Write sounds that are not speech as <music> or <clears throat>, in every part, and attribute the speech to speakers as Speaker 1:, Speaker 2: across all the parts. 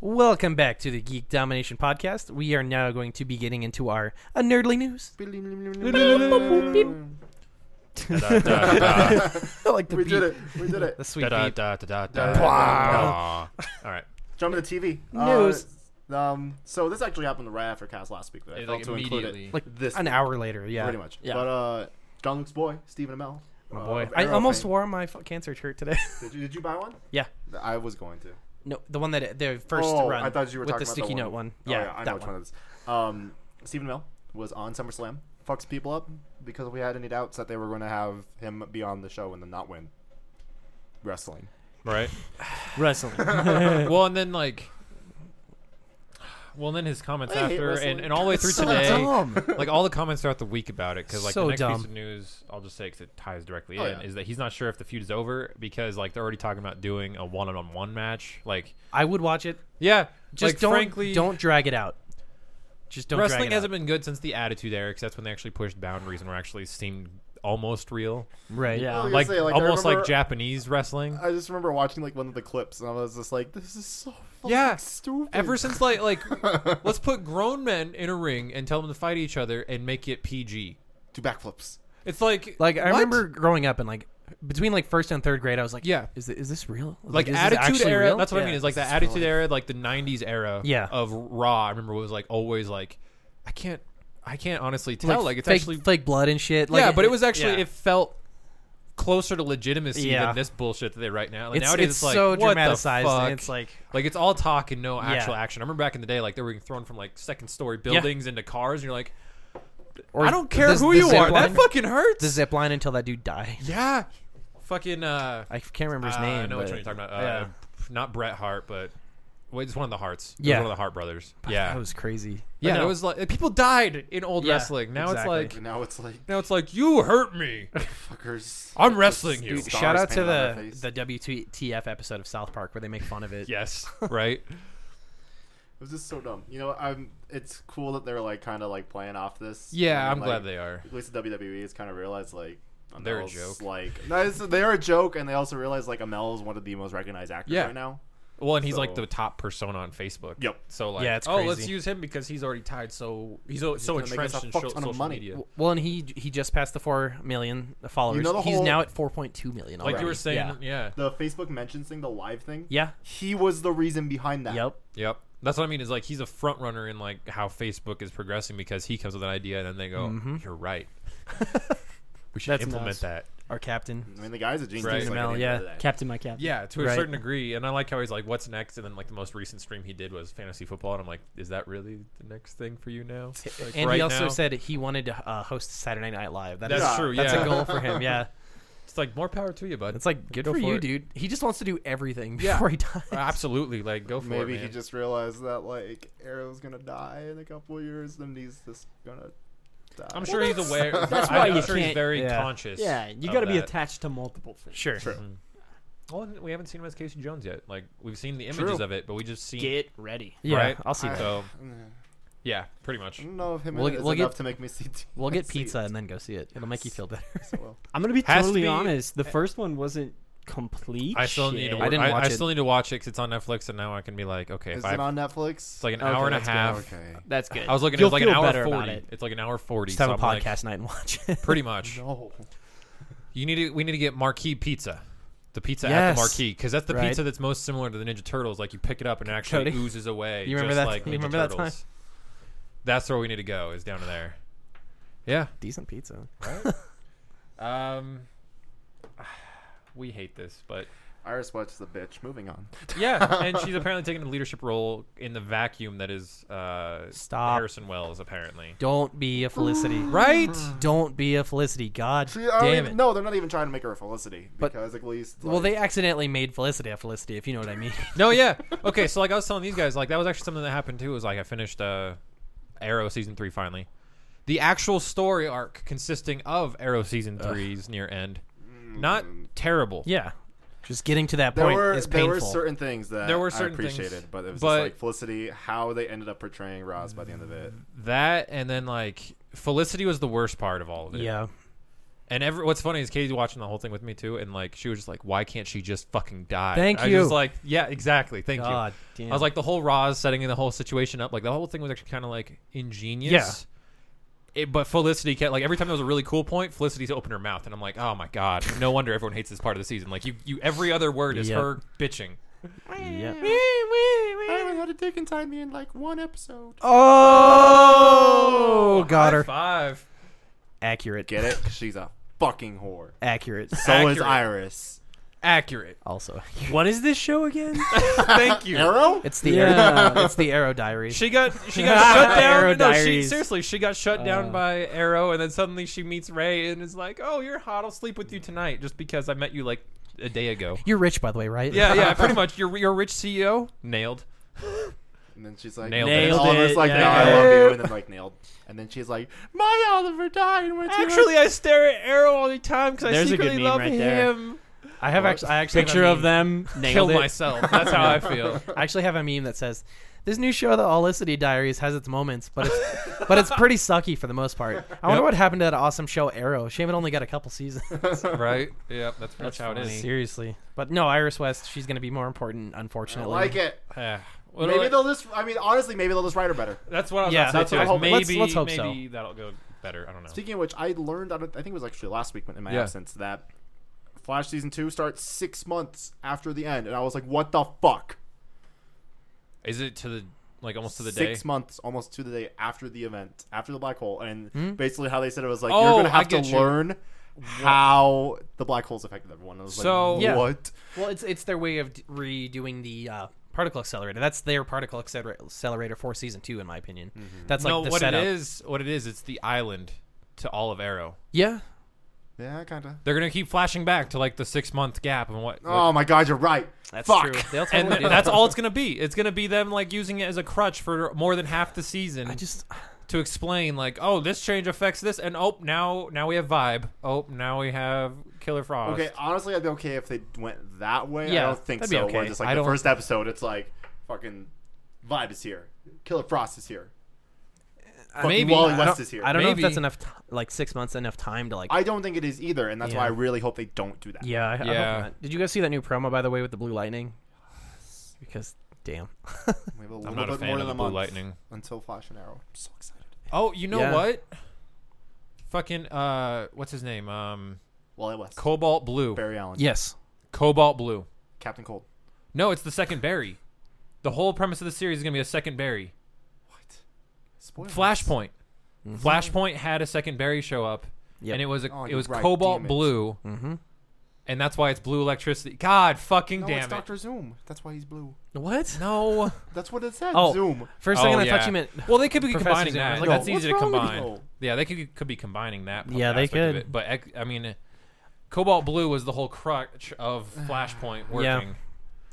Speaker 1: Welcome back to the Geek Domination Podcast. We are now going to be getting into our uh, nerdly news. <laughs>
Speaker 2: Da, da, <laughs> da,
Speaker 1: I like the
Speaker 3: we
Speaker 1: beep.
Speaker 3: did it. We did it.
Speaker 1: The sweet
Speaker 2: da, da,
Speaker 1: beep.
Speaker 2: da, da, da, da.
Speaker 3: Wow.
Speaker 2: Aw. All right.
Speaker 3: Jump to TV.
Speaker 1: News.
Speaker 3: Uh, um, so this actually happened to right after cast last week, but I
Speaker 2: Yeah,
Speaker 3: felt
Speaker 2: like
Speaker 3: to include
Speaker 2: immediately.
Speaker 3: it
Speaker 1: Like
Speaker 3: this
Speaker 1: An hour later, yeah.
Speaker 3: pretty much.
Speaker 4: Yeah.
Speaker 3: But uh, John Luke's boy, Stephen Amell.
Speaker 1: My
Speaker 3: uh,
Speaker 1: boy.
Speaker 3: of
Speaker 1: I
Speaker 3: Arrow
Speaker 1: almost
Speaker 3: fame.
Speaker 1: wore my f- cancer shirt today. <laughs>
Speaker 3: Did you, did you buy one?
Speaker 1: Yeah.
Speaker 3: I was going to.
Speaker 1: no, the one that the first
Speaker 3: oh,
Speaker 1: run
Speaker 3: I thought you were
Speaker 1: with
Speaker 3: talking
Speaker 1: the sticky
Speaker 3: about
Speaker 1: note
Speaker 3: that
Speaker 1: one.
Speaker 3: Oh,
Speaker 1: Yeah,
Speaker 3: I know
Speaker 1: that
Speaker 3: which
Speaker 1: one.
Speaker 3: one it is. Um, Stephen Amell was on SummerSlam. Fucks people up because we had any doubts that they were going to have him be on the show and then not win. Wrestling.
Speaker 2: Right.
Speaker 4: Wrestling.
Speaker 2: Well, and then like. Well, and then his comments
Speaker 3: I hate
Speaker 2: after,
Speaker 3: wrestling.
Speaker 2: and, and all the way through
Speaker 4: so
Speaker 2: today,
Speaker 4: dumb.
Speaker 2: like all the comments throughout the week about it, because like
Speaker 1: So
Speaker 2: the next
Speaker 1: dumb.
Speaker 2: piece of news, I'll just say because it ties directly
Speaker 3: Oh,
Speaker 2: in,
Speaker 3: yeah.
Speaker 2: is that he's not sure if the feud is over because like they're already talking about doing a one-on-one match. Like,
Speaker 1: I would watch it.
Speaker 2: yeah,
Speaker 1: Just
Speaker 2: like,
Speaker 1: don't
Speaker 2: frankly,
Speaker 1: don't drag it out. Just don't
Speaker 2: wrestling
Speaker 1: drag it
Speaker 2: hasn't
Speaker 1: out.
Speaker 2: been good since the Attitude Era, 'cause that's when they actually pushed boundaries and were actually seemed almost real,
Speaker 1: right.
Speaker 4: Yeah.
Speaker 3: I was gonna
Speaker 2: like,
Speaker 3: say, I
Speaker 2: almost like
Speaker 3: remember-
Speaker 2: Japanese wrestling.
Speaker 3: I just remember watching like one of the clips and I was just like, this is so fucking
Speaker 2: Yeah.
Speaker 3: stupid.
Speaker 2: Ever since like like
Speaker 1: <laughs>
Speaker 3: <laughs>
Speaker 2: let's put grown men in a ring and tell them to fight each other and make it PG.
Speaker 3: do backflips.
Speaker 2: It's like
Speaker 1: Like I
Speaker 2: what?
Speaker 1: remember growing up and like between like first and third grade, I was like,
Speaker 2: Yeah.
Speaker 1: is, thi- is this real?
Speaker 2: like,
Speaker 1: is this
Speaker 2: attitude
Speaker 1: actually
Speaker 2: era.
Speaker 1: real?
Speaker 2: That's what I
Speaker 1: Yeah.
Speaker 2: mean. Is like the
Speaker 3: It's
Speaker 2: attitude
Speaker 3: really-
Speaker 2: era, like the '90s era.
Speaker 1: Yeah.
Speaker 2: Of Raw, I remember was like always like I can't I can't honestly tell. Oh, Like, it's
Speaker 1: fake,
Speaker 2: actually
Speaker 1: fake blood and shit. Like,
Speaker 2: yeah, but it was actually
Speaker 1: yeah.
Speaker 2: it felt closer to legitimacy
Speaker 1: Yeah.
Speaker 2: than this bullshit that they right now. Like
Speaker 1: it's,
Speaker 2: nowadays,
Speaker 1: it's,
Speaker 2: it's, like
Speaker 1: so
Speaker 2: what the
Speaker 1: dramatized.
Speaker 2: fuck?
Speaker 1: And it's like
Speaker 2: Like it's all talk and no
Speaker 1: Yeah.
Speaker 2: actual action. I remember back in the day, like they were being thrown from like second story buildings into cars, and you're like,
Speaker 1: or
Speaker 2: I don't care
Speaker 1: the-
Speaker 2: who
Speaker 1: the
Speaker 2: you
Speaker 1: zip
Speaker 2: are,
Speaker 1: line-
Speaker 2: that fucking hurts.
Speaker 1: the zip line until that dude died.
Speaker 2: yeah, fucking. Uh,
Speaker 1: I can't remember his
Speaker 2: uh,
Speaker 1: name.
Speaker 2: I know
Speaker 1: but,
Speaker 2: which one you're talking about. Uh,
Speaker 1: <laughs> yeah.
Speaker 2: not Bret Hart, but wait, it's one of the Hearts.
Speaker 1: Yeah.
Speaker 2: one of the Hart brothers. Yeah,
Speaker 1: That was crazy.
Speaker 2: yeah.
Speaker 1: no.
Speaker 2: It was like people died in old
Speaker 1: Yeah,
Speaker 2: wrestling. Now
Speaker 1: exactly.
Speaker 2: it's like
Speaker 3: And now it's like
Speaker 2: now it's like you
Speaker 1: <laughs>
Speaker 2: hurt me.
Speaker 3: fuckers.
Speaker 2: I'm wrestling you.
Speaker 3: Dude, stars
Speaker 1: Shout out to
Speaker 3: painted on
Speaker 1: the
Speaker 3: their face.
Speaker 1: the WTF episode of South Park where they make fun of it.
Speaker 2: yes,
Speaker 1: <laughs>
Speaker 2: right.
Speaker 3: It was just so dumb. You know, I'm. It's cool that they're like kind of like playing off this.
Speaker 2: Yeah,
Speaker 3: And,
Speaker 2: I'm glad
Speaker 3: like,
Speaker 2: they are.
Speaker 3: At least the WWE has kind of realized like Amel's,
Speaker 2: They're a joke.
Speaker 3: Like <laughs> no, it's- they're a joke, and they also realize like Amel is one of the most recognized actors
Speaker 2: Yeah.
Speaker 3: right now.
Speaker 2: Well, and he's like
Speaker 3: So-
Speaker 2: the top persona on Facebook.
Speaker 3: Yep.
Speaker 2: So like,
Speaker 1: Yeah, it's
Speaker 2: oh, let's
Speaker 1: crazy.
Speaker 2: use him because he's already tied. So he's so, so
Speaker 3: gonna make us
Speaker 2: entrenched
Speaker 3: a
Speaker 2: in
Speaker 3: fuck
Speaker 2: sho-
Speaker 3: ton of
Speaker 2: social
Speaker 3: money.
Speaker 2: media.
Speaker 1: W- Well, and he he just passed the four million followers.
Speaker 3: You know the
Speaker 1: He's
Speaker 3: whole-
Speaker 1: now at four point two million.
Speaker 2: Like you
Speaker 1: already.
Speaker 2: were saying,
Speaker 1: yeah.
Speaker 2: yeah.
Speaker 3: The Facebook mentions thing, the live thing.
Speaker 1: Yeah.
Speaker 3: He was the reason behind that.
Speaker 1: Yep.
Speaker 2: Yep. That's what I mean. Is like he's a front runner in like how Facebook is progressing because he comes with an idea and then they go,
Speaker 1: <laughs>
Speaker 2: "You're right. we should
Speaker 1: Mm-hmm. That's
Speaker 2: implement
Speaker 1: nuts.
Speaker 2: that."
Speaker 1: Our captain.
Speaker 3: I mean, the guy's a genius.
Speaker 2: Right.
Speaker 3: Like, at the
Speaker 1: Amell,
Speaker 3: end of
Speaker 1: yeah.
Speaker 3: the day.
Speaker 4: Captain, my captain.
Speaker 2: Yeah, to a
Speaker 1: Right.
Speaker 2: certain degree. And I like how he's like, "What's next?" And then like the most recent stream he did was fantasy football, and I'm like, "Is that really the next thing for you now?" Like,
Speaker 1: And
Speaker 2: right
Speaker 1: he also
Speaker 2: now?
Speaker 1: said he wanted to uh, host Saturday Night Live. That is-
Speaker 2: "That's
Speaker 3: Yeah.
Speaker 2: true. Yeah,
Speaker 1: that's a goal for him.
Speaker 2: <laughs>
Speaker 1: Yeah.
Speaker 2: It's like more power to you, bud.
Speaker 1: It's like good
Speaker 2: Go
Speaker 1: for,
Speaker 2: for
Speaker 1: you,
Speaker 2: it.
Speaker 1: dude. He just wants to do everything
Speaker 2: Yeah.
Speaker 1: before he dies.
Speaker 2: <laughs> absolutely like go for it.
Speaker 3: Maybe he
Speaker 2: man.
Speaker 3: just realized that like Arrow's gonna die in a couple years, and he's just gonna die.
Speaker 2: I'm sure he's aware.
Speaker 4: <laughs> that's
Speaker 2: I'm <laughs>
Speaker 4: why you
Speaker 2: sure he's
Speaker 4: can't-
Speaker 2: very
Speaker 1: yeah.
Speaker 2: conscious.
Speaker 4: Yeah, you
Speaker 2: of
Speaker 4: got to be
Speaker 2: that.
Speaker 4: attached to multiple things.
Speaker 1: Sure.
Speaker 2: Well, and we haven't seen him as Casey Jones yet. Like we've seen the
Speaker 3: True.
Speaker 2: images of it, but we just seen
Speaker 4: Get ready.
Speaker 1: Yeah.
Speaker 2: right?
Speaker 1: I'll see.
Speaker 3: <laughs> I-
Speaker 1: that.
Speaker 2: So
Speaker 3: Mm.
Speaker 2: yeah, pretty much.
Speaker 3: I don't know if him
Speaker 1: We'll
Speaker 3: and
Speaker 1: get-
Speaker 3: it is
Speaker 1: we'll
Speaker 3: enough
Speaker 1: get-
Speaker 3: to make me see.
Speaker 1: We'll
Speaker 3: <laughs>
Speaker 1: get
Speaker 3: see
Speaker 1: pizza
Speaker 3: it.
Speaker 1: and then go see it. It'll make you feel better.
Speaker 3: Well,
Speaker 4: I'm gonna be
Speaker 2: Has to
Speaker 4: totally
Speaker 2: be-
Speaker 4: honest. The first one wasn't complete.
Speaker 2: I still need to.
Speaker 4: shit.
Speaker 2: wa-
Speaker 1: I didn't
Speaker 2: I,
Speaker 1: watch
Speaker 2: I
Speaker 1: it.
Speaker 2: still need to watch it because it's on Netflix, and now I can be like, okay,
Speaker 3: Is
Speaker 2: if
Speaker 3: it
Speaker 2: I,
Speaker 3: on Netflix?
Speaker 2: it's like an
Speaker 4: Okay,
Speaker 2: hour and a
Speaker 4: that's good.
Speaker 2: half.
Speaker 3: Okay.
Speaker 4: That's good.
Speaker 2: I was looking.
Speaker 4: You'll
Speaker 2: it was like
Speaker 4: feel
Speaker 2: an hour
Speaker 4: better about
Speaker 2: forty.
Speaker 4: it.
Speaker 2: It's like an hour forty.
Speaker 1: Just have
Speaker 2: so
Speaker 1: a
Speaker 2: I'm like,
Speaker 1: podcast night and watch
Speaker 2: <laughs>
Speaker 1: it. <laughs>
Speaker 2: pretty much.
Speaker 3: No.
Speaker 2: You need to. We need to get Marquee Pizza. The pizza at
Speaker 1: Yes.
Speaker 2: the Marquee because that's the
Speaker 1: Right.
Speaker 2: pizza that's most similar to the Ninja Turtles. Like you pick it up and it actually
Speaker 1: Cody?
Speaker 2: oozes away.
Speaker 1: You remember
Speaker 2: just
Speaker 1: that-
Speaker 2: Like
Speaker 1: you
Speaker 2: Ninja
Speaker 1: remember that time?
Speaker 2: Turtles. That's where we need to go. Is down to there. Yeah.
Speaker 1: Decent pizza.
Speaker 2: Um. <sighs> We hate this, but
Speaker 3: Iris Watch is a bitch. Moving on.
Speaker 2: yeah,
Speaker 1: <laughs>
Speaker 2: and she's apparently taking a leadership role in the vacuum that is uh,
Speaker 1: Stop.
Speaker 2: Harrison Wells, apparently.
Speaker 1: Don't be a Felicity.
Speaker 2: <gasps> Right?
Speaker 1: Don't be a Felicity. God
Speaker 3: See, I don't
Speaker 1: damn
Speaker 3: even-
Speaker 1: it.
Speaker 3: No, they're not even trying to make her a Felicity
Speaker 1: But-
Speaker 3: because at least.
Speaker 1: Well,
Speaker 3: like,
Speaker 1: they accidentally made Felicity a Felicity, if you know what I mean.
Speaker 2: No, yeah. Okay, so like I was telling these guys, like that was actually something that happened too. Was like I finished uh, Arrow season three finally. The actual story arc consisting of Arrow season three's near end, not terrible.
Speaker 1: yeah. Just getting to that
Speaker 3: There
Speaker 1: point
Speaker 3: were
Speaker 1: is
Speaker 3: there were
Speaker 1: painful.
Speaker 3: certain things that
Speaker 2: There were certain
Speaker 3: I
Speaker 2: things,
Speaker 3: appreciated, but it was
Speaker 2: but-
Speaker 3: just like Felicity, how they ended up portraying Roz by the end of it.
Speaker 2: That and then like Felicity was the worst part of all of it.
Speaker 1: yeah.
Speaker 2: And every, what's funny is Katie's watching the whole thing with me too, and like she was just like, "Why can't she just fucking die?"
Speaker 1: Thank
Speaker 2: I
Speaker 1: you.
Speaker 2: was like, "Yeah, exactly. Thank
Speaker 4: God
Speaker 2: you."
Speaker 4: damn.
Speaker 2: I was like, the whole Roz setting the whole situation up, like the whole thing was actually kind of like ingenious. It, but Felicity kept like every time there was a really cool point, Felicity's opened her mouth, and I'm like, "Oh my god, no wonder everyone hates this part of the season." Like you, you every other word is
Speaker 4: Yep.
Speaker 2: her bitching.
Speaker 4: Yep.
Speaker 3: I only had to take and time me in like one episode.
Speaker 1: Oh, got
Speaker 2: High
Speaker 1: her.
Speaker 2: five.
Speaker 1: Accurate.
Speaker 3: Get it? She's a fucking whore.
Speaker 1: Accurate.
Speaker 3: So is
Speaker 2: Accurate.
Speaker 3: Iris.
Speaker 2: Accurate.
Speaker 1: Also,
Speaker 4: <laughs> what is this
Speaker 2: <laughs>
Speaker 4: show again?
Speaker 2: Thank you.
Speaker 3: Arrow?
Speaker 1: it's the
Speaker 4: Yeah.
Speaker 1: Arrow, it's the Arrow Diaries.
Speaker 2: She got she
Speaker 4: <laughs>
Speaker 2: got shut
Speaker 4: Arrow
Speaker 2: down. No, she,
Speaker 4: Diaries.
Speaker 2: seriously, she got shut down
Speaker 4: Uh.
Speaker 2: by Arrow, and then suddenly she meets Ray and is like, "Oh, you're hot. I'll sleep with you tonight, just because I met you like a day ago."
Speaker 1: You're rich, by the way, right? <laughs>
Speaker 2: Yeah, <laughs> yeah, pretty much. You're you're a rich CEO. Nailed.
Speaker 3: And then she's like,
Speaker 2: Nailed
Speaker 3: and
Speaker 4: it.
Speaker 3: Oliver's
Speaker 4: Nailed
Speaker 3: like,
Speaker 4: it,
Speaker 3: no, I
Speaker 2: yeah.
Speaker 3: love you. And then like, nailed. And then she's like, my Oliver died. And we're
Speaker 2: Actually, I stare at Arrow all the time because I
Speaker 4: There's a good
Speaker 2: secretly
Speaker 4: meme
Speaker 2: love
Speaker 4: right there.
Speaker 2: him.
Speaker 4: I have
Speaker 3: What? actu-
Speaker 4: I actually picture of them
Speaker 2: Kill
Speaker 4: nailed it.
Speaker 2: myself. That's how I feel.
Speaker 1: I actually have a meme that says, "This new show, The Olicity Diaries, has its moments, but it's but it's pretty sucky for the most part." I wonder
Speaker 2: Yep.
Speaker 1: what happened to that awesome show Arrow. Shame it only got a couple seasons.
Speaker 2: <laughs> Right? Yeah, that's pretty much how it is.
Speaker 4: Seriously.
Speaker 1: but no, Iris West, she's going to be more important,
Speaker 3: I don't
Speaker 1: unfortunately.
Speaker 3: like it.
Speaker 2: Yeah. Well,
Speaker 3: Maybe
Speaker 2: like-
Speaker 3: they'll just, I mean, honestly, maybe they'll just write her better.
Speaker 2: that's what I was
Speaker 1: Yeah,
Speaker 2: about
Speaker 1: that's
Speaker 2: to say
Speaker 3: what I'm
Speaker 2: too. is
Speaker 3: hoping.
Speaker 2: Maybe
Speaker 1: Let's- let's hope so.
Speaker 2: maybe that'll go better. I don't know.
Speaker 3: Speaking of which, I learned, I, don't, I think it was actually last week in my
Speaker 2: Yeah.
Speaker 3: absence, that Flash Season 2 starts six months after the end. And I was like, what the fuck?
Speaker 2: Is it to the like almost to the day?
Speaker 3: six months almost to the day after the event, after the black hole. And basically, how they said it was like,
Speaker 2: Oh,
Speaker 3: you're going to
Speaker 2: I
Speaker 3: have to
Speaker 2: get you.
Speaker 3: learn how the black holes affected everyone. I was
Speaker 2: So-
Speaker 3: like,
Speaker 1: Yeah.
Speaker 3: what?
Speaker 1: Well, it's it's their way of d- redoing the uh, particle accelerator. That's their particle accelerator, accelerator for season two, in my opinion. That's like
Speaker 2: no,
Speaker 1: the
Speaker 2: what
Speaker 1: setup.
Speaker 2: it is, what it is, it's the island to all of Arrow.
Speaker 1: Yeah,
Speaker 3: Yeah, kind of.
Speaker 2: They're gonna keep flashing back to like the six month gap and what. what-
Speaker 3: Oh my god, you're right.
Speaker 1: that's
Speaker 3: Fuck.
Speaker 1: true. They'll totally
Speaker 2: and
Speaker 1: do
Speaker 2: th- <laughs>
Speaker 1: that.
Speaker 2: that's all it's gonna be. It's gonna be them like using it as a crutch for more than half the season
Speaker 1: I just
Speaker 2: to explain like, oh, this change affects this, and oh, now now we have vibe. Oh, now we have Killer Frost.
Speaker 3: Okay, honestly, I'd be okay if they went that way.
Speaker 1: Yeah,
Speaker 3: I don't think
Speaker 1: that'd be
Speaker 3: so. Where
Speaker 1: okay.
Speaker 3: just like
Speaker 2: I
Speaker 3: the
Speaker 2: don't-
Speaker 3: first episode, it's like fucking vibe is here, Killer Frost is here, fucking
Speaker 2: Uh, maybe.
Speaker 3: Wally
Speaker 2: I
Speaker 3: West
Speaker 2: don't-
Speaker 3: is here.
Speaker 1: I don't know if
Speaker 2: Maybe-
Speaker 1: that's enough, t- like six months, enough time to like.
Speaker 3: I don't think it is either, and that's why
Speaker 1: Yeah.
Speaker 3: I really hope they don't do that.
Speaker 1: yeah, I, I
Speaker 2: Yeah.
Speaker 1: hope not. Did you guys see that new promo by the way with the blue lightning? Because damn, <laughs>
Speaker 3: we have a
Speaker 2: I'm
Speaker 3: little
Speaker 2: not a
Speaker 3: bit
Speaker 2: fan
Speaker 3: more
Speaker 2: of
Speaker 3: than
Speaker 2: the
Speaker 3: a
Speaker 2: Blue
Speaker 3: month
Speaker 2: Lightning.
Speaker 3: until Flash and Arrow. I'm so excited.
Speaker 2: Oh, you know
Speaker 1: Yeah.
Speaker 2: what? Fucking uh, what's his name? Um,
Speaker 3: Wally West,
Speaker 2: Cobalt Blue.
Speaker 3: Barry Allen,
Speaker 1: yes,
Speaker 2: Cobalt Blue.
Speaker 3: Captain Cold.
Speaker 2: No, it's the second Barry. The whole premise of the series is gonna be a second Barry.
Speaker 3: Spoiler.
Speaker 2: Flashpoint. Mm-hmm. Flashpoint had a second Barry show up,
Speaker 1: Yep.
Speaker 2: and it was a,
Speaker 3: Oh,
Speaker 2: it
Speaker 3: you're
Speaker 2: was
Speaker 3: right,
Speaker 2: cobalt
Speaker 3: damn it.
Speaker 2: blue,
Speaker 1: Mhm.
Speaker 2: and that's why it's blue electricity. God fucking
Speaker 3: No,
Speaker 2: damn
Speaker 3: it's
Speaker 2: it!
Speaker 3: Doctor Zoom. That's why he's blue.
Speaker 1: What?
Speaker 2: No,
Speaker 3: That's what it said.
Speaker 1: Oh.
Speaker 3: Zoom.
Speaker 1: For a second,
Speaker 2: Oh,
Speaker 1: I
Speaker 2: yeah.
Speaker 1: thought you meant.
Speaker 2: Well, they could be
Speaker 1: Professor
Speaker 2: combining
Speaker 1: Zoom. I
Speaker 2: that.
Speaker 1: was like,
Speaker 2: that's
Speaker 3: "What's
Speaker 2: easy to
Speaker 3: wrong with
Speaker 2: combine.
Speaker 3: you?"
Speaker 2: Yeah, they could could be combining that.
Speaker 1: Yeah, they
Speaker 2: aspect of
Speaker 1: could.
Speaker 2: it. But ec- I mean, cobalt blue was the whole crutch of Flashpoint working.
Speaker 1: Yeah.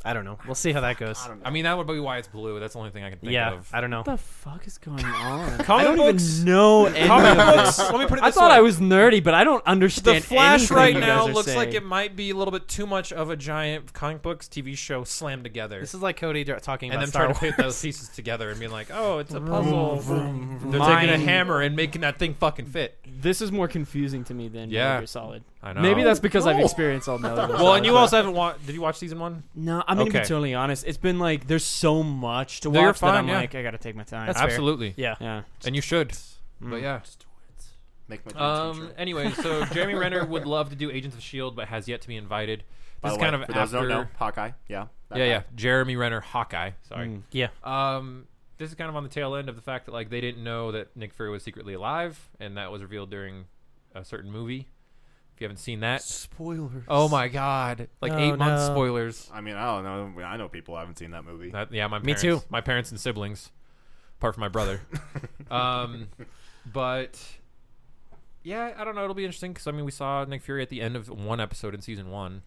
Speaker 1: I don't know. We'll see how that goes.
Speaker 3: I don't know.
Speaker 2: I mean, that would be why it's blue. That's the only thing I can think
Speaker 1: yeah,
Speaker 2: of.
Speaker 1: I don't know.
Speaker 4: What the fuck
Speaker 2: <laughs>
Speaker 4: is going on?
Speaker 2: Comic
Speaker 4: I don't
Speaker 2: books-
Speaker 4: even know any
Speaker 2: Comic
Speaker 4: of
Speaker 2: books.
Speaker 4: this.
Speaker 2: Let me put it
Speaker 4: I
Speaker 2: this
Speaker 4: thought
Speaker 2: way.
Speaker 4: I was nerdy, but I don't understand.
Speaker 2: the Flash
Speaker 4: anything
Speaker 2: right
Speaker 4: you guys
Speaker 2: now
Speaker 4: are
Speaker 2: looks like it
Speaker 4: saying.
Speaker 2: might be a little bit too much of a giant comic booooks TV show slammed together.
Speaker 1: This is like Cody dr- talking
Speaker 2: and
Speaker 1: about
Speaker 2: then
Speaker 1: Star
Speaker 2: trying to
Speaker 1: Wars.
Speaker 2: put those pieces together and being like, oh, it's a puzzle.
Speaker 4: Vroom, vroom, vroom.
Speaker 2: They're taking a
Speaker 4: Mine-
Speaker 2: hammer and making that thing fucking fit.
Speaker 4: This is more confusing to me than
Speaker 2: Yeah.
Speaker 4: yeah. Solid.
Speaker 2: I know.
Speaker 4: Maybe that's because I've
Speaker 3: No.
Speaker 2: <laughs>
Speaker 4: experienced all Metal Gear
Speaker 2: well, and
Speaker 4: Solid,
Speaker 2: you
Speaker 4: but-
Speaker 2: also haven't watched. Did you watch season one?
Speaker 4: No, I'm gonna
Speaker 2: Okay.
Speaker 4: be totally honest. It's been like there's so much to
Speaker 2: No,
Speaker 4: watch
Speaker 2: you're
Speaker 4: that
Speaker 2: fine,
Speaker 4: I'm
Speaker 2: yeah.
Speaker 4: like I gotta take my time.
Speaker 1: That's fair.
Speaker 2: Absolutely,
Speaker 1: Yeah.
Speaker 4: yeah.
Speaker 2: and you should. But yeah.
Speaker 3: Just do it. Make my dreams come
Speaker 2: Um.
Speaker 3: true. <laughs>
Speaker 2: Anyway, so Jeremy Renner would love to do Agents of Shield, E but has yet to be invited.
Speaker 3: By
Speaker 2: This is
Speaker 3: the way,
Speaker 2: kind of
Speaker 3: for those
Speaker 2: after.
Speaker 3: who don't know, Hawkeye. Yeah. that
Speaker 2: yeah,
Speaker 3: guy.
Speaker 2: yeah. Jeremy Renner, Hawkeye. Sorry.
Speaker 4: Mm.
Speaker 1: <laughs> Yeah.
Speaker 2: Um, this is kind of on the tail end of the fact that like they didn't know that Nick Fury was secretly alive, and that was revealed during a certain movie. If you haven't seen that,
Speaker 1: Spoilers.
Speaker 4: E
Speaker 2: oh my god, like
Speaker 1: No,
Speaker 2: eight months
Speaker 1: no.
Speaker 2: spoilers.
Speaker 3: I mean, I don't know. I know people haven't seen that movie.
Speaker 2: That- yeah, my
Speaker 1: Me
Speaker 2: parents,
Speaker 1: too.
Speaker 2: My parents and siblings, apart from
Speaker 1: <laughs>
Speaker 2: my brother. um, but yeah, I don't know. It'll be interesting because I mean, we saw Nick Fury at the end of one episode in season one.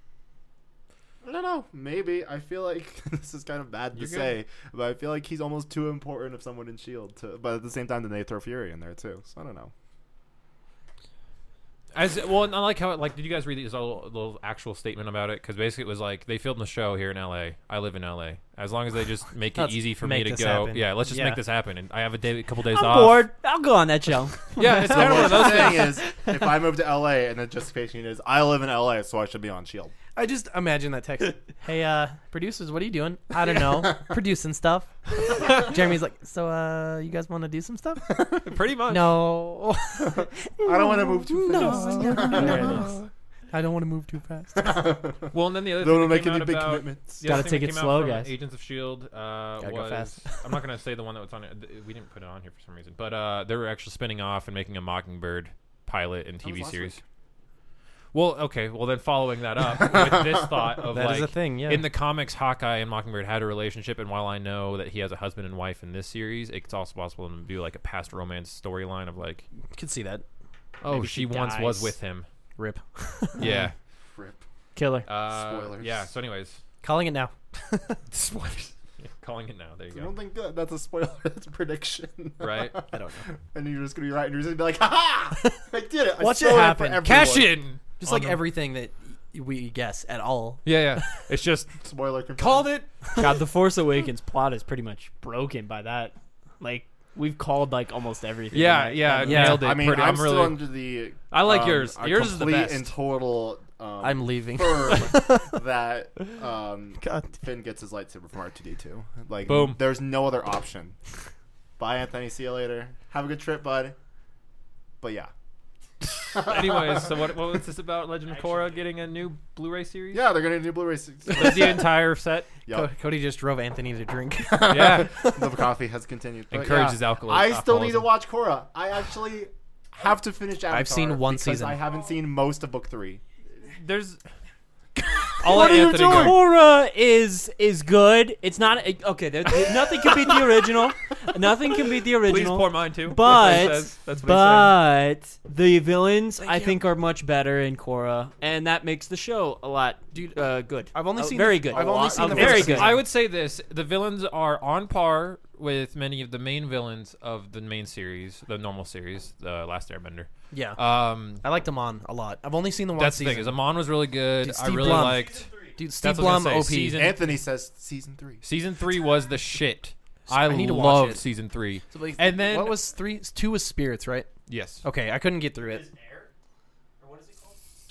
Speaker 3: I don't know. Maybe I feel like <laughs> this is kind of bad
Speaker 2: You're
Speaker 3: to
Speaker 2: good.
Speaker 3: say, but I feel like he's almost too important of someone in Shield. E To, but at the same time, then they throw Fury in there too. So I don't know.
Speaker 2: As well, and I like how it, like. Did you guys read this little, little actual statement about it? Because basically, it was like they filmed the show here in L.A. I live in L.A. As long as they just make it
Speaker 1: Let's
Speaker 2: easy for
Speaker 1: make
Speaker 2: me to
Speaker 1: this
Speaker 2: go.
Speaker 1: happen.
Speaker 2: Yeah, let's just
Speaker 1: Yeah.
Speaker 2: make this happen. And I have a day, a couple days
Speaker 4: I'm
Speaker 2: off.
Speaker 4: bored. I'll go on that show. <laughs>
Speaker 2: Yeah,
Speaker 1: <laughs>
Speaker 2: it's
Speaker 3: So
Speaker 2: kind of one of
Speaker 3: what
Speaker 2: those
Speaker 3: I'm
Speaker 2: things.
Speaker 3: saying is, if I move to LA and the justification is I live in LA, so I E should be on Shield.
Speaker 1: I just imagine that
Speaker 2: <laughs>
Speaker 1: text. hey, uh, producers, what are you doing? I don't know, producing
Speaker 2: <laughs>
Speaker 1: stuff. Jeremy's like, so, uh, you guys want to do some stuff?
Speaker 2: Pretty much.
Speaker 1: no,
Speaker 3: I don't want to move
Speaker 1: <laughs>
Speaker 3: too fast.
Speaker 1: no. I don't want to move too fast.
Speaker 2: Well, and then the other
Speaker 3: Don't wanna
Speaker 2: thing that
Speaker 3: make
Speaker 2: came
Speaker 3: any
Speaker 2: out
Speaker 3: big
Speaker 2: about-
Speaker 3: commitments.
Speaker 2: the other thing
Speaker 4: Gotta take
Speaker 2: that
Speaker 4: it
Speaker 2: came out
Speaker 4: slow,
Speaker 2: from
Speaker 4: guys.
Speaker 2: Agents of Shield uh,
Speaker 1: Gotta go
Speaker 2: was.
Speaker 1: fast.
Speaker 2: I'm not gonna say the one that was on it. th- We didn't put it on here for some reason, but uh, they were actually spinning off and making a Mockingbird pilot and
Speaker 3: That was
Speaker 2: TV
Speaker 3: last
Speaker 2: series.
Speaker 3: week.
Speaker 2: Well, okay. Well, then following
Speaker 1: <laughs>
Speaker 2: that up with this thought of
Speaker 1: That
Speaker 2: like
Speaker 1: is a thing, yeah.
Speaker 2: in the comics, Hawkeye and Mockingbird had a relationship, and while I know that he has a husband and wife in this series, it's also possible to do like a past romance storyline of like,
Speaker 1: Could see that.
Speaker 2: oh,
Speaker 4: Maybe
Speaker 2: she,
Speaker 4: she
Speaker 2: once was
Speaker 4: dies.
Speaker 2: with him.
Speaker 1: Rip.
Speaker 2: Yeah.
Speaker 1: <laughs>
Speaker 3: Rip.
Speaker 4: Killer.
Speaker 2: Uh,
Speaker 3: Spoilers.
Speaker 2: Yeah. So, anyways,
Speaker 1: Calling it now.
Speaker 2: spoilers. calling it now. There you
Speaker 3: I don't
Speaker 2: go.
Speaker 3: think that, that's a spoiler. <laughs> That's a prediction.
Speaker 2: Right.
Speaker 3: <laughs>
Speaker 1: I don't know.
Speaker 3: And you're just gonna be right, and you're just gonna be like, "Ha ha! I did it! I
Speaker 1: Watch it
Speaker 3: stole
Speaker 1: happen.
Speaker 3: It for
Speaker 2: Cash
Speaker 3: everyone."
Speaker 2: in.
Speaker 1: Just
Speaker 2: on
Speaker 1: like
Speaker 2: the-
Speaker 1: everything that y- we guess at all.
Speaker 2: Yeah, yeah. It's just
Speaker 3: Spoiler confirmed.
Speaker 2: called it.
Speaker 4: God, the Force Awakens plot is pretty much broken by that. Like we've called like almost everything.
Speaker 2: Yeah,
Speaker 4: right?
Speaker 2: yeah,
Speaker 1: Yeah.
Speaker 2: Nailed it.
Speaker 3: I mean,
Speaker 2: pretty,
Speaker 3: I'm
Speaker 2: I'm
Speaker 3: still
Speaker 2: really-
Speaker 3: under the.
Speaker 2: I like
Speaker 3: um,
Speaker 2: yours.
Speaker 3: a
Speaker 2: Yours is the
Speaker 3: complete
Speaker 2: best.
Speaker 3: and total. Um,
Speaker 1: I'm leaving.
Speaker 3: firm
Speaker 2: <laughs>
Speaker 3: that um, Finn gets his lightsaber from R2D2. Like,
Speaker 2: Boom.
Speaker 3: There's no other option. Bye, Anthony. See you later. Have a good trip, bud. But yeah,
Speaker 2: <laughs> Anyways, so what, what was this about? Legend of Korra getting a new Blu-ray series?
Speaker 3: yeah, they're gonna do Blu-ray. six-
Speaker 2: the entire
Speaker 1: <laughs>
Speaker 2: set.
Speaker 1: Co-
Speaker 3: <laughs> Yup.
Speaker 1: Cody just drove Anthony to
Speaker 2: <laughs>
Speaker 1: drink. <laughs>
Speaker 2: Yeah,
Speaker 3: the coffee has continued. But
Speaker 2: Encourages
Speaker 3: yeah,
Speaker 2: alcohol-
Speaker 3: I still need to
Speaker 2: alcoholism.
Speaker 3: watch Korra. I actually have to finish Avatar.
Speaker 1: seen one
Speaker 3: because
Speaker 1: season.
Speaker 3: I haven't seen most of book three.
Speaker 2: there's. I'll
Speaker 3: What
Speaker 2: let
Speaker 3: are you
Speaker 2: Anthony
Speaker 3: doing?
Speaker 2: go.
Speaker 4: Korra is is good. It's not it- okay. There, there- nothing can beat the original. Nothing can beat the
Speaker 2: Please
Speaker 4: original.
Speaker 2: pour mine too.
Speaker 4: But-
Speaker 2: That's what he says. That's what he said.
Speaker 4: but the villains, I
Speaker 1: you.
Speaker 4: think, are much better in Korra, and that makes the show a lot Dude, uh, good.
Speaker 1: I've only
Speaker 4: Uh,
Speaker 1: seen
Speaker 4: very
Speaker 1: the-
Speaker 4: good.
Speaker 3: I've only seen
Speaker 4: Uh,
Speaker 3: the
Speaker 4: very
Speaker 3: first
Speaker 4: good.
Speaker 3: season.
Speaker 2: I would say this: the villains are on par with many of the main villains of the main series, the normal series, the Last Airbender.
Speaker 1: yeah.
Speaker 2: Um,
Speaker 1: I liked Amon a lot. I've only seen the one
Speaker 2: that's the
Speaker 1: season.
Speaker 2: thing. Is Amon was really good.
Speaker 1: Dude,
Speaker 2: I
Speaker 1: Steve
Speaker 2: really
Speaker 1: Blum.
Speaker 2: liked.
Speaker 1: Dude, Steve
Speaker 2: That's what I was
Speaker 1: Blum
Speaker 2: gonna
Speaker 1: OP.
Speaker 2: say. Season-
Speaker 3: Anthony says season three.
Speaker 2: Season three was the shit.
Speaker 1: <laughs>
Speaker 2: I,
Speaker 1: I need to watch
Speaker 2: love
Speaker 1: it.
Speaker 2: season three.
Speaker 1: So, like,
Speaker 2: and then
Speaker 1: what was three? Two was spirits, right?
Speaker 2: yes?
Speaker 1: Okay, I couldn't get through it.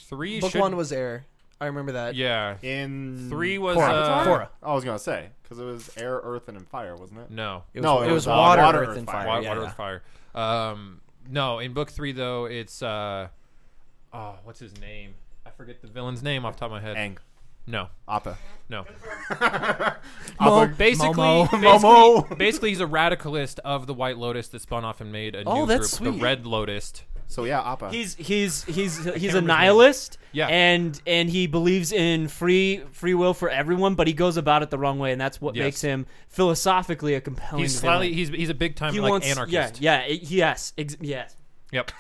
Speaker 2: Three.
Speaker 1: Book
Speaker 2: should-
Speaker 1: one was air. I remember that.
Speaker 2: <laughs> yeah.
Speaker 3: In
Speaker 2: Three was,
Speaker 3: Korra.
Speaker 2: uh,
Speaker 1: Korra.
Speaker 3: I was gonna say because it was air, earth, and fire, wasn't it?
Speaker 2: No.
Speaker 1: It was,
Speaker 3: No,
Speaker 1: it
Speaker 3: it
Speaker 1: was
Speaker 3: was, uh,
Speaker 1: water,
Speaker 3: water,
Speaker 1: earth, and fire.
Speaker 2: Water,
Speaker 1: yeah,
Speaker 2: water
Speaker 1: yeah.
Speaker 2: with fire. Um, no, in book three though, it's uh, oh, what's his name? I forget the villain's name off the top of my head.
Speaker 3: Aang,
Speaker 2: No,
Speaker 3: Appa.
Speaker 2: no.
Speaker 1: <laughs>
Speaker 3: Appa-
Speaker 2: Basically,
Speaker 1: Momo.
Speaker 2: basically,
Speaker 3: Momo.
Speaker 2: basically, he's a radicalist of the White Lotus that spun off and made a
Speaker 1: Oh,
Speaker 2: new
Speaker 1: that's
Speaker 2: group,
Speaker 1: sweet.
Speaker 2: the Red Lotus.
Speaker 3: So yeah, Appa.
Speaker 4: He's he's he's he's a
Speaker 2: remember his name.
Speaker 4: nihilist.
Speaker 2: Yeah.
Speaker 4: And and he believes in free free will for everyone, but he goes about it the wrong way, and that's what
Speaker 2: Yes.
Speaker 4: makes him philosophically a compelling.
Speaker 2: He's slightly
Speaker 4: villain.
Speaker 2: he's he's a big time
Speaker 4: He
Speaker 2: like
Speaker 4: wants
Speaker 2: anarchist.
Speaker 4: yeah yeah e- yes ex- yes. Uh, <laughs>
Speaker 2: Yep.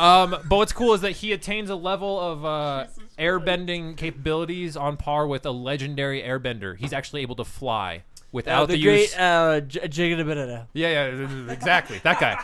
Speaker 2: um, but what's cool is that he attains a level of uh, airbending capabilities on par with a legendary airbender. He's actually able to fly without
Speaker 4: Uh, the,
Speaker 2: the, use.
Speaker 4: great uh, J- Jigga
Speaker 2: yeah, yeah, exactly. That guy.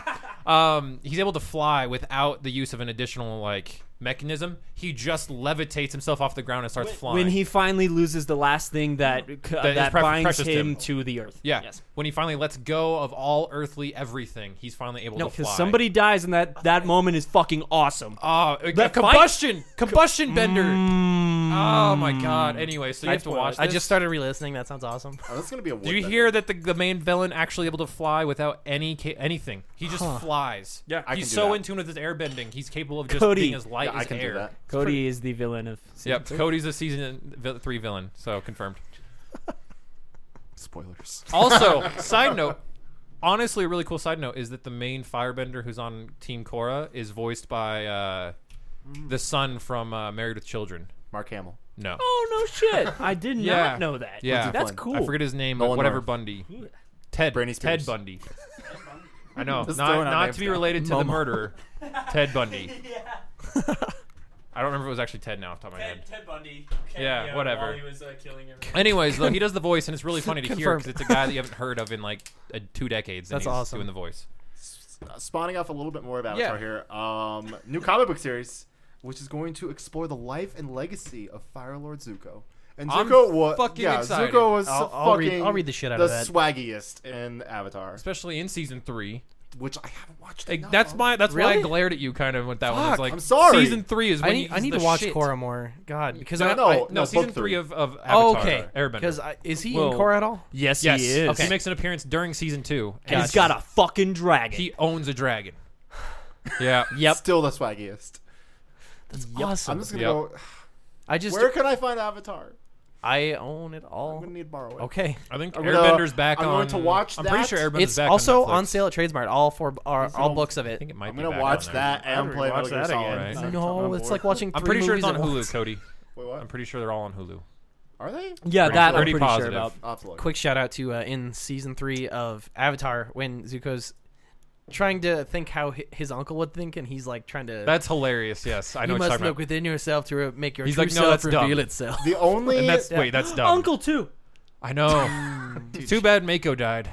Speaker 2: Um, he's able to fly without the use of an additional like mechanism. He just levitates himself off the ground and starts flying.
Speaker 4: when he finally loses the last thing that c- that,
Speaker 2: is pre-
Speaker 4: binds
Speaker 2: precious to
Speaker 4: him
Speaker 2: him.
Speaker 4: to the earth.
Speaker 2: yeah,
Speaker 4: Yes.
Speaker 2: when he finally lets go of all earthly everything, he's finally able
Speaker 4: No,
Speaker 2: to fly.
Speaker 4: because somebody dies, and that that moment is fucking awesome.
Speaker 2: Oh, a- a
Speaker 4: That Mm. fight-
Speaker 2: combustion, combustion bender.
Speaker 4: Mm.
Speaker 2: Oh my god. Anyway, so you have to watch. This.
Speaker 1: I just started re-listening. That sounds awesome.
Speaker 3: oh, that's gonna be a.
Speaker 2: Do you hear that the, the main villain actually able to fly without any ca- anything? He just flies.
Speaker 4: Yeah. I
Speaker 3: can
Speaker 2: he's
Speaker 3: do
Speaker 2: so
Speaker 3: that.
Speaker 2: in tune with his airbending. He's capable of just
Speaker 4: Cody.
Speaker 2: being as light
Speaker 3: Yeah,
Speaker 2: as
Speaker 3: I can
Speaker 2: air.
Speaker 3: do that.
Speaker 4: Cody is the villain of.
Speaker 2: Yep, Cody's a season vi- three villain, so confirmed.
Speaker 3: Spoilers.
Speaker 2: Also, side note, honestly, a really cool side note is that the main firebender who's on Team Korra is voiced by uh, the son from uh, Married with Children.
Speaker 3: Mark Hamill.
Speaker 2: No,
Speaker 4: Oh no shit! I did
Speaker 2: <laughs> Yeah.
Speaker 4: not know that.
Speaker 2: Yeah.
Speaker 4: that's
Speaker 3: Fine.
Speaker 4: cool.
Speaker 2: I forget his name,
Speaker 3: Nolan
Speaker 2: but whatever
Speaker 3: North.
Speaker 2: Bundy. Ted.
Speaker 3: Britney
Speaker 2: Ted
Speaker 3: Spears.
Speaker 2: Bundy. I know, not
Speaker 3: Just throwing out
Speaker 2: not
Speaker 3: names
Speaker 2: to be
Speaker 3: now.
Speaker 2: related to the
Speaker 1: Momo.
Speaker 2: murderer, Ted Bundy. <laughs> I don't remember if it was actually Ted now off the top of my head.
Speaker 4: Bundy.
Speaker 2: Yeah, while whatever. he
Speaker 4: was killing
Speaker 2: Anyways, though, he does the voice, and it's really funny to hear
Speaker 1: Confirmed.
Speaker 2: because it's a guy that you haven't heard of in like uh, two decades. and
Speaker 1: That's
Speaker 2: he's
Speaker 1: awesome.
Speaker 2: Doing the voice.
Speaker 3: Uh, spawning off a little bit more of Avatar
Speaker 2: Yeah.
Speaker 3: here. Um, new comic book series, which is going to explore the life and legacy of Fire Lord Zuko And
Speaker 2: I'm
Speaker 3: Zuko was
Speaker 2: fucking
Speaker 3: yeah,
Speaker 2: excited.
Speaker 3: Zuko was
Speaker 1: I'll-
Speaker 3: so
Speaker 1: I'll read-
Speaker 3: fucking
Speaker 1: I'll read the shit out
Speaker 3: the
Speaker 1: of that.
Speaker 3: swaggiest in Avatar,
Speaker 2: especially in season three.
Speaker 3: which I haven't watched.
Speaker 2: Like,
Speaker 3: enough
Speaker 2: that's
Speaker 3: of.
Speaker 2: my that's why I
Speaker 1: Really?
Speaker 2: glared at you kind of with that one. It's
Speaker 3: Fuck,
Speaker 2: like
Speaker 3: I'm sorry.
Speaker 2: season three is when
Speaker 1: I need,
Speaker 2: he's
Speaker 1: I need
Speaker 2: the
Speaker 1: to watch
Speaker 2: shit.
Speaker 1: Korra more. God, because
Speaker 2: No,
Speaker 1: I,
Speaker 2: no,
Speaker 1: I-
Speaker 2: no,
Speaker 3: no,
Speaker 2: season
Speaker 3: book
Speaker 2: three
Speaker 3: three.
Speaker 2: of of Avatar,
Speaker 1: oh, okay,
Speaker 2: Airbender.
Speaker 1: Because I- is he
Speaker 4: Whoa.
Speaker 1: in Korra at all?
Speaker 4: Yes,
Speaker 2: yes,
Speaker 4: he is.
Speaker 2: he makes an appearance during season two,
Speaker 4: And he's
Speaker 2: Gotcha.
Speaker 4: got a fucking dragon.
Speaker 2: he owns a dragon. <sighs> Yeah,
Speaker 4: yep.
Speaker 3: still the swaggiest.
Speaker 1: That's
Speaker 4: Yep.
Speaker 3: I'm
Speaker 1: awesome.
Speaker 3: just gonna
Speaker 2: Yep.
Speaker 3: go.
Speaker 1: I just
Speaker 3: Where can I find Avatar?
Speaker 1: I own it
Speaker 3: I'm
Speaker 1: all.
Speaker 3: gonna need to borrow it.
Speaker 1: Okay.
Speaker 2: I think
Speaker 3: I'm gonna-
Speaker 2: Airbender's back
Speaker 3: I'm
Speaker 2: on.
Speaker 3: going to watch
Speaker 2: I'm pretty
Speaker 3: that.
Speaker 2: sure Airbender's
Speaker 1: It's
Speaker 2: back.
Speaker 1: also
Speaker 2: on, Netflix.
Speaker 1: on, sale at Trademark. All four, are, all books of
Speaker 2: I
Speaker 1: it.
Speaker 2: think it might
Speaker 3: I'm
Speaker 2: be
Speaker 3: gonna
Speaker 2: back
Speaker 3: watch
Speaker 2: on there.
Speaker 3: that and play
Speaker 5: watch
Speaker 3: Metal Gear
Speaker 5: that
Speaker 3: Solid.
Speaker 5: again.
Speaker 3: at the
Speaker 2: I
Speaker 3: same time.
Speaker 1: No,
Speaker 3: I'm
Speaker 1: it's
Speaker 3: bored.
Speaker 1: like watching.
Speaker 2: I'm
Speaker 1: three
Speaker 2: pretty sure it's on
Speaker 1: movies at
Speaker 2: Hulu,
Speaker 1: once.
Speaker 2: Cody.
Speaker 3: Wait, what?
Speaker 2: I'm pretty sure they're all on Hulu.
Speaker 3: Are they?
Speaker 4: Yeah, that I'm
Speaker 2: pretty
Speaker 4: pretty
Speaker 2: positive.
Speaker 4: sure about.
Speaker 3: I'll have to look.
Speaker 1: Quick shout out to uh, in season three of Avatar when Zuko's trying to think how hi- his uncle would think, and he's like trying to.
Speaker 2: That's hilarious. Yes, I
Speaker 1: you
Speaker 2: know what you're
Speaker 1: must
Speaker 2: talking
Speaker 1: look
Speaker 2: about.
Speaker 1: within yourself to re- make your
Speaker 2: He's
Speaker 1: true
Speaker 2: like, no,
Speaker 1: self
Speaker 2: that's dumb.
Speaker 1: reveal
Speaker 2: <laughs>
Speaker 1: itself. <laughs>
Speaker 3: The only
Speaker 2: And that's
Speaker 1: Yeah.
Speaker 2: wait, that's dumb.
Speaker 4: Uncle too.
Speaker 2: I know. Too bad Mako died.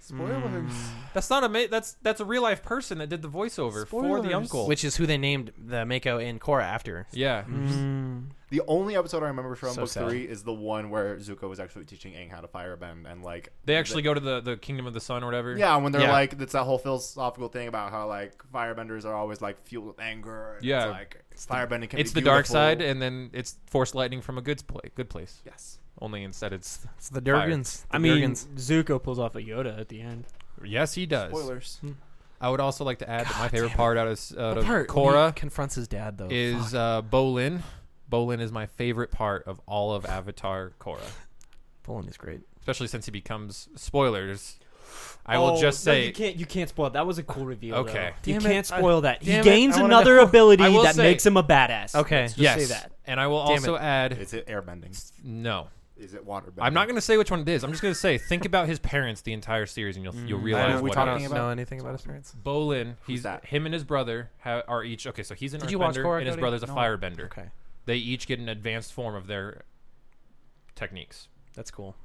Speaker 3: spoilers.
Speaker 2: That's not a. Ma- that's that's a real life person that did the voiceover for
Speaker 4: Spoilers.
Speaker 2: the uncle.
Speaker 1: Which is who they named the Mako and Korra after.
Speaker 2: yeah,
Speaker 3: Mm-hmm.
Speaker 1: Mm.
Speaker 3: The only episode I remember from
Speaker 1: So
Speaker 3: book
Speaker 1: sad.
Speaker 3: three is the one where Zuko was actually teaching Aang how to firebend and like
Speaker 2: they actually go to the the kingdom of the sun or whatever.
Speaker 3: Yeah, when they're
Speaker 2: Yeah.
Speaker 3: like it's that whole philosophical thing about how like firebenders are always like fueled with anger. And
Speaker 2: Yeah.
Speaker 3: it's like firebending can
Speaker 2: it's
Speaker 3: be
Speaker 2: the dark
Speaker 3: beautiful.
Speaker 2: side, and then it's force lightning from a good place. Good place.
Speaker 3: yes,
Speaker 2: Only instead, it's
Speaker 1: It's the
Speaker 2: Fire.
Speaker 1: Durgans.
Speaker 4: I mean, Zuko pulls off a Yoda at the end.
Speaker 2: yes, he does.
Speaker 3: spoilers.
Speaker 2: I would also like to add that my
Speaker 1: God
Speaker 2: favorite
Speaker 1: damn it.
Speaker 2: part out of, out
Speaker 1: the
Speaker 2: of
Speaker 1: part when he
Speaker 2: Korra
Speaker 1: confronts his dad though.
Speaker 2: is uh, Bolin. Bolin is my favorite part of all of Avatar Korra,
Speaker 1: Poland is great.
Speaker 2: especially since he becomes spoilers. I
Speaker 1: Oh,
Speaker 2: will just say
Speaker 4: Oh, you can't. You can't spoil. That was a cool reveal.
Speaker 2: Okay.
Speaker 4: though. you
Speaker 1: Damn it,
Speaker 4: can't
Speaker 1: I-
Speaker 4: spoil that. He
Speaker 1: damn it,
Speaker 4: gains
Speaker 1: I wanna
Speaker 4: another
Speaker 1: know.
Speaker 4: ability
Speaker 2: I will
Speaker 4: that
Speaker 2: say-
Speaker 4: makes him a badass.
Speaker 1: Okay.
Speaker 4: Let's just
Speaker 2: yes,
Speaker 4: say that.
Speaker 2: and I will
Speaker 1: Damn
Speaker 2: also
Speaker 1: it.
Speaker 2: add
Speaker 3: Is it airbending?
Speaker 2: no.
Speaker 3: Is it waterbending?
Speaker 2: I'm not going to say which one it is. I'm just going to say think about his parents the entire series, and you'll you'll
Speaker 3: I
Speaker 2: realize
Speaker 3: know. We
Speaker 2: what
Speaker 3: talked
Speaker 2: it
Speaker 3: Talking
Speaker 2: is.
Speaker 1: Mm, I don't
Speaker 3: about-
Speaker 1: know anything about his parents.
Speaker 2: Bolin, he's
Speaker 3: that?
Speaker 2: him and his brother ha- are each okay. So he's an
Speaker 1: Did you watch
Speaker 2: earthbender,
Speaker 1: Korra,
Speaker 2: and his
Speaker 1: Cody?
Speaker 2: brother's a
Speaker 1: No.
Speaker 2: firebender.
Speaker 1: Okay,
Speaker 2: They each get an advanced form of their techniques.
Speaker 1: that's cool.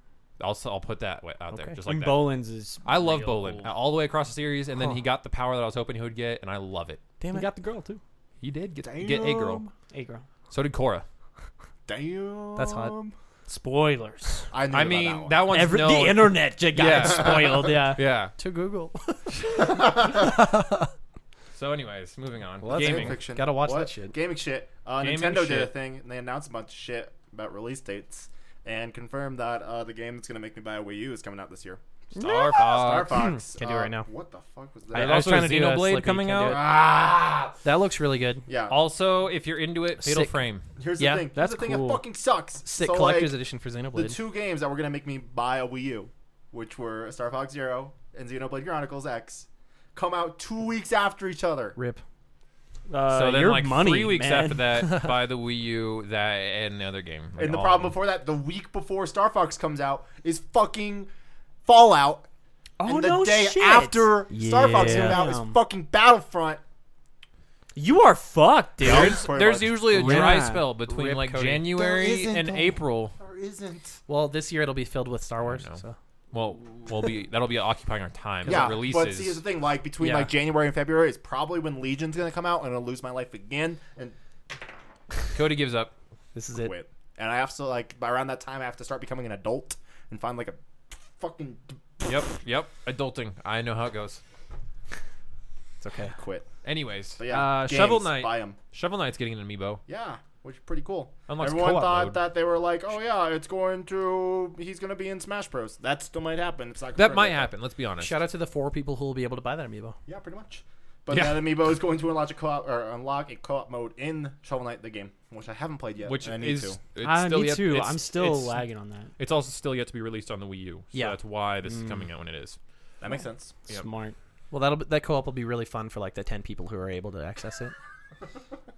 Speaker 2: I'll s- I'll put that way out there,
Speaker 1: Okay.
Speaker 2: just like
Speaker 4: and
Speaker 2: that.
Speaker 4: Bolin's is.
Speaker 2: I love
Speaker 4: real
Speaker 2: Bolin
Speaker 4: cool.
Speaker 2: all the way across the series, and then
Speaker 1: Huh.
Speaker 2: he got the power that I was hoping he would get, and I love it.
Speaker 1: Damn
Speaker 4: He
Speaker 1: it!
Speaker 4: got the girl too.
Speaker 2: He did get get a girl.
Speaker 4: A girl.
Speaker 2: So did Korra.
Speaker 3: Damn.
Speaker 1: That's hot.
Speaker 4: Spoilers.
Speaker 3: I, knew
Speaker 2: I
Speaker 3: about
Speaker 2: mean,
Speaker 3: that, one.
Speaker 2: that one's
Speaker 4: Every,
Speaker 2: no.
Speaker 4: The internet j- got
Speaker 2: Yeah.
Speaker 4: it spoiled. Yeah.
Speaker 2: <laughs> yeah.
Speaker 1: to Google.
Speaker 2: So, anyways, moving on.
Speaker 1: Well, that's
Speaker 2: Gaming.
Speaker 1: perfect. Gotta watch that shit.
Speaker 3: Gaming shit. Uh,
Speaker 2: Gaming
Speaker 3: Nintendo did a
Speaker 2: shit.
Speaker 3: thing, and they announced a bunch of shit about release dates, and confirmed that uh, the game that's gonna make me buy a Wii U is coming out this year.
Speaker 2: Star
Speaker 1: <clears throat>
Speaker 2: Fox.
Speaker 3: Star Fox.
Speaker 1: Can't do it
Speaker 3: uh,
Speaker 1: right now.
Speaker 3: What the fuck was
Speaker 1: I
Speaker 3: that?
Speaker 2: also
Speaker 1: was trying to do a
Speaker 2: Xenoblade
Speaker 1: Slippy,
Speaker 2: coming
Speaker 1: can't do
Speaker 2: out.
Speaker 1: it.
Speaker 3: ah.
Speaker 1: That looks really good.
Speaker 3: Yeah.
Speaker 2: Also, if you're into it, Fatal
Speaker 1: Sick.
Speaker 2: Frame.
Speaker 3: Here's
Speaker 1: Yeah,
Speaker 3: the thing.
Speaker 1: that's
Speaker 3: Here's the thing
Speaker 1: cool.
Speaker 3: that fucking sucks.
Speaker 1: Sick
Speaker 3: So, like,
Speaker 1: collector's edition for
Speaker 3: the
Speaker 1: Xenoblade.
Speaker 3: two games that were gonna make me buy a Wii U, which were Star Fox Zero and Xenoblade Chronicles X, come out two weeks after each other.
Speaker 1: Rip.
Speaker 4: Uh,
Speaker 2: so then,
Speaker 4: your
Speaker 2: like
Speaker 4: money,
Speaker 2: three weeks
Speaker 4: man.
Speaker 2: after that, buy the Wii U, that and the other game. Like,
Speaker 3: And the
Speaker 2: all
Speaker 3: problem
Speaker 2: of them.
Speaker 3: before that, the week before Star Fox comes out, is fucking Fallout.
Speaker 4: Oh
Speaker 3: and the
Speaker 4: no
Speaker 3: day
Speaker 4: shit.
Speaker 3: after Star Fox
Speaker 1: Yeah.
Speaker 3: comes out is
Speaker 4: Damn.
Speaker 3: fucking Battlefront.
Speaker 4: you are fucked, dude.
Speaker 3: Yeah.
Speaker 2: There's,
Speaker 3: Pretty
Speaker 2: there's
Speaker 3: much.
Speaker 2: usually a dry
Speaker 4: Yeah.
Speaker 2: spell between
Speaker 1: Rip
Speaker 2: like
Speaker 1: Cody.
Speaker 3: There
Speaker 2: January
Speaker 3: isn't
Speaker 2: and
Speaker 3: though.
Speaker 2: April.
Speaker 3: There isn't.
Speaker 1: Well, this year it'll be filled with Star Wars.
Speaker 2: know.
Speaker 1: So.
Speaker 2: Well, we'll be that'll be occupying our time. 'cause
Speaker 3: Yeah,
Speaker 2: it releases.
Speaker 3: but see, here's the thing: like between
Speaker 2: Yeah.
Speaker 3: like January and February is probably when Legion's gonna come out, and I'll lose my life again and
Speaker 2: Cody gives up.
Speaker 1: This is it.
Speaker 3: quit. And I have to like by around that time, I have to start becoming an adult and find like a fucking
Speaker 2: Yep, yep. Adulting. I know how it goes.
Speaker 1: It's okay.
Speaker 3: quit.
Speaker 2: Anyways,
Speaker 3: But yeah,
Speaker 2: uh,
Speaker 3: games,
Speaker 2: Shovel Knight.
Speaker 3: Buy 'em.
Speaker 2: Shovel Knight's getting an amiibo.
Speaker 3: Yeah, which is pretty cool.
Speaker 2: Unlocks
Speaker 3: Everyone
Speaker 2: co-op
Speaker 3: thought
Speaker 2: mode.
Speaker 3: that they were like, oh yeah, it's going to he's gonna be in Smash Bros. That still might happen. It's not
Speaker 2: That
Speaker 3: confirmed
Speaker 2: might
Speaker 3: yet.
Speaker 2: happen. Let's be honest.
Speaker 1: Shout out to the four people who will be able to buy that amiibo.
Speaker 3: Yeah, pretty much. But
Speaker 2: Yeah.
Speaker 3: that amiibo is going to unlock a co-op or unlock a co-op mode in Shovel Knight the game, which I haven't played yet.
Speaker 2: Which
Speaker 3: and I need
Speaker 2: is
Speaker 3: to.
Speaker 2: it's
Speaker 1: Uh,
Speaker 4: Ah,
Speaker 2: still
Speaker 4: me
Speaker 2: yet-
Speaker 4: too.
Speaker 2: it's-
Speaker 4: I'm still
Speaker 2: it's-
Speaker 4: lagging on that.
Speaker 2: It's also still yet to be released on the Wii U. So
Speaker 1: Yeah.
Speaker 2: that's why this is
Speaker 3: Mm.
Speaker 2: coming out when it is.
Speaker 3: That makes sense.
Speaker 2: Yep.
Speaker 4: Smart.
Speaker 1: Well, that'll be, that co-op will be really fun for like the ten people who are able to access it.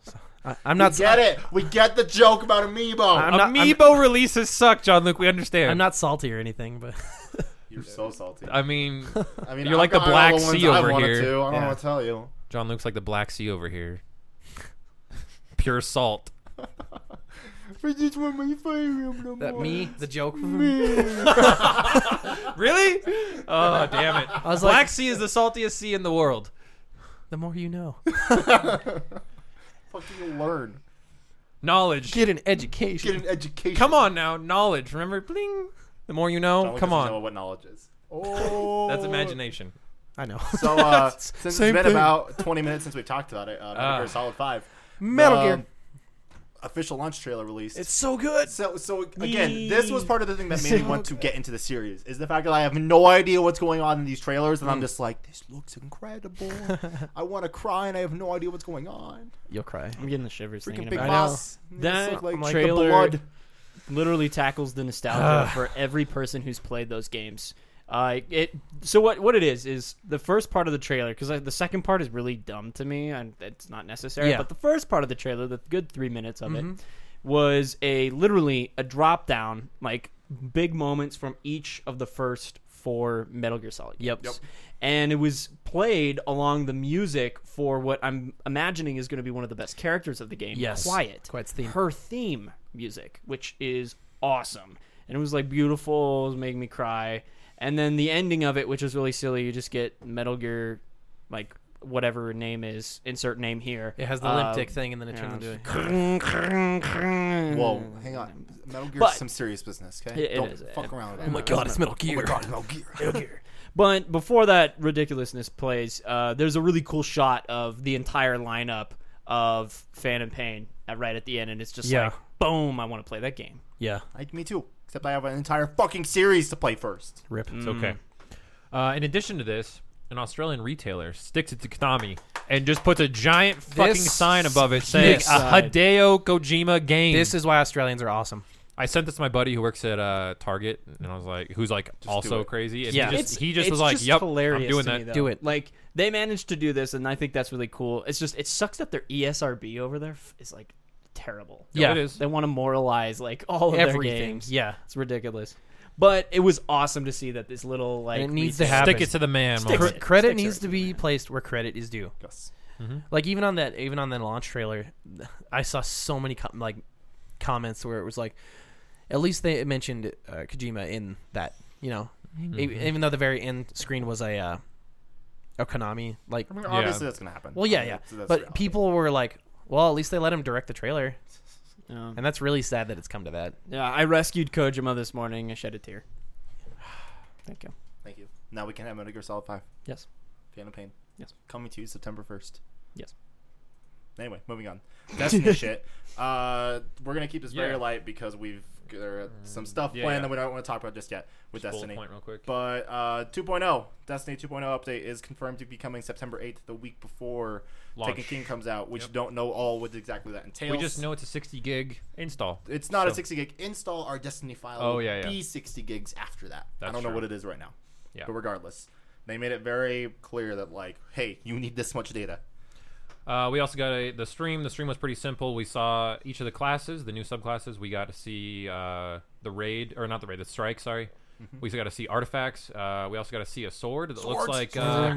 Speaker 1: so, I, I'm not.
Speaker 3: We get it. We get the joke about amiibo.
Speaker 1: I'm not-
Speaker 2: Amiibo releases suck, John Luke. We understand.
Speaker 1: I'm not salty or anything, but
Speaker 3: You're so salty.
Speaker 1: <laughs>
Speaker 2: I mean,
Speaker 3: I mean,
Speaker 2: You're
Speaker 3: I've
Speaker 2: like the
Speaker 3: gotten
Speaker 2: Black
Speaker 3: all the ones
Speaker 2: Sea
Speaker 3: I
Speaker 2: over
Speaker 3: wanted
Speaker 2: here.
Speaker 3: To. I don't
Speaker 1: Yeah.
Speaker 3: want to tell <laughs> you.
Speaker 2: John Luke's like the Black Sea over here. Pure salt.
Speaker 3: But it's one of my
Speaker 1: <laughs>
Speaker 3: favorite.
Speaker 1: that me
Speaker 3: <laughs>
Speaker 1: the <laughs> joke.
Speaker 2: Really? Oh, damn it.
Speaker 1: I was
Speaker 2: Black
Speaker 1: like,
Speaker 2: Sea is the saltiest sea in the world.
Speaker 1: the more you know.
Speaker 3: Fucking learn.
Speaker 2: Knowledge.
Speaker 1: Get an education.
Speaker 3: Get an education.
Speaker 2: Come on now, knowledge. Remember, bling. The more you know,
Speaker 3: Knowledge
Speaker 2: come
Speaker 3: doesn't Know
Speaker 2: on.
Speaker 3: what knowledge is? Oh,
Speaker 2: That's imagination.
Speaker 1: I know.
Speaker 3: So uh, since
Speaker 1: Same
Speaker 3: it's been
Speaker 1: thing.
Speaker 3: about 20 minutes since we talked about it, uh, Metal
Speaker 4: Ah.
Speaker 3: Gear Solid Five,
Speaker 1: Metal
Speaker 3: the
Speaker 1: Gear.
Speaker 3: official launch trailer released.
Speaker 1: <laughs> It's so good.
Speaker 3: so so again, this was part of the thing that made me want to get into the series is the fact that I have no idea what's going on in these trailers,
Speaker 1: Mm.
Speaker 3: and I'm just like, this looks
Speaker 1: <laughs>
Speaker 3: incredible. I want to cry, and I have no idea what's going on.
Speaker 1: You'll cry.
Speaker 4: I'm getting the shivers
Speaker 3: Freaking
Speaker 4: thinking
Speaker 3: Big
Speaker 4: about it.
Speaker 1: know.
Speaker 3: Boss. They just
Speaker 4: That
Speaker 3: look like the
Speaker 4: trailer-
Speaker 3: blood.
Speaker 4: literally tackles the
Speaker 1: <sighs>
Speaker 4: nostalgia for every person who's played those games. Uh, it so what what it is is the first part of the trailer because the second part is really dumb to me and it's not necessary.
Speaker 1: Yeah. Mm-hmm.
Speaker 4: But the first part of the trailer, the good three minutes of it, was a literally a drop down like big moments from each of the first four Metal Gear Solid. Games.
Speaker 1: Yep.
Speaker 4: And it was played along the music for what I'm imagining is going to be one of the best characters of the game.
Speaker 1: Yes.
Speaker 4: Quiet.
Speaker 1: Quiet's theme.
Speaker 4: Her theme music, which is awesome. And it was like beautiful, it was making me cry. And then the ending of it, which is really silly, you just get Metal Gear, like whatever her name is, insert name here. Uh,
Speaker 1: It has the limp dick thing, and then it turns into a. Mm.
Speaker 4: into.
Speaker 3: Whoa, hang on. Metal Gear's
Speaker 4: But-
Speaker 3: some serious business, okay?
Speaker 4: It- it
Speaker 3: Don't
Speaker 4: is.
Speaker 3: fuck around
Speaker 1: <laughs>
Speaker 3: with
Speaker 1: Oh my god, it's Metal Gear.
Speaker 3: God, Metal Gear.
Speaker 1: <laughs>
Speaker 3: Metal Gear.
Speaker 4: But before that ridiculousness plays, uh, there's a really cool shot of the entire lineup of Phantom Pain at, right at the end, and it's just
Speaker 1: Yeah.
Speaker 4: like, boom! I want to play that game.
Speaker 1: Yeah.
Speaker 3: I, me too. Except I have an entire fucking series to play first.
Speaker 1: Rip.
Speaker 2: It's okay. Uh, in addition to this, an Australian retailer sticks it to Konami and just puts a giant fucking
Speaker 1: This
Speaker 2: sign above it saying
Speaker 1: kicks-
Speaker 2: a uh, Hideo Kojima game.
Speaker 1: This is why Australians are awesome.
Speaker 2: I sent this to my buddy who works at uh, Target, and I was like, who's like
Speaker 3: do
Speaker 2: also
Speaker 3: it.
Speaker 2: crazy. And
Speaker 1: Yeah.
Speaker 2: he
Speaker 4: It's-
Speaker 2: just, he just
Speaker 4: it's
Speaker 2: was like,
Speaker 4: just
Speaker 2: "Yep,
Speaker 4: hilarious
Speaker 2: I'm doing
Speaker 4: to
Speaker 2: that."
Speaker 4: me, though.
Speaker 1: Do it.
Speaker 4: Like they managed to do this, and I think that's really cool. It's just it sucks that their E ESRB over there f- is like terrible.
Speaker 2: Yeah, it is.
Speaker 4: They want to moralize like all of
Speaker 1: Everything.
Speaker 4: their games.
Speaker 1: Yeah.
Speaker 4: it's ridiculous. But it was awesome to see that this little like
Speaker 1: And it needs
Speaker 4: retail-
Speaker 1: to happen.
Speaker 2: Stick it to the man.
Speaker 4: Stick
Speaker 2: moment.
Speaker 4: it.
Speaker 1: Credit
Speaker 4: Sticks
Speaker 1: needs
Speaker 4: are
Speaker 1: to be placed where credit is due.
Speaker 3: Yes.
Speaker 1: Like even on that, even on that launch trailer, <sighs> I saw so many com- like comments where it was like, at least they mentioned uh, Kojima in that. You know, E- even though the very end screen was a uh, a Konami like.
Speaker 3: I mean, Mm, obviously that's going to happen.
Speaker 1: Well, yeah,
Speaker 3: I mean,
Speaker 1: yeah,
Speaker 3: that's- that's
Speaker 1: but
Speaker 3: reality.
Speaker 1: people were like, well, at least they let him direct the trailer,
Speaker 4: Yeah.
Speaker 1: and that's really sad that it's come to that.
Speaker 4: Oh. Yeah, I rescued Kojima this morning. I shed a tear. <sighs> Thank you.
Speaker 3: Thank you. Now we can have Metal Gear Solid 5.
Speaker 4: Yes.
Speaker 3: Piano Pain.
Speaker 4: Yes.
Speaker 3: Coming to you September 1st.
Speaker 4: Yes.
Speaker 3: Anyway, moving on.
Speaker 2: <laughs>
Speaker 3: Destiny shit. Uh, we're going to keep this very
Speaker 2: Yeah.
Speaker 3: light because we've there are some stuff
Speaker 2: yeah,
Speaker 3: planned
Speaker 2: yeah.
Speaker 3: that we don't want to talk about just yet with Destiny.
Speaker 2: Bullet point real quick.
Speaker 3: But uh, 2.0, Destiny 2.0 update is confirmed to be coming September 8th, the week before
Speaker 2: Launch.
Speaker 3: Taken King comes out, which
Speaker 2: Yep.
Speaker 3: don't know all what exactly that entails.
Speaker 2: we just know it's a 60 gig install.
Speaker 3: it's not a
Speaker 2: so-
Speaker 3: 60 gig install. Our Destiny file
Speaker 2: Oh,
Speaker 3: will
Speaker 2: yeah, yeah.
Speaker 3: be 60 gigs after that. I
Speaker 2: That's
Speaker 3: don't know
Speaker 2: true.
Speaker 3: what it is right now.
Speaker 2: Yeah.
Speaker 3: But regardless, they made it very clear that like, hey, you need this much data.
Speaker 2: Uh, we also got a, the stream. The stream was pretty simple. We saw each of the classes, the new subclasses. We got to see uh, the raid, or not the raid, the strike. Sorry. We also got to see artifacts. Uh, we also got to see a sword that looks like. Uh,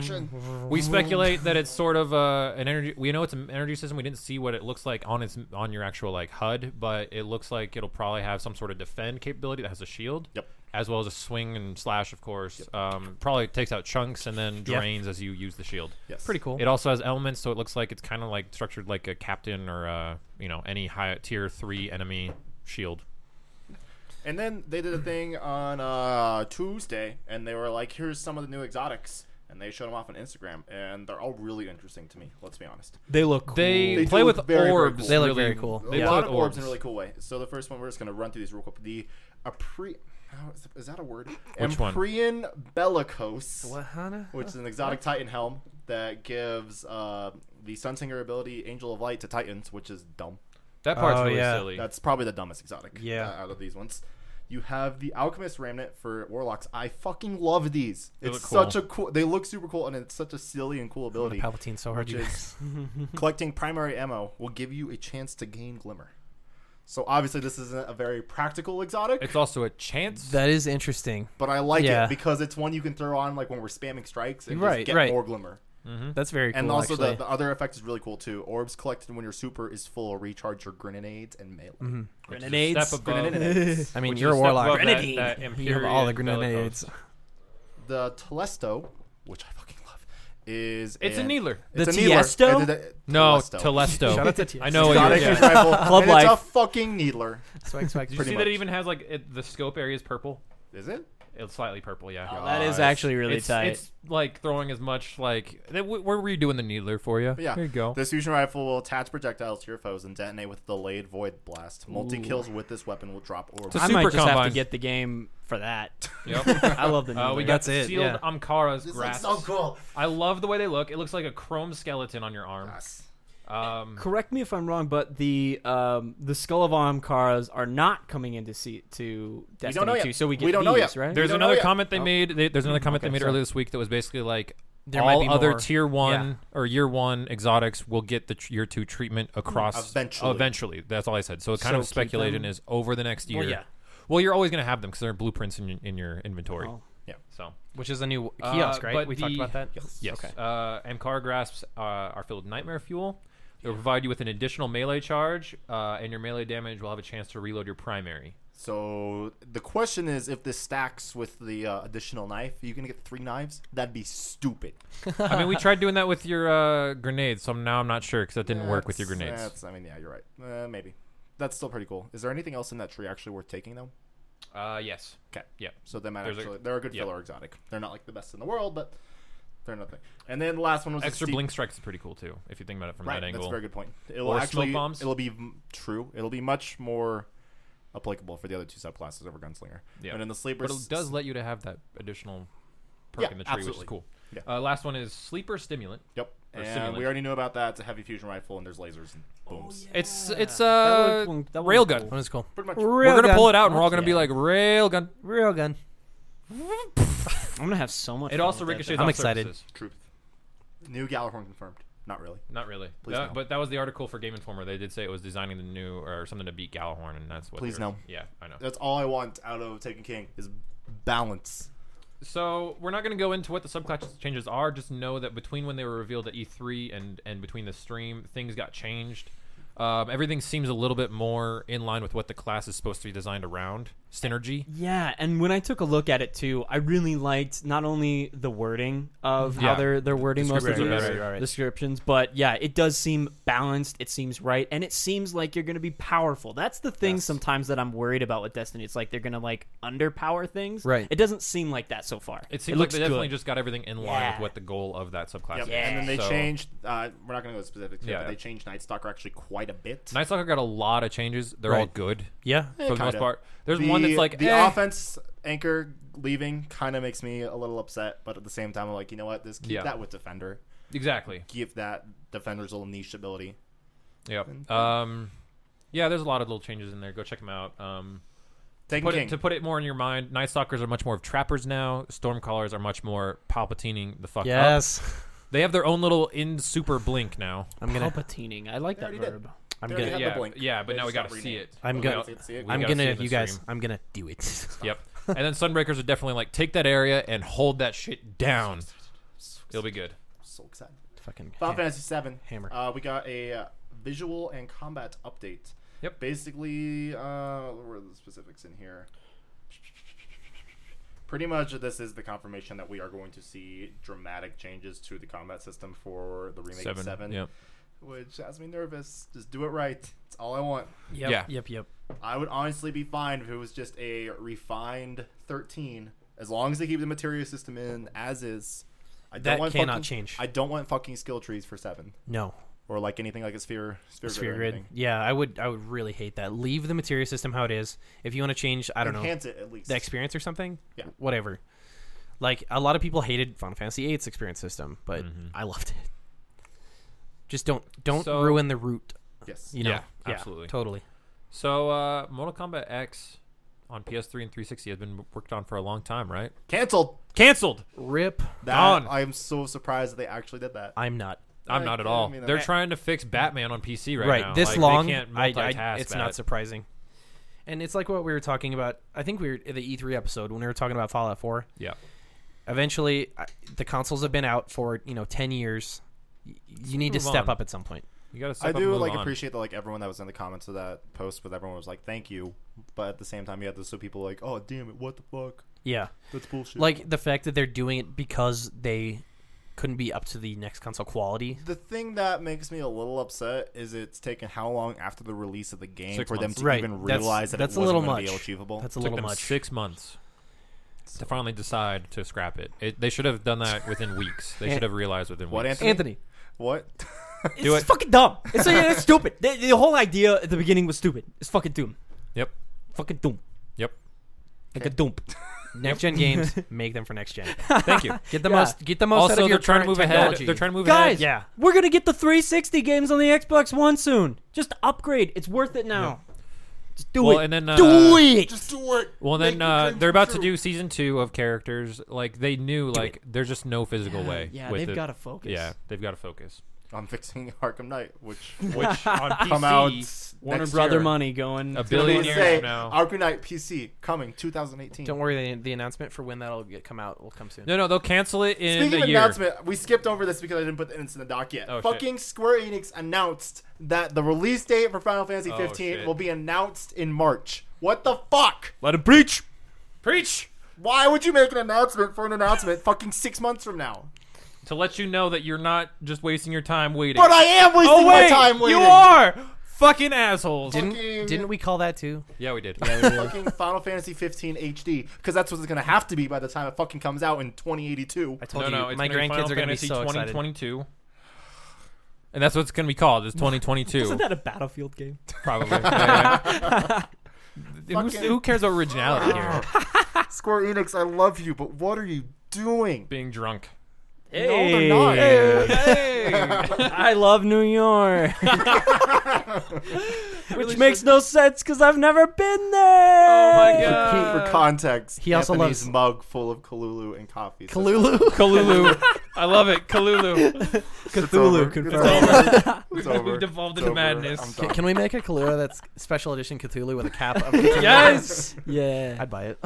Speaker 2: we speculate that it's sort of uh, an energy. We know it's an energy system. We didn't see what it looks like on its on your actual like HUD, but it looks like it'll probably have some sort of defend capability that has a shield.
Speaker 3: Yep.
Speaker 2: As well as a swing and slash, of course. Um, probably takes out chunks and then drains as you use the shield.
Speaker 3: Yes.
Speaker 1: Pretty cool.
Speaker 2: It also has elements, so it looks like it's kind of like structured like a captain or uh, you know any high tier three enemy shield.
Speaker 3: And then they did a thing on uh, Tuesday, and they were like, here's some of the new exotics. And they showed them off on Instagram, and they're all really interesting to me. Let's be honest.
Speaker 1: They look
Speaker 2: They,
Speaker 3: They
Speaker 2: play
Speaker 3: do
Speaker 2: with
Speaker 3: look very, very
Speaker 2: orbs.
Speaker 3: cool.
Speaker 1: They look
Speaker 2: really-
Speaker 1: very cool.
Speaker 2: They
Speaker 3: a
Speaker 2: play
Speaker 3: lot
Speaker 2: with
Speaker 3: of
Speaker 2: orbs
Speaker 3: orbs in a really cool way. So the first one, we're just going to run through these real quick. The Apri... how is- Is that a word?
Speaker 2: Which one?
Speaker 3: Amprian bellicose.
Speaker 1: Wahana?
Speaker 3: which is an exotic Titan helm that gives uh, the Sunsinger ability Angel of Light to Titans, which is dumb.
Speaker 2: That part's
Speaker 1: Oh,
Speaker 2: really
Speaker 1: yeah.
Speaker 2: silly.
Speaker 3: That's probably the dumbest exotic
Speaker 1: Yeah.
Speaker 3: uh, out of these ones. You have the Alchemist Remnant for Warlocks. I fucking love these. it's
Speaker 2: look cool.
Speaker 3: such a cool. They look super cool, and it's such a silly and cool ability.
Speaker 1: Palpatine so hard.
Speaker 3: Which
Speaker 1: You
Speaker 3: is-
Speaker 1: guys.
Speaker 3: Collecting primary ammo will give you a chance to gain Glimmer. So obviously, this isn't a very practical exotic,
Speaker 2: it's also a
Speaker 1: <laughs>
Speaker 2: chance.
Speaker 1: That is interesting.
Speaker 3: but I like
Speaker 1: Yeah.
Speaker 3: it because it's one you can throw on like when we're spamming strikes and
Speaker 1: Right,
Speaker 3: just get
Speaker 1: right.
Speaker 3: more Glimmer.
Speaker 1: That's very cool.
Speaker 3: And also the,
Speaker 1: actually.
Speaker 3: the other effect is really cool too. Orbs collected when your super is full recharge your grenades and melee.
Speaker 2: which is a
Speaker 4: Grenades.
Speaker 2: Step above, <laughs>
Speaker 3: Grenades.
Speaker 1: I mean,
Speaker 2: which
Speaker 1: you're
Speaker 2: is
Speaker 1: a
Speaker 2: step above
Speaker 1: warlock.
Speaker 2: that-
Speaker 4: Grenadine.
Speaker 1: <laughs>
Speaker 2: that
Speaker 1: You have all the
Speaker 2: Empyrean bellicose.
Speaker 1: grenades.
Speaker 3: the Telesto, which I fucking love, is
Speaker 2: It's a
Speaker 3: an-
Speaker 2: needler.
Speaker 3: It's
Speaker 4: The
Speaker 3: a needler.
Speaker 4: Tiesto?
Speaker 3: It's a-
Speaker 2: No,
Speaker 3: Telesto.
Speaker 1: <laughs> Shout
Speaker 2: Telesto.
Speaker 1: out to T.
Speaker 2: I know what
Speaker 3: Exotic
Speaker 2: you're
Speaker 3: fish
Speaker 2: yeah.
Speaker 3: rifle,
Speaker 4: Club
Speaker 3: and It's a
Speaker 4: life.
Speaker 3: fucking needler.
Speaker 1: Swag, swag.
Speaker 2: Did you
Speaker 3: Pretty
Speaker 2: see that it
Speaker 3: much.
Speaker 2: even has like it, the scope area is purple?
Speaker 3: Is it?
Speaker 2: It's slightly purple, yeah.
Speaker 4: Oh, that
Speaker 3: Nice.
Speaker 4: is actually really
Speaker 2: it's,
Speaker 4: tight.
Speaker 2: It's like throwing as much like th- we- we're redoing the needler for you.
Speaker 3: But yeah.
Speaker 2: there you go.
Speaker 3: This fusion rifle will attach projectiles to your foes and detonate with delayed void blast. Multi kills with this weapon will drop orbs.
Speaker 2: It's a
Speaker 4: I might
Speaker 2: super
Speaker 4: just have
Speaker 2: combine.
Speaker 4: to get the game
Speaker 2: <laughs>
Speaker 4: for that.
Speaker 3: <laughs>
Speaker 2: Yep.
Speaker 4: I love the.
Speaker 2: Uh,
Speaker 4: needler.
Speaker 2: we got
Speaker 1: That's it,
Speaker 2: sealed
Speaker 1: yeah.
Speaker 2: Amkara's
Speaker 3: This
Speaker 2: grasp.
Speaker 3: looks so cool.
Speaker 2: I love the way they look. It looks like a chrome skeleton on your arm. Um,
Speaker 4: Correct me if I'm wrong, but the um, the Skull of Amkaras are not coming into se- to Destiny
Speaker 3: know yet.
Speaker 4: 2, so we get
Speaker 3: We don't know yet.
Speaker 4: these, right?
Speaker 2: there's
Speaker 3: don't
Speaker 2: another
Speaker 3: know yet.
Speaker 2: comment they made. They, there's another comment they
Speaker 1: Oh. okay,
Speaker 2: made
Speaker 1: so-
Speaker 2: earlier this week that was basically like
Speaker 1: There might
Speaker 2: all
Speaker 1: be
Speaker 2: other
Speaker 1: more.
Speaker 2: tier one
Speaker 1: Yeah. Hmm.
Speaker 2: or year one exotics will get the tr- year two treatment across
Speaker 3: Eventually.
Speaker 2: Eventually, that's all I said. So it kind
Speaker 1: So
Speaker 2: of
Speaker 1: keep
Speaker 2: speculating
Speaker 1: them-
Speaker 2: is over the next year.
Speaker 1: Well, yeah.
Speaker 2: Well, you're always gonna have them because they're blueprints in your, in your inventory.
Speaker 4: Oh.
Speaker 3: Yeah.
Speaker 2: So
Speaker 1: <laughs> Which is a new
Speaker 2: Uh,
Speaker 1: kiosk, right?
Speaker 2: but
Speaker 1: We talked
Speaker 2: the-
Speaker 1: about that.
Speaker 2: Yes.
Speaker 1: Okay.
Speaker 2: Uh, Amkar grasps uh, are filled with nightmare fuel. They'll provide you with an additional melee charge, uh, and your melee damage will have a chance to reload your primary.
Speaker 3: So the question is, if this stacks with the uh, additional knife, are you gonna get three knives? That'd be stupid.
Speaker 2: I
Speaker 1: <laughs>
Speaker 2: mean, we tried doing that with your uh, grenades, so now I'm not sure because that didn't work with your
Speaker 3: That's-
Speaker 2: grenades.
Speaker 3: That's, I mean, yeah, you're right. Uh, maybe. That's still pretty cool. Is there anything else in that tree actually worth taking though?
Speaker 2: Uh, yes.
Speaker 3: Okay.
Speaker 2: Yeah.
Speaker 3: So they might
Speaker 2: There's a-
Speaker 3: actually. they're a good
Speaker 2: yeah.
Speaker 3: filler exotic. They're not like the best in the world, but they're nothing. And then the last one was a
Speaker 2: Extra
Speaker 3: steep-
Speaker 2: blink strikes is pretty cool too, if you think about it from
Speaker 3: Right.
Speaker 2: that
Speaker 3: That's a
Speaker 2: angle.
Speaker 3: very good point. It'll
Speaker 2: Or smoke
Speaker 3: actually.
Speaker 2: bombs.
Speaker 3: It'll be m- true. It'll be much more applicable for the other two subclasses over gunslinger.
Speaker 2: Yeah.
Speaker 3: And then the sleeper
Speaker 2: But it does let you to have that additional perk
Speaker 3: Yeah,
Speaker 2: in the tree, which
Speaker 3: absolutely.
Speaker 2: is cool.
Speaker 3: Yeah.
Speaker 2: Uh, last one is sleeper stimulant.
Speaker 3: Yep.
Speaker 2: Or
Speaker 3: and
Speaker 2: stimulant.
Speaker 3: we already knew about that. It's a heavy fusion rifle, and there's lasers and booms.
Speaker 2: It's it's uh
Speaker 4: That looked- that one was
Speaker 2: railgun.
Speaker 1: That one's cool.
Speaker 3: Pretty much.
Speaker 2: We're
Speaker 1: Real
Speaker 2: gonna pull it out, and we're all
Speaker 4: Fuck
Speaker 2: gonna be
Speaker 4: yeah.
Speaker 2: like railgun.
Speaker 1: Real gun.
Speaker 4: I'm gonna have so much.
Speaker 2: It
Speaker 4: fun
Speaker 2: also
Speaker 4: with that
Speaker 2: ricochets.
Speaker 4: thing.
Speaker 2: off
Speaker 1: excited.
Speaker 2: surfaces.
Speaker 3: Truth. New Galahorn confirmed. Not really.
Speaker 2: Not really.
Speaker 3: Please
Speaker 2: That-
Speaker 3: no.
Speaker 2: But that was the article for Game Informer. They did say it was designing the new or something to beat Galahorn, and that's what.
Speaker 3: Please
Speaker 2: they were-
Speaker 3: no.
Speaker 2: Yeah, I know.
Speaker 3: That's all I want out of Taken King is balance.
Speaker 2: So we're not going to go into what the subclass changes are. Just know that between when they were revealed at E3 and and between the stream, things got changed. Um, everything seems a little bit more in line with what the class is supposed to be designed around. Synergy.
Speaker 4: Yeah, and when I took a look at it too, I really liked not only the wording of
Speaker 2: Yeah.
Speaker 4: how they're they're wording most of
Speaker 2: descriptions
Speaker 4: these
Speaker 2: are better.
Speaker 1: Right, right, right.
Speaker 4: descriptions, but yeah, it does seem balanced. It seems right, and it seems like you're going to be powerful. That's the thing sometimes that I'm worried about with Destiny. It's like they're going to like underpower things.
Speaker 1: Right.
Speaker 4: It doesn't seem like that so far.
Speaker 2: It seems like
Speaker 4: looks
Speaker 2: they definitely
Speaker 4: good.
Speaker 2: just got everything in line
Speaker 4: Yeah.
Speaker 2: with what the goal of that subclass
Speaker 3: Yep.
Speaker 2: is.
Speaker 3: And then they
Speaker 2: So-
Speaker 3: changed. Uh, we're not going to go into specifics here,
Speaker 2: Yeah,
Speaker 3: but
Speaker 2: yeah.
Speaker 3: they changed Night Stalker actually quite a bit.
Speaker 2: Night Stalker got a lot of changes. They're all
Speaker 1: Right.
Speaker 2: good
Speaker 1: Yeah.
Speaker 2: for the most
Speaker 3: kinda.
Speaker 2: part. There's
Speaker 3: the,
Speaker 2: one that's like
Speaker 3: the
Speaker 2: eh.
Speaker 3: offense anchor leaving kind of makes me a little upset, but at the same time, I'm like, you know what? This keep
Speaker 2: Yeah.
Speaker 3: that with defender.
Speaker 2: Exactly.
Speaker 3: Give that defender's little niche ability.
Speaker 2: Yep. Um, yeah, there's a lot of little changes in there. Go check them out. Um,
Speaker 3: Taken
Speaker 2: put
Speaker 3: King.
Speaker 2: it, to put it more in your mind, Night Stalkers are much more of trappers now. Stormcallers are much more palpatining the fuck up.
Speaker 1: Yes.
Speaker 2: They have their own little in super blink
Speaker 3: <laughs>
Speaker 2: now.
Speaker 1: I'm gonna.
Speaker 4: Palpatining. I like
Speaker 3: They
Speaker 4: that
Speaker 3: already did.
Speaker 4: verb.
Speaker 1: I'm
Speaker 3: They already
Speaker 1: gonna.
Speaker 3: had the
Speaker 2: yeah,
Speaker 3: blink.
Speaker 2: yeah, but
Speaker 3: They
Speaker 2: now we
Speaker 3: just
Speaker 2: gotta
Speaker 3: got
Speaker 2: see
Speaker 3: renamed.
Speaker 2: it.
Speaker 1: I'm
Speaker 2: We
Speaker 1: gonna-
Speaker 2: gotta-
Speaker 3: See it?
Speaker 2: we
Speaker 1: I'm
Speaker 2: gotta see
Speaker 1: gonna.
Speaker 2: it in
Speaker 1: You
Speaker 2: the
Speaker 1: guys.
Speaker 2: stream.
Speaker 1: I'm gonna do it. <laughs>
Speaker 2: Yep. and then Sunbreakers are definitely like take that area and hold that shit down. It'll be good.
Speaker 3: so excited.
Speaker 1: Fucking.
Speaker 3: Final Fantasy VII.
Speaker 1: Hammer.
Speaker 3: Uh, we got a uh, visual and combat update.
Speaker 2: Yep.
Speaker 3: Basically, uh, where are the specifics in here? Pretty much, this is the confirmation that we are going to see dramatic changes to the combat system for the remake
Speaker 2: Seven.
Speaker 3: of Seven,
Speaker 2: Yep.
Speaker 3: which has me nervous. Just do it right. It's all I want.
Speaker 1: Yep,
Speaker 2: Yeah.
Speaker 1: Yep. Yep.
Speaker 3: I would honestly be fine if it was just a refined 13, as long as they keep the material system in as is. I
Speaker 1: That cannot
Speaker 3: fucking-
Speaker 1: change.
Speaker 3: I don't want fucking skill trees for seven
Speaker 1: No.
Speaker 3: or like anything like a sphere, sphere,
Speaker 1: Sphere
Speaker 3: grid. or
Speaker 1: grid.
Speaker 3: anything.
Speaker 1: Yeah. I would. I would really hate that. Leave the material system how it is. If you want to change, I don't know.
Speaker 3: Enhance it at least.
Speaker 1: the experience or something.
Speaker 3: Yeah.
Speaker 1: Whatever. Like a lot of people hated Final Fantasy VIII's experience system, but
Speaker 2: Mm-hmm.
Speaker 1: I loved it. Just don't don't
Speaker 2: So-
Speaker 1: ruin the root.
Speaker 3: Yes.
Speaker 1: You know.
Speaker 2: Yeah, absolutely.
Speaker 1: Totally.
Speaker 2: So, uh, Mortal Kombat X on PS3 and 360 has been worked on for a long time, right?
Speaker 3: Cancelled.
Speaker 2: Canceled.
Speaker 1: Rip.
Speaker 3: That,
Speaker 2: Gone.
Speaker 3: I'm so surprised that they actually did that.
Speaker 1: I'm not.
Speaker 2: I'm
Speaker 3: Uh,
Speaker 2: not at
Speaker 3: yeah,
Speaker 2: all.
Speaker 3: I mean,
Speaker 2: They're
Speaker 3: uh,
Speaker 2: trying to fix Batman on PC right,
Speaker 1: Right.
Speaker 2: now.
Speaker 1: this
Speaker 2: Like,
Speaker 1: long.
Speaker 2: they can't
Speaker 1: I,
Speaker 2: multitask.
Speaker 1: I, it's
Speaker 2: that.
Speaker 1: not surprising. And it's like what we were talking about. I think we were in the E3 episode when we were talking about Fallout 4.
Speaker 2: Yeah.
Speaker 1: Eventually, I, the consoles have been out for you know 10 years. Y- You need to
Speaker 2: move
Speaker 1: step
Speaker 2: on.
Speaker 1: up at some point.
Speaker 2: You gotta.
Speaker 3: I
Speaker 2: Step up and
Speaker 3: do
Speaker 2: move
Speaker 3: like
Speaker 2: on.
Speaker 3: appreciate that like everyone that was in the comments of that post, but everyone was like, "Thank you," but at the same time, you had those so people like, "Oh damn it, what the fuck?
Speaker 1: Yeah.
Speaker 3: That's bullshit."
Speaker 1: like the fact that they're doing it because they couldn't be up to the next console quality.
Speaker 3: The thing that makes me a little upset is it's taken how long after the release of the game
Speaker 2: Six
Speaker 3: for
Speaker 2: months.
Speaker 3: them to
Speaker 1: Right.
Speaker 3: even
Speaker 1: That's-
Speaker 3: realize that
Speaker 1: that's
Speaker 3: it
Speaker 1: a
Speaker 3: wasn't
Speaker 1: little
Speaker 3: gonna be
Speaker 1: much.
Speaker 3: achievable.
Speaker 1: That's a
Speaker 2: Took
Speaker 1: little
Speaker 2: them
Speaker 1: much.
Speaker 2: six months to finally decide to scrap it. it they should have done that within weeks. They should have realized within
Speaker 3: What,
Speaker 2: weeks.
Speaker 3: Anthony?
Speaker 1: Anthony,
Speaker 3: What?
Speaker 1: <laughs> it's
Speaker 2: Do it.
Speaker 1: fucking dumb. It's, it's stupid. The, the whole idea at the beginning was stupid. It's fucking doom.
Speaker 2: Yep.
Speaker 1: Fucking doom.
Speaker 2: Yep.
Speaker 1: Like a dump. Next gen games, make them for next gen.
Speaker 2: Thank you.
Speaker 1: Get the
Speaker 4: Yeah.
Speaker 1: most. Get the most out
Speaker 2: also,
Speaker 1: of your
Speaker 2: they're trying to
Speaker 1: current
Speaker 2: move
Speaker 1: technology.
Speaker 2: ahead. They're trying to move
Speaker 4: Guys,
Speaker 2: ahead. Yeah.
Speaker 4: we're gonna get the 360 games on the Xbox One soon. Just upgrade. It's worth it now. Just do
Speaker 2: Well,
Speaker 4: it.
Speaker 2: and then uh,
Speaker 1: Do it.
Speaker 3: Just do it.
Speaker 2: Well,
Speaker 3: Make
Speaker 2: then
Speaker 3: your
Speaker 2: uh,
Speaker 3: dream
Speaker 2: they're
Speaker 3: come
Speaker 2: about to
Speaker 3: true.
Speaker 2: do season two of characters. Like they knew, like there's just no physical way.
Speaker 4: yeah,
Speaker 2: with
Speaker 4: they've
Speaker 2: it.
Speaker 4: got to focus.
Speaker 2: Yeah, they've got to focus.
Speaker 3: I'm fixing Arkham Knight, which
Speaker 1: <laughs>
Speaker 2: Which on PC,
Speaker 3: come out
Speaker 4: Warner
Speaker 3: next
Speaker 4: Brother
Speaker 3: year.
Speaker 4: money going.
Speaker 2: A
Speaker 3: They
Speaker 2: billion years
Speaker 3: say,
Speaker 2: from now.
Speaker 3: Arkham Knight PC coming 2018.
Speaker 1: Don't worry. The, the announcement for when that'll get come out will come soon.
Speaker 2: No, no, they'll cancel it in
Speaker 3: Speaking
Speaker 2: the
Speaker 3: of
Speaker 2: year.
Speaker 3: announcement, we skipped over this because I didn't put the in the doc yet.
Speaker 2: Oh, shit.
Speaker 3: Fucking Square Enix announced that the release date for Final Fantasy
Speaker 2: Oh,
Speaker 3: 15
Speaker 2: shit.
Speaker 3: will be announced in March. What the fuck?
Speaker 1: Let him preach.
Speaker 2: Preach
Speaker 3: Why would you make an announcement for an announcement fucking six months from now?
Speaker 2: to let you know that you're not just wasting your time waiting.
Speaker 3: But I am wasting
Speaker 2: oh
Speaker 3: my
Speaker 2: wait,
Speaker 3: time waiting.
Speaker 2: you are fucking assholes.
Speaker 1: Didn't
Speaker 3: Fucking-
Speaker 1: didn't we call that too?
Speaker 2: yeah, we did.
Speaker 3: <laughs>
Speaker 2: <laughs>
Speaker 3: Fucking Final Fantasy 15 HD because that's what it's gonna have to be by the time it fucking comes out in 2082.
Speaker 1: I told
Speaker 2: no,
Speaker 1: you.
Speaker 2: no, it's
Speaker 1: my
Speaker 2: gonna be
Speaker 1: grandkids
Speaker 2: Final
Speaker 1: are gonna be
Speaker 2: Fantasy
Speaker 1: so excited.
Speaker 2: 2022. And that's what it's going to be called. It's 2022,
Speaker 4: <laughs> Isn't that a Battlefield game?
Speaker 2: <laughs> probably. Yeah, <laughs> yeah. Who's-
Speaker 3: Fucking-
Speaker 2: who cares about originality <laughs> here?
Speaker 3: <laughs> Square Enix, I love you, but what are you doing?
Speaker 2: Being drunk.
Speaker 3: No, they're not.
Speaker 2: <laughs>
Speaker 4: I love New York. Which makes no sense because I've never been there.
Speaker 2: Oh my God.
Speaker 3: For, for context,
Speaker 1: He also
Speaker 3: Anthony's
Speaker 1: loves-
Speaker 3: mug full of Kalulu and coffee. So
Speaker 1: Kalulu.
Speaker 2: Kalulu. <laughs> I love it. Kalulu.
Speaker 3: it's over.
Speaker 4: Cthulhu confirmed.
Speaker 3: It's over.
Speaker 2: <laughs>
Speaker 3: It's over.
Speaker 2: We've devolved
Speaker 3: It's
Speaker 2: into
Speaker 3: over.
Speaker 2: madness.
Speaker 3: I'm
Speaker 1: Can,
Speaker 3: done.
Speaker 1: can we make a Kalura that's special edition Cthulhu with a cap? <laughs> Of Cthulhu?
Speaker 2: Yes.
Speaker 4: <laughs> Yeah.
Speaker 1: I'd buy it.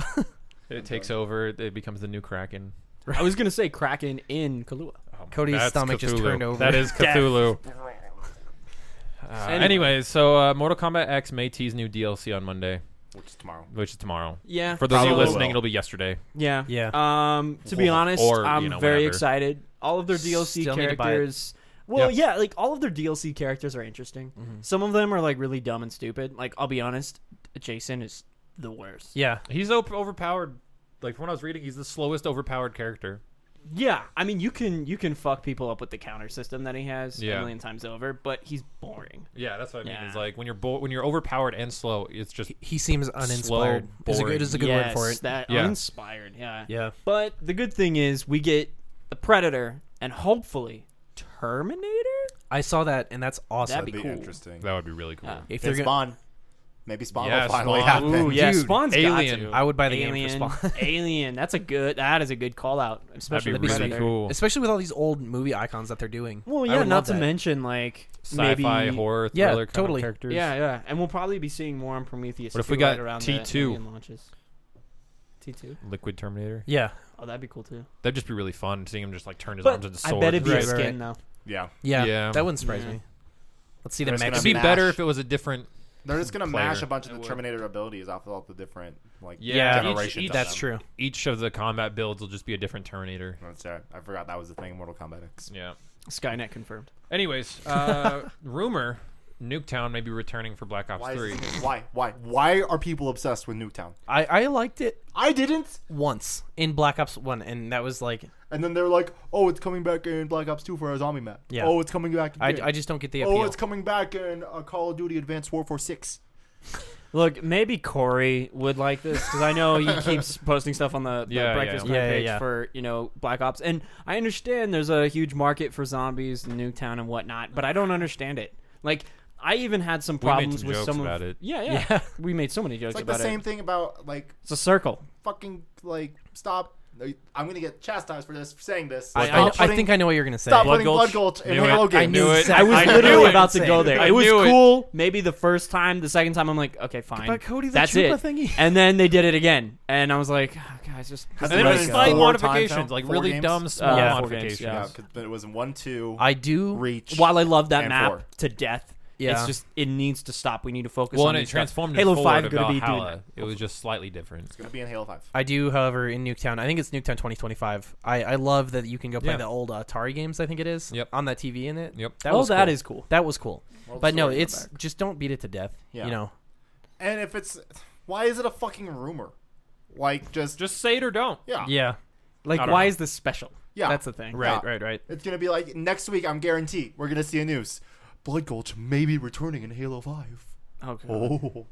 Speaker 2: It takes over. It becomes the new Kraken.
Speaker 4: I was gonna say Kraken in Kahlua.
Speaker 2: Oh,
Speaker 1: Cody's
Speaker 2: that's
Speaker 1: stomach just
Speaker 2: Cthulhu.
Speaker 1: turned over.
Speaker 2: That is Cthulhu. Uh,
Speaker 4: Anyway.
Speaker 2: anyways, so uh, Mortal Kombat X may tease new DLC on Monday,
Speaker 3: Which is tomorrow.
Speaker 2: which is tomorrow.
Speaker 4: Yeah.
Speaker 2: For those of you
Speaker 3: Probably
Speaker 2: listening,
Speaker 3: will.
Speaker 2: it'll be yesterday.
Speaker 4: yeah.
Speaker 1: Yeah.
Speaker 4: Um. To be
Speaker 2: Or-
Speaker 4: honest,
Speaker 2: or, you
Speaker 4: I'm
Speaker 2: know,
Speaker 4: very
Speaker 2: whatever.
Speaker 4: excited. All of their DLC
Speaker 1: Still need to buy it.
Speaker 4: characters. Well, yeah. like all of their DLC characters are interesting.
Speaker 1: Mm-hmm.
Speaker 4: Some of them are like really dumb and stupid. Like I'll be honest, Jason is the worst.
Speaker 1: Yeah.
Speaker 2: He's op- overpowered. Like from what I was reading, he's the slowest overpowered character.
Speaker 4: Yeah, I mean you can you can fuck people up with the counter system that he has
Speaker 2: Yeah.
Speaker 4: a million times over, but he's boring.
Speaker 2: Yeah, that's what I mean. Is
Speaker 4: Yeah.
Speaker 2: like when you're bo- when you're overpowered and slow, it's just
Speaker 1: He seems uninspired. Is a, good-
Speaker 2: boring.
Speaker 1: is a good
Speaker 4: yes,
Speaker 1: word for it.
Speaker 4: That
Speaker 2: Yeah.
Speaker 4: uninspired. Yeah.
Speaker 1: yeah.
Speaker 4: But the good thing is we get the Predator and hopefully Terminator.
Speaker 1: I saw that, and that's awesome.
Speaker 4: That'd
Speaker 3: That'd be
Speaker 4: be cool.
Speaker 3: interesting.
Speaker 2: that would be really cool.
Speaker 4: Yeah.
Speaker 1: if
Speaker 3: And
Speaker 1: they're gonna,
Speaker 3: Spawn. Maybe Spawn
Speaker 2: Yeah,
Speaker 3: will finally
Speaker 2: Spawn.
Speaker 3: happen.
Speaker 2: Ooh,
Speaker 4: Oh, yeah,
Speaker 1: Dude,
Speaker 4: Spawn's
Speaker 2: Alien.
Speaker 4: got to.
Speaker 1: I would buy the game
Speaker 4: Alien,
Speaker 1: for
Speaker 4: <laughs>
Speaker 1: Spawn.
Speaker 4: Alien. That's a good. That is a good call out. Especially
Speaker 2: That'd be
Speaker 4: the
Speaker 2: really
Speaker 4: Predator.
Speaker 2: cool.
Speaker 1: Especially with all these old movie icons that they're doing.
Speaker 4: Well,
Speaker 1: I
Speaker 4: yeah.
Speaker 1: would
Speaker 4: Not
Speaker 1: love
Speaker 4: to
Speaker 1: that.
Speaker 4: mention like
Speaker 2: Sci-fi,
Speaker 4: maybe,
Speaker 2: horror,
Speaker 1: Yeah,
Speaker 2: thriller, kind
Speaker 1: totally.
Speaker 2: of characters.
Speaker 4: Yeah, yeah. And we'll probably be seeing more on Prometheus.
Speaker 2: What if we
Speaker 4: 2
Speaker 2: got
Speaker 4: right around the
Speaker 2: T2?
Speaker 4: Alien launches? T two.
Speaker 2: Liquid Terminator.
Speaker 1: Yeah.
Speaker 4: Oh, that'd be cool too.
Speaker 2: That'd just be really fun seeing him just like turn his arms into
Speaker 4: But I
Speaker 2: swords.
Speaker 4: bet it'd be
Speaker 1: Right,
Speaker 4: a
Speaker 1: right,
Speaker 4: skin though.
Speaker 3: <laughs> Yeah.
Speaker 1: Yeah.
Speaker 2: Yeah.
Speaker 1: That wouldn't surprise
Speaker 4: Yeah.
Speaker 1: me. Let's see the
Speaker 3: They're just
Speaker 1: next.
Speaker 2: It'd
Speaker 3: gonna
Speaker 2: be
Speaker 3: Smash.
Speaker 2: better if it was a different.
Speaker 3: They're just gonna
Speaker 2: Player.
Speaker 3: mash a bunch of
Speaker 2: It
Speaker 3: the
Speaker 2: would.
Speaker 3: Terminator abilities off of all the different like
Speaker 2: Yeah, each-
Speaker 3: generations.
Speaker 2: each-
Speaker 3: of
Speaker 1: That's
Speaker 3: them.
Speaker 1: true.
Speaker 2: Each of the combat builds will just be a different Terminator.
Speaker 3: That's right. I forgot that was the thing in Mortal Kombat X.
Speaker 2: Yeah.
Speaker 4: Skynet confirmed.
Speaker 2: Anyways, uh, <laughs> rumor Nuketown may be returning for Black Ops
Speaker 3: Why, is
Speaker 2: 3.
Speaker 3: this- why? Why? Why are people obsessed with Nuketown?
Speaker 1: I, I liked it
Speaker 3: I didn't.
Speaker 1: once in Black Ops One, and that was like
Speaker 3: And then they're like, "Oh, it's coming back in Black Ops 2 for a zombie map.
Speaker 1: Yeah.
Speaker 3: Oh, it's coming back.
Speaker 1: I,
Speaker 3: again.
Speaker 1: I just don't get the appeal.
Speaker 3: oh, it's coming back in uh, Call of Duty Advanced Warfare 6.
Speaker 4: Look, maybe Corey would like this because I know
Speaker 2: <laughs>
Speaker 4: he keeps posting stuff on the, the
Speaker 2: Yeah,
Speaker 4: Breakfast
Speaker 1: yeah.
Speaker 4: Club
Speaker 1: Yeah, yeah,
Speaker 4: page
Speaker 1: yeah.
Speaker 4: for you know Black Ops, and I understand there's a huge market for zombies, in Nuketown, and whatnot, but I don't understand it. Like, I even had some
Speaker 2: We made
Speaker 4: problems
Speaker 2: some
Speaker 4: with
Speaker 2: jokes
Speaker 4: some of-
Speaker 2: about it.
Speaker 4: Yeah, yeah,
Speaker 1: Yeah.
Speaker 4: <laughs> We made so many jokes
Speaker 3: It's like the
Speaker 4: about
Speaker 3: same
Speaker 4: it.
Speaker 3: thing about like
Speaker 4: It's a circle.
Speaker 3: fucking like stop. I'm gonna get chastised for this for saying this.
Speaker 1: I,
Speaker 3: Stop
Speaker 1: I, I
Speaker 3: putting-
Speaker 1: think I know what you're gonna say.
Speaker 3: stop
Speaker 2: Blood
Speaker 3: putting Blood
Speaker 2: Gulch.
Speaker 3: Gulch in
Speaker 2: Knew it.
Speaker 3: Halo
Speaker 2: I
Speaker 3: games.
Speaker 2: knew it.
Speaker 1: exactly-
Speaker 4: I was
Speaker 2: I knew
Speaker 4: literally
Speaker 2: it.
Speaker 4: about to go there.
Speaker 2: I
Speaker 4: it was
Speaker 2: knew it.
Speaker 4: cool. Maybe the first time, the second time, I'm like, okay, fine.
Speaker 1: But Cody, the
Speaker 4: That's
Speaker 1: Chupa
Speaker 4: it.
Speaker 1: thingy.
Speaker 4: And then they did it again, and I was like, oh, guys, just
Speaker 3: Has
Speaker 2: And then
Speaker 3: Right,
Speaker 2: just
Speaker 3: yeah.
Speaker 2: slight
Speaker 3: Four times
Speaker 2: modifications,
Speaker 3: now?
Speaker 2: like
Speaker 3: Four
Speaker 2: really
Speaker 3: games?
Speaker 2: dumb small
Speaker 4: Yeah, four games,
Speaker 2: modifications.
Speaker 4: yeah.
Speaker 3: Yeah, 'cause it was in one, two,
Speaker 1: I do.
Speaker 3: reach.
Speaker 4: While I love that
Speaker 3: And
Speaker 4: map
Speaker 3: four.
Speaker 4: to death,
Speaker 1: Yeah.
Speaker 4: It's just it needs to stop. We need to focus
Speaker 2: Well,
Speaker 4: on
Speaker 2: and it
Speaker 4: these guys.
Speaker 2: transformed
Speaker 4: Halo
Speaker 2: forward
Speaker 4: Five
Speaker 2: to
Speaker 4: gonna be doing
Speaker 2: Valhalla.
Speaker 4: that.
Speaker 2: It was just slightly different.
Speaker 3: It's gonna be in Halo Five.
Speaker 1: I do, however, in Nuketown, I think it's Nuketown 2025. I, I love that you can go play
Speaker 2: Yeah.
Speaker 1: the old Atari games. I think it is.
Speaker 2: Yep.
Speaker 1: On that TV in it.
Speaker 2: Yep.
Speaker 1: That
Speaker 4: oh,
Speaker 1: was
Speaker 4: that
Speaker 1: cool.
Speaker 4: is cool.
Speaker 1: that was cool.
Speaker 3: Well,
Speaker 1: but no,
Speaker 3: story
Speaker 1: it's
Speaker 3: comeback.
Speaker 1: just don't beat it to death.
Speaker 3: Yeah.
Speaker 1: You know.
Speaker 3: and if it's why is it a fucking rumor? Like just
Speaker 2: Just say it or don't.
Speaker 3: yeah
Speaker 1: Yeah.
Speaker 2: Ah.
Speaker 4: Like,
Speaker 2: I don't
Speaker 4: why
Speaker 2: know.
Speaker 4: is this special?
Speaker 3: Yeah.
Speaker 4: that's the thing.
Speaker 1: Right.
Speaker 3: Yeah.
Speaker 1: Right. Right.
Speaker 3: It's gonna be like next week. I'm guaranteed we're gonna see a news. Blood Gulch may be returning in Halo Five.
Speaker 4: Okay.
Speaker 3: Oh,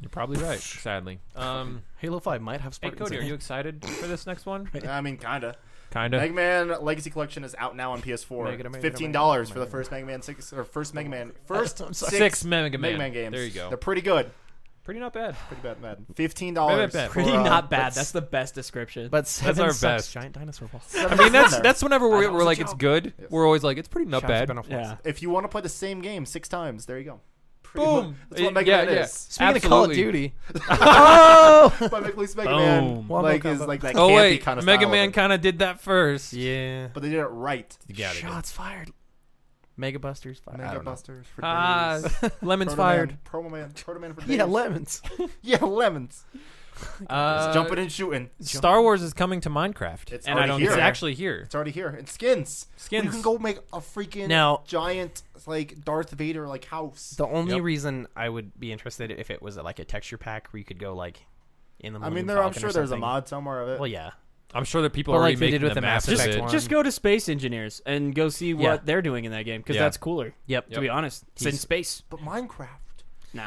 Speaker 2: You're probably right. Sadly. Um,
Speaker 1: Halo Five might have
Speaker 2: hey
Speaker 1: Spartans.
Speaker 2: Cody,
Speaker 1: in
Speaker 2: are
Speaker 1: it.
Speaker 2: you excited for this next one?
Speaker 3: I mean, kinda.
Speaker 2: Kinda.
Speaker 3: Mega Man Legacy Collection is out now on PS4.
Speaker 1: Mega Man,
Speaker 3: Fifteen dollars for the first Mega Man six or first Mega
Speaker 1: <laughs>
Speaker 3: Man first
Speaker 1: I'm
Speaker 3: six,
Speaker 1: sorry.
Speaker 2: Six Mega Man.
Speaker 3: Mega Man games.
Speaker 2: There you go.
Speaker 3: They're pretty good.
Speaker 2: Pretty not bad.
Speaker 3: Pretty bad. bad. Fifteen dollars.
Speaker 2: bad.
Speaker 4: <laughs> Pretty not bad. That's the best description.
Speaker 1: <laughs> But seven
Speaker 2: our
Speaker 1: sucks.
Speaker 2: best.
Speaker 1: Giant dinosaur balls.
Speaker 3: I
Speaker 2: I mean, that's that's whenever we're,
Speaker 1: know,
Speaker 2: we're
Speaker 1: it's a
Speaker 2: like it's
Speaker 1: joke.
Speaker 2: good.
Speaker 3: Yes.
Speaker 2: We're always like it's pretty not bad.
Speaker 4: <laughs> yeah.
Speaker 3: if you want to play the same game six times. There you go. Pretty
Speaker 2: Boom.
Speaker 3: much- That's what Mega
Speaker 2: yeah,
Speaker 3: Man
Speaker 2: yeah.
Speaker 3: is. <laughs>
Speaker 1: Speaking of Call of
Speaker 2: Absolutely.
Speaker 1: Duty.
Speaker 2: <laughs>
Speaker 1: <laughs> oh.
Speaker 3: But Mega Mega
Speaker 2: Boom.
Speaker 3: Man
Speaker 1: Wombo
Speaker 3: like is
Speaker 1: combo.
Speaker 3: like that
Speaker 2: Oh
Speaker 3: campy
Speaker 2: wait,
Speaker 3: kind of
Speaker 2: Mega
Speaker 3: style of
Speaker 2: Man
Speaker 3: it.
Speaker 2: kind of did that first.
Speaker 1: Yeah.
Speaker 3: But they did it right.
Speaker 2: You got it.
Speaker 1: Shots fired. Mega Busters fired.
Speaker 3: Mega
Speaker 2: don't know.
Speaker 3: Busters for
Speaker 2: Ah,
Speaker 3: days.
Speaker 2: lemon's
Speaker 3: Proto Man-
Speaker 2: fired.
Speaker 3: Proto Man. Proto Man for days.
Speaker 1: <laughs> Yeah, lemons.
Speaker 3: yeah, lemons. It's
Speaker 2: <laughs> Uh,
Speaker 3: jumping and shooting.
Speaker 2: Star Wars is coming to Minecraft,
Speaker 3: It's
Speaker 2: and I
Speaker 3: already
Speaker 2: don't.
Speaker 3: here.
Speaker 2: It's actually here.
Speaker 3: It's already here. And skins.
Speaker 2: Skins.
Speaker 3: You can go make a freaking
Speaker 1: Now-
Speaker 3: giant like Darth Vader like house.
Speaker 1: The only
Speaker 2: Yep.
Speaker 1: reason I would be interested if it was like a texture pack where you could go like in the.
Speaker 3: I
Speaker 1: Millennium
Speaker 3: mean, there. I'm
Speaker 1: Falcon or
Speaker 3: sure there's a
Speaker 1: something.
Speaker 3: mod somewhere of it.
Speaker 1: Well, yeah.
Speaker 2: I'm sure that people
Speaker 1: But
Speaker 2: are already
Speaker 1: like they
Speaker 2: making
Speaker 1: did with
Speaker 2: the
Speaker 1: the Mass
Speaker 2: maps of
Speaker 1: Effect
Speaker 2: it.
Speaker 1: one.
Speaker 4: Just go to Space Engineers and go see what
Speaker 1: Yeah.
Speaker 4: they're doing in that game because
Speaker 2: Yeah.
Speaker 4: that's cooler.
Speaker 1: Yep.
Speaker 4: To be honest, it's in
Speaker 1: He's-
Speaker 4: space.
Speaker 3: but Minecraft.
Speaker 4: Nah.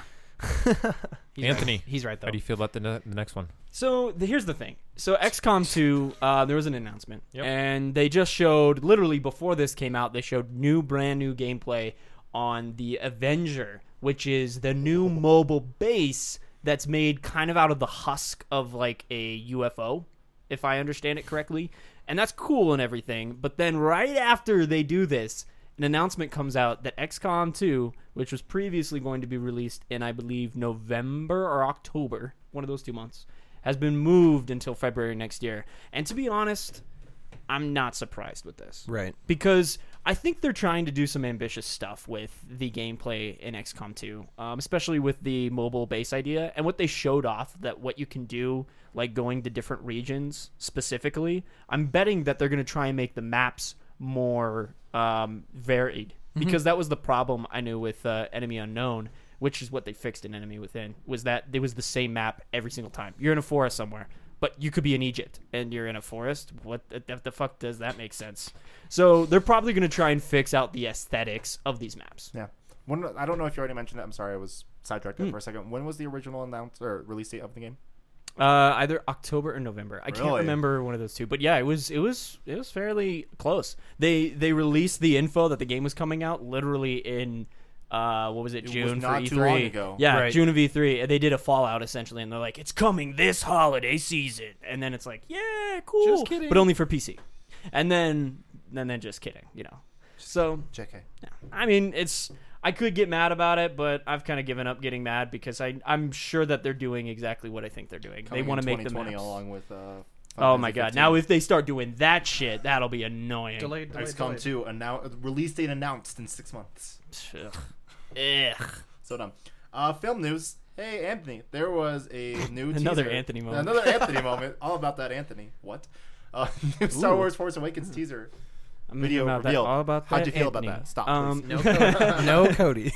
Speaker 1: He's
Speaker 2: Anthony,
Speaker 1: right. he's right though.
Speaker 2: how do you feel about the, ne- the next one?
Speaker 4: So the, here's the thing. So XCOM 2, uh, there was an announcement,
Speaker 2: Yep.
Speaker 4: and they just showed literally before this came out, they showed new, brand new gameplay on the Avenger, which is the new mobile base that's made kind of out of the husk of like a UFO, if I understand it correctly, and that's cool and everything. But then right after they do this, an announcement comes out that XCOM 2, which was previously going to be released in, I believe, November or October, one of those two months, has been moved until February next year. And to be honest, I'm not surprised with this.
Speaker 1: Right.
Speaker 4: Because I think they're trying to do some ambitious stuff with the gameplay in XCOM 2, um, especially with the mobile base idea and what they showed off that what you can do, like going to different regions specifically. I'm betting that they're going to try and make the maps more um, varied because that was the problem I knew with uh, Enemy Unknown. Which is what they fixed in Enemy Within was that it was the same map every single time. You're in a forest somewhere, but you could be in Egypt and you're in a forest. What the, the fuck does that make sense? So they're probably going to try and fix out the aesthetics of these maps.
Speaker 3: Yeah. When I don't know if you already mentioned it. I'm sorry, I was sidetracked there for a second. When was the original announce or release date of the game?
Speaker 4: Uh, either October or November. I can't
Speaker 3: Really?
Speaker 4: remember one of those two, but yeah, it was it was it was fairly close. They they released the info that the game was coming out literally in. Uh, what was it?
Speaker 3: was
Speaker 4: June
Speaker 3: not
Speaker 4: for E3.
Speaker 3: too long ago.
Speaker 4: Yeah,
Speaker 1: Right.
Speaker 4: June of E3. And They did a Fallout essentially, and they're like, "It's coming this holiday season," and then it's like, "Yeah, cool,"
Speaker 2: Just kidding.
Speaker 4: but only for PC. And then, and then just kidding, you know. So
Speaker 3: JK.
Speaker 4: I mean, it's I could get mad about it, but I've kind of given up getting mad because I I'm sure that they're doing exactly what I think they're doing.
Speaker 3: Coming
Speaker 4: they want
Speaker 3: in
Speaker 4: to make the
Speaker 3: 2020
Speaker 4: maps.
Speaker 3: along with. Uh,
Speaker 4: oh my god! Now if they start doing that shit, that'll be annoying.
Speaker 1: Delayed.
Speaker 3: XCOM 2 annou- release date announced in six months.
Speaker 4: Ugh. Ugh.
Speaker 3: So dumb. Uh, film news. Hey Anthony, there was
Speaker 4: <laughs>
Speaker 3: a new
Speaker 4: Another
Speaker 3: teaser-
Speaker 4: Anthony moment.
Speaker 3: Another
Speaker 4: <laughs>
Speaker 3: Anthony moment. All about that Anthony. What? Uh, <laughs> new Star Wars Force
Speaker 4: Hmm.
Speaker 3: Awakens teaser
Speaker 4: I'm
Speaker 3: video
Speaker 4: about that-
Speaker 3: revealed.
Speaker 4: all about
Speaker 3: How'd
Speaker 4: that
Speaker 3: you feel about
Speaker 4: Anthony.
Speaker 3: that? Stop.
Speaker 4: Um,
Speaker 3: please.
Speaker 4: no,
Speaker 1: no,
Speaker 4: <laughs>
Speaker 1: Cody.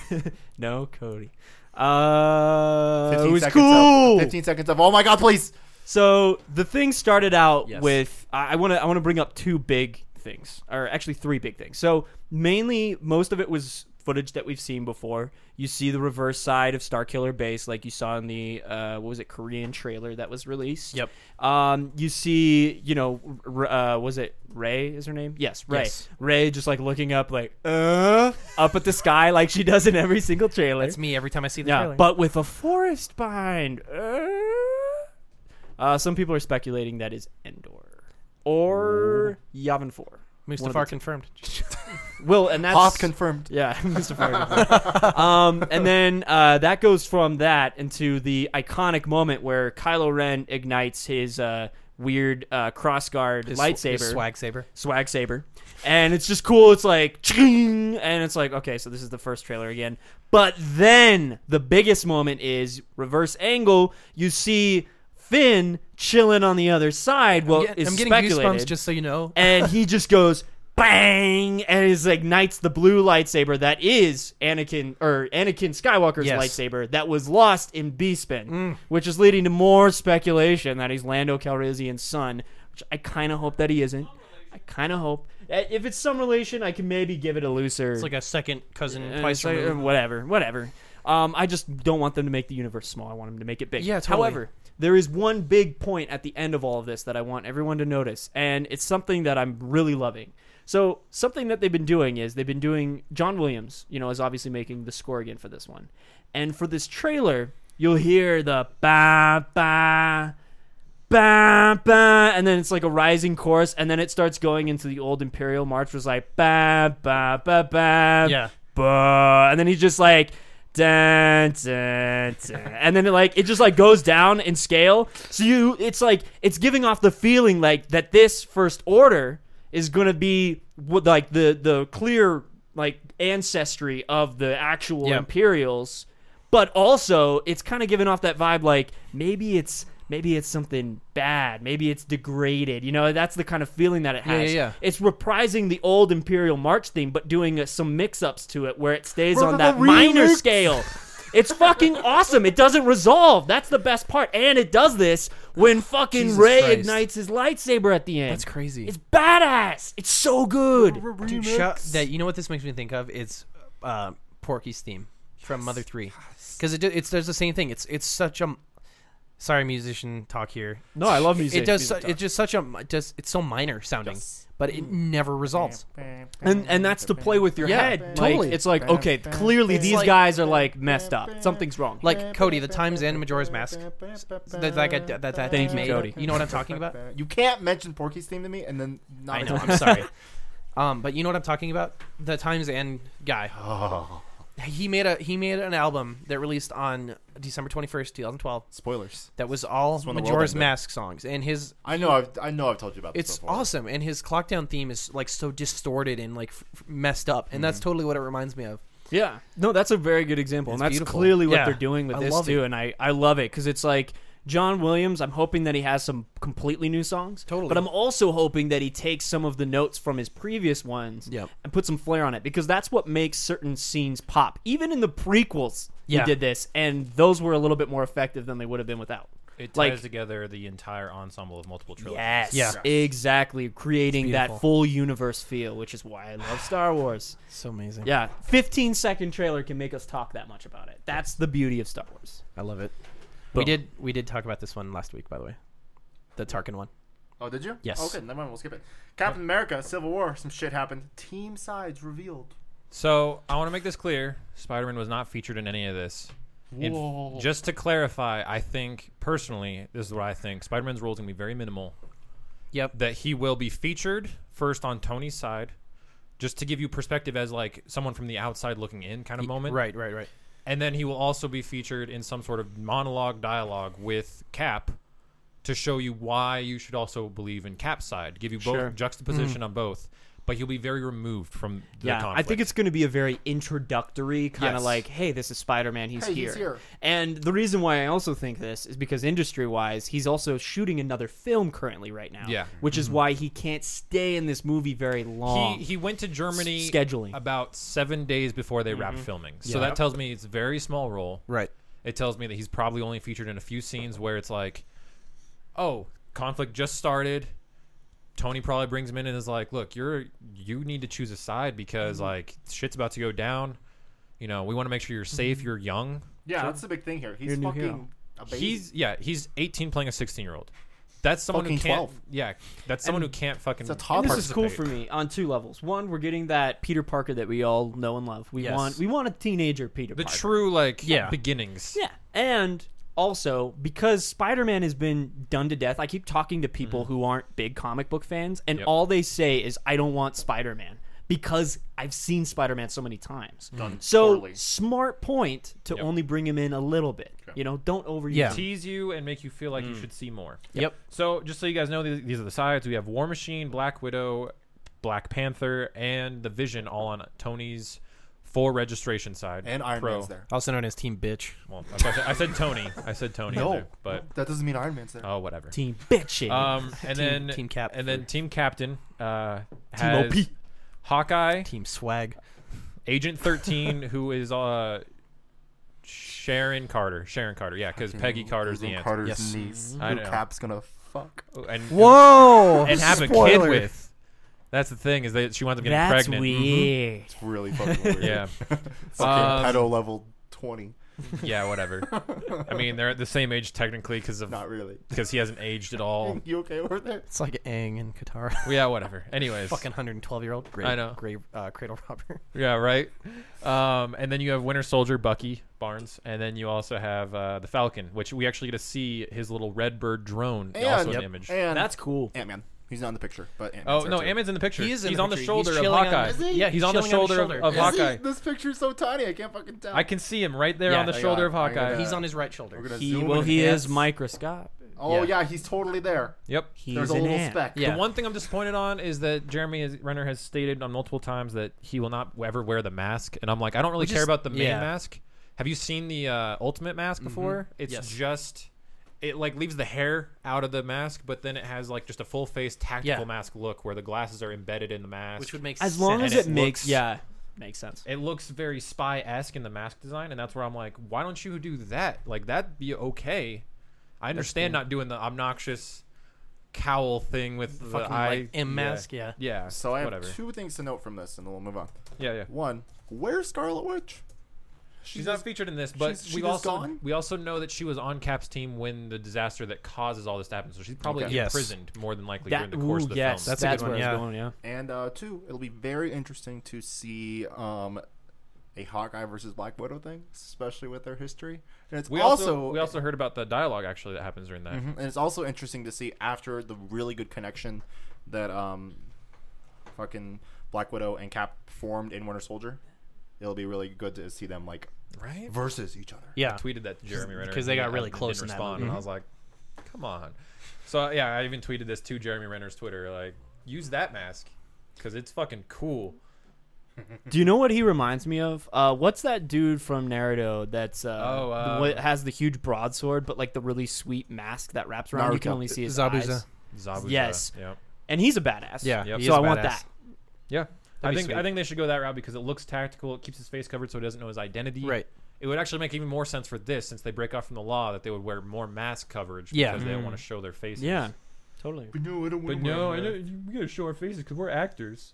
Speaker 4: Cody. Uh, it
Speaker 3: 15
Speaker 4: was
Speaker 3: seconds
Speaker 4: cool.
Speaker 3: Of, 15 seconds of, oh my god, please!
Speaker 4: So the thing started out
Speaker 1: Yes.
Speaker 4: with I want to I want to bring up two big things, or actually three big things. So mainly, most of it was footage that we've seen before. You see the reverse side of Star Killer Base, like you saw in the uh, what was it Korean trailer that was released.
Speaker 1: Yep.
Speaker 4: Um, you see, you know, r- uh, was it Ray? Is her name? Yes, Ray.
Speaker 1: Yes.
Speaker 4: Ray just like looking up, like uh, up at the sky, like she does in every single trailer.
Speaker 1: That's me every time I see the
Speaker 4: Yeah,
Speaker 1: trailer.
Speaker 4: but with a forest behind. Uh, some people are speculating that is Endor or Yavin Four. One of the
Speaker 1: Mustafar
Speaker 4: two.
Speaker 1: confirmed.
Speaker 4: Will and that's
Speaker 3: Hoth confirmed.
Speaker 4: yeah, <laughs>
Speaker 1: <laughs>
Speaker 4: Mustafar. um, and then uh, that goes from that into the iconic moment where Kylo Ren ignites his uh, weird uh, crossguard
Speaker 1: His-
Speaker 4: lightsaber
Speaker 1: his swag saber.
Speaker 4: swag saber and it's just cool it's like ching, and it's like okay so this is the first trailer again but then the biggest moment is reverse angle you see finn chilling on the other side well
Speaker 1: Yeah,
Speaker 4: is
Speaker 1: I'm getting
Speaker 4: speculated
Speaker 1: goosebumps just so you know.
Speaker 4: <laughs> and he just goes bang and is ignites the blue lightsaber that is Anakin or Anakin Skywalker's
Speaker 1: Yes. Mm.
Speaker 4: lightsaber that was lost in Bespin, which is leading to more speculation that he's Lando Calrissian's son, which I kind of hope that he isn't. I kind of hope Uh, if it's some relation, I can maybe give it a looser.
Speaker 1: It's like a second cousin
Speaker 4: uh,
Speaker 1: twice
Speaker 4: it's like, uh,
Speaker 1: removed.
Speaker 4: whatever, whatever. Um, I just don't want them to make the universe small. I want them to make it big.
Speaker 1: Yeah, totally.
Speaker 4: However, there is one big point at the end of all of this that I want everyone to notice, and it's something that I'm really loving. So something that they've been doing is they've been doing John Williams, you know, is obviously making the score again for this one, and for this trailer, you'll hear the ba ba ba ba, and then it's like a rising chorus, and then it starts going into the old Imperial March, was like ba ba ba ba
Speaker 1: Yeah.
Speaker 4: bah, and then he's just like dun, dun, dun. and then it like it just like goes down in scale so you it's like it's giving off the feeling like that this first order is gonna be what like the the clear like ancestry of the actual
Speaker 1: Yeah.
Speaker 4: imperials but also it's kind of giving off that vibe like maybe it's maybe it's something bad maybe it's degraded you know that's the kind of feeling that it
Speaker 1: Yeah,
Speaker 4: has
Speaker 1: yeah, yeah.
Speaker 4: it's reprising the old Imperial March theme, but doing uh, some mix-ups to it where it stays
Speaker 3: We're
Speaker 4: on
Speaker 3: gonna
Speaker 4: that minor
Speaker 3: remix.
Speaker 4: scale. It's
Speaker 1: <laughs>
Speaker 4: fucking awesome. It doesn't resolve. That's the best part. And it does this
Speaker 1: <sighs>
Speaker 4: when fucking
Speaker 1: Jesus
Speaker 4: Ray
Speaker 1: Christ.
Speaker 4: ignites his lightsaber at the end.
Speaker 1: That's crazy.
Speaker 4: It's badass. It's so good.
Speaker 1: Dude, shout that you know what this makes me think of? It's uh, Porky's theme from Mother Three, because it do- it's does the same thing. It's it's such a sorry musician talk here.
Speaker 4: No, I love music.
Speaker 1: it does su- it's just such a mi- just it's so minor sounding, but
Speaker 3: mm.
Speaker 1: it never resolves.
Speaker 4: and and that's to play with your
Speaker 1: Yeah,
Speaker 4: head. Like,
Speaker 1: totally.
Speaker 4: It's like okay, clearly
Speaker 1: It's
Speaker 4: these
Speaker 1: like-
Speaker 4: guys are like messed up. Something's wrong.
Speaker 1: Like Cody, the Times End Majora's Mask. S- That that guy- that, that, that
Speaker 4: Thank you,
Speaker 1: made.
Speaker 4: Cody.
Speaker 1: You know what I'm talking about?
Speaker 3: You can't mention Porky's theme to me and then <laughs> not
Speaker 1: I know.
Speaker 3: mention-
Speaker 1: I'm
Speaker 3: <laughs>
Speaker 1: sorry. Um, but you know what I'm talking about? The Times End guy.
Speaker 3: Oh,
Speaker 1: He made a he made an album that released on December 21st, 2012.
Speaker 3: spoilers.
Speaker 1: That was all
Speaker 3: when the world
Speaker 1: Majora's
Speaker 3: ended.
Speaker 1: Mask songs, and his
Speaker 3: I know. I've, I know. I've told you about this.
Speaker 1: it's
Speaker 3: before.
Speaker 1: awesome. And his Clockdown theme is like so distorted and like f- f- messed up, and
Speaker 3: Mm.
Speaker 1: that's totally what it reminds me of.
Speaker 4: Yeah. No, that's a very good example.
Speaker 1: It's
Speaker 4: and that's
Speaker 1: beautiful.
Speaker 4: clearly what
Speaker 1: Yeah.
Speaker 4: they're doing with
Speaker 1: I
Speaker 4: this
Speaker 1: love
Speaker 4: too.
Speaker 1: it.
Speaker 4: And I, I love it because it's like John Williams, I'm hoping that he has some completely new songs.
Speaker 1: Totally.
Speaker 4: But I'm also hoping that he takes some of the notes from his previous ones
Speaker 1: Yep.
Speaker 4: and put some flair on it because that's what makes certain scenes pop. Even in the prequels,
Speaker 1: Yeah.
Speaker 4: he did this, and those were a little bit more effective than they would have been without.
Speaker 2: It ties
Speaker 4: Like-
Speaker 2: together the entire ensemble of multiple trilogies.
Speaker 4: Yes.
Speaker 1: Yeah.
Speaker 4: Exactly. Creating that
Speaker 1: beautiful.
Speaker 4: full universe feel, which is why
Speaker 2: <sighs>
Speaker 4: I love Star Wars.
Speaker 1: So amazing.
Speaker 4: Yeah. 15 second trailer can make us talk that much about it. That's the beauty of Star Wars.
Speaker 1: I love it.
Speaker 4: Boom.
Speaker 1: We did we did talk about this one last week, by the way, the Tarkin one.
Speaker 3: Oh, did you?
Speaker 1: Yes.
Speaker 3: Okay, never mind. We'll skip it. Captain America: Civil War. Some shit happened. Team sides revealed.
Speaker 2: So I want to make this clear: Spider-Man was not featured in any of this. In-
Speaker 3: Whoa.
Speaker 2: just to clarify, I think personally, this is what I think: Spider-Man's role is going to be very minimal.
Speaker 1: Yep.
Speaker 2: That he will be featured first on Tony's side, just to give you perspective as like someone from the outside looking in kind of
Speaker 1: <laughs>
Speaker 2: moment.
Speaker 1: Right, right, right.
Speaker 2: And then he will also be featured in some sort of monologue dialogue with Cap to show you why you should also believe in Cap's side, give you both
Speaker 4: Sure. Mm-hmm.
Speaker 2: juxtaposition on both. But he'll be very removed from the
Speaker 4: yeah,
Speaker 2: conflict.
Speaker 4: I think it's going to be a very introductory kind of
Speaker 2: Yes.
Speaker 4: like, hey, this is Spider Man. He's,
Speaker 3: Hey,
Speaker 4: here.
Speaker 3: he's here.
Speaker 4: And the reason why I also think this is because industry wise, he's also shooting another film currently right now.
Speaker 2: Yeah. Mm-hmm.
Speaker 4: Which is why he can't stay in this movie very long.
Speaker 2: He, he went to Germany
Speaker 4: S- scheduling. Mm-hmm.
Speaker 2: about seven days before they wrapped filming. So that tells me it's a very small role.
Speaker 1: Right.
Speaker 2: It tells me that he's probably only featured in a few scenes where it's like, oh, conflict just started. Tony probably brings him in and is like, look, you're you need to choose a side because
Speaker 3: Mm-hmm.
Speaker 2: like shit's about to go down. You know, we want to make sure you're
Speaker 3: Mm-hmm.
Speaker 2: safe. You're young.
Speaker 3: Yeah, that's the big thing here. He's
Speaker 4: Your new hero.
Speaker 3: fucking a baby.
Speaker 2: He's yeah, he's 18 playing a 16 year old. That's someone
Speaker 3: Fucking
Speaker 2: who can't.
Speaker 3: 12.
Speaker 2: Yeah, that's someone who can't fucking.
Speaker 3: It's a toddler.
Speaker 4: this is cool
Speaker 2: participate.
Speaker 4: for me on two levels. One, we're getting that Peter Parker that we all know and love. We
Speaker 1: Yes.
Speaker 4: want we want a teenager Peter
Speaker 2: The
Speaker 4: Parker.
Speaker 2: true like
Speaker 1: Yeah.
Speaker 2: beginnings.
Speaker 4: Yeah. And also, because Spider Man has been done to death, I keep talking to people who aren't big comic book fans, and
Speaker 2: Yep.
Speaker 4: all they say is, I don't want Spider Man. because I've seen Spider-Man so many times. Mm-hmm.
Speaker 3: Done
Speaker 4: So
Speaker 3: poorly.
Speaker 4: smart point to
Speaker 2: Yep.
Speaker 4: only bring him in a little bit. You know, don't overuse.
Speaker 1: Yeah.
Speaker 4: him.
Speaker 2: tease you and make you feel like you
Speaker 3: Mm.
Speaker 2: should see more.
Speaker 1: Yep.
Speaker 2: So just so you guys know, these, these are the sides. We have War Machine, Black Widow, Black Panther, and the Vision all on Tony's for registration side.
Speaker 3: and Iron
Speaker 2: Pro.
Speaker 3: Man's there.
Speaker 1: Also known as Team Bitch.
Speaker 2: Well, I, was- I said Tony. I said Tony.
Speaker 3: No,
Speaker 2: there, but
Speaker 3: that doesn't mean Iron Man's there.
Speaker 2: oh, whatever.
Speaker 4: Team bitching.
Speaker 2: Um,
Speaker 1: Team-
Speaker 2: and then
Speaker 1: Team Cap
Speaker 2: and then
Speaker 1: for-
Speaker 2: Team Captain uh,
Speaker 1: Team
Speaker 2: has
Speaker 1: OP.
Speaker 2: Hawkeye,
Speaker 1: Team Swag.
Speaker 2: Agent Thirteen, who is uh, Sharon Carter. Sharon Carter, yeah, because Peggy Carter's the
Speaker 3: Who's
Speaker 2: aunt,
Speaker 3: Carter's
Speaker 1: Yes.
Speaker 3: niece.
Speaker 2: I
Speaker 3: Who
Speaker 2: know.
Speaker 3: Cap's gonna fuck.
Speaker 2: and
Speaker 1: Whoa!
Speaker 2: and have a kid with. That's the thing is that she winds up getting
Speaker 4: That's
Speaker 2: pregnant. Mm-hmm.
Speaker 4: weird.
Speaker 3: It's really <laughs> fucking weird.
Speaker 2: Yeah,
Speaker 3: Fucking
Speaker 2: Um,
Speaker 3: pedo level twenty.
Speaker 2: yeah, whatever. I mean, they're at the same age technically because of
Speaker 3: Not really.
Speaker 2: because he hasn't aged at all.
Speaker 3: <laughs> You okay over there?
Speaker 1: It's like Aang and Katara.
Speaker 2: yeah, whatever. Anyways,
Speaker 1: <laughs> Fucking 112 year old. Great.
Speaker 2: I know.
Speaker 1: Great uh, cradle robber.
Speaker 2: yeah, right. Um, and then you have Winter Soldier Bucky Barnes, and then you also have uh, the Falcon, which we actually get to see his little red bird drone also in the image.
Speaker 3: And
Speaker 4: That's cool.
Speaker 3: Ant Man. He's not in the picture, but Ant
Speaker 2: Oh
Speaker 3: <laughs>
Speaker 2: no, Ant-Man's in the picture.
Speaker 1: He is in
Speaker 2: he's
Speaker 1: the
Speaker 2: on the
Speaker 1: picture.
Speaker 2: shoulder
Speaker 1: He's
Speaker 2: of
Speaker 1: chilling on-
Speaker 2: Hawkeye.
Speaker 1: Is
Speaker 3: he?
Speaker 2: Yeah, he's on the
Speaker 1: Chilling on his
Speaker 2: shoulder,
Speaker 1: shoulder.
Speaker 2: of, of
Speaker 1: Is he?
Speaker 2: Hawkeye.
Speaker 3: This picture's so tiny, I can't fucking tell.
Speaker 2: I can see him right there
Speaker 1: Yeah,
Speaker 2: on the
Speaker 1: I
Speaker 3: got-
Speaker 2: shoulder of
Speaker 3: I
Speaker 2: Hawkeye.
Speaker 1: <laughs>
Speaker 3: got-
Speaker 1: He's on his right shoulder.
Speaker 3: We're gonna
Speaker 4: He
Speaker 3: zoom
Speaker 4: well,
Speaker 3: in.
Speaker 4: he
Speaker 3: Yes.
Speaker 4: is microscopic.
Speaker 3: Oh
Speaker 2: yeah.
Speaker 3: yeah, he's totally there.
Speaker 2: yep.
Speaker 4: He's
Speaker 3: There's a
Speaker 4: an
Speaker 3: little
Speaker 4: ant.
Speaker 3: speck.
Speaker 1: Yeah.
Speaker 2: The one thing I'm disappointed on is that Jeremy is- Renner has stated on multiple times that he will not ever wear the mask, and I'm like, I don't really
Speaker 1: Which
Speaker 2: care
Speaker 1: is-
Speaker 2: about the main
Speaker 1: yeah. Mm-hmm.
Speaker 2: mask. Have you seen the uh, Ultimate mask before? It's
Speaker 1: Yes.
Speaker 2: just it like leaves the hair out of the mask, but then it has like just a full face tactical
Speaker 1: Yeah.
Speaker 2: mask look where the glasses are embedded in the mask,
Speaker 1: Which would make
Speaker 4: As long
Speaker 1: sense.
Speaker 4: as
Speaker 2: And
Speaker 4: it,
Speaker 2: it
Speaker 4: makes
Speaker 2: looks-
Speaker 4: yeah, makes sense.
Speaker 2: it looks very spy esque in the mask design, and that's where I'm like, why don't you do that? Like that'd be okay. I understand not doing the obnoxious cowl thing with the
Speaker 1: fucking
Speaker 2: eye
Speaker 1: like, M mask. Yeah.
Speaker 2: Yeah. yeah.
Speaker 3: So I have
Speaker 2: whatever.
Speaker 3: two things to note from this, and then we'll move on.
Speaker 2: Yeah, yeah.
Speaker 3: One, where's Scarlet Witch?
Speaker 2: She's not featured in this, but
Speaker 3: she's- she
Speaker 2: we
Speaker 3: just
Speaker 2: also
Speaker 3: gone?
Speaker 2: we also know that she was on Cap's team when the disaster that causes all this happened. So she's probably
Speaker 3: Okay.
Speaker 1: Yes.
Speaker 2: imprisoned more than likely
Speaker 4: That
Speaker 2: during the course
Speaker 4: ooh,
Speaker 2: of the
Speaker 4: yes,
Speaker 2: film.
Speaker 1: That's a good
Speaker 4: that's
Speaker 1: one,
Speaker 4: where
Speaker 1: yeah.
Speaker 4: I was going. Yeah,
Speaker 3: And uh, two, it'll be very interesting to see um, a Hawkeye versus Black Widow thing, especially with their history. And it's
Speaker 2: we also,
Speaker 3: also,
Speaker 2: we also heard about the dialogue actually that happens during that.
Speaker 1: Mm-hmm.
Speaker 3: Mhm. <clears throat> and it's also interesting to see after the really good connection that um, fucking Black Widow and Cap formed in Winter Soldier. It'll be really good to see them like
Speaker 2: Right?
Speaker 3: versus each other.
Speaker 1: Yeah.
Speaker 2: Tweeted that to Jeremy Renner
Speaker 1: 'cause they got
Speaker 2: and he-
Speaker 1: really
Speaker 2: and
Speaker 1: close
Speaker 2: Didn't
Speaker 1: in that
Speaker 2: respond,
Speaker 1: movie.
Speaker 2: and I was like, "Come on." So uh, yeah, I even tweeted this to Jeremy Renner's Twitter, like, "Use that mask because it's fucking cool."
Speaker 4: Do you know what he reminds me of? Uh, what's that dude from Naruto that's uh,
Speaker 2: Oh, uh,
Speaker 4: the one that has the huge broadsword, but like the really sweet mask that wraps around? You can
Speaker 3: Naruto.
Speaker 4: only see his
Speaker 1: Zabuza.
Speaker 4: eyes.
Speaker 2: Zabuza.
Speaker 4: Yes.
Speaker 2: Yeah.
Speaker 4: And he's a badass.
Speaker 1: Yeah.
Speaker 2: Yep.
Speaker 1: he
Speaker 4: So
Speaker 1: is
Speaker 4: I want
Speaker 1: badass.
Speaker 4: that.
Speaker 2: Yeah. I
Speaker 1: That'd be
Speaker 2: think I
Speaker 1: sweet.
Speaker 2: think they should go that route because it looks tactical. It keeps his face covered so he doesn't know his identity.
Speaker 1: Right.
Speaker 2: It would actually make even more sense for this since they break off from the law that they would wear more mask coverage
Speaker 1: Yeah.
Speaker 2: because they don't
Speaker 1: Mm.
Speaker 2: want to show their faces.
Speaker 4: Yeah. Totally.
Speaker 3: But no, I don't
Speaker 2: But
Speaker 3: want
Speaker 2: no, I know, you- we gotta show our faces because we're actors.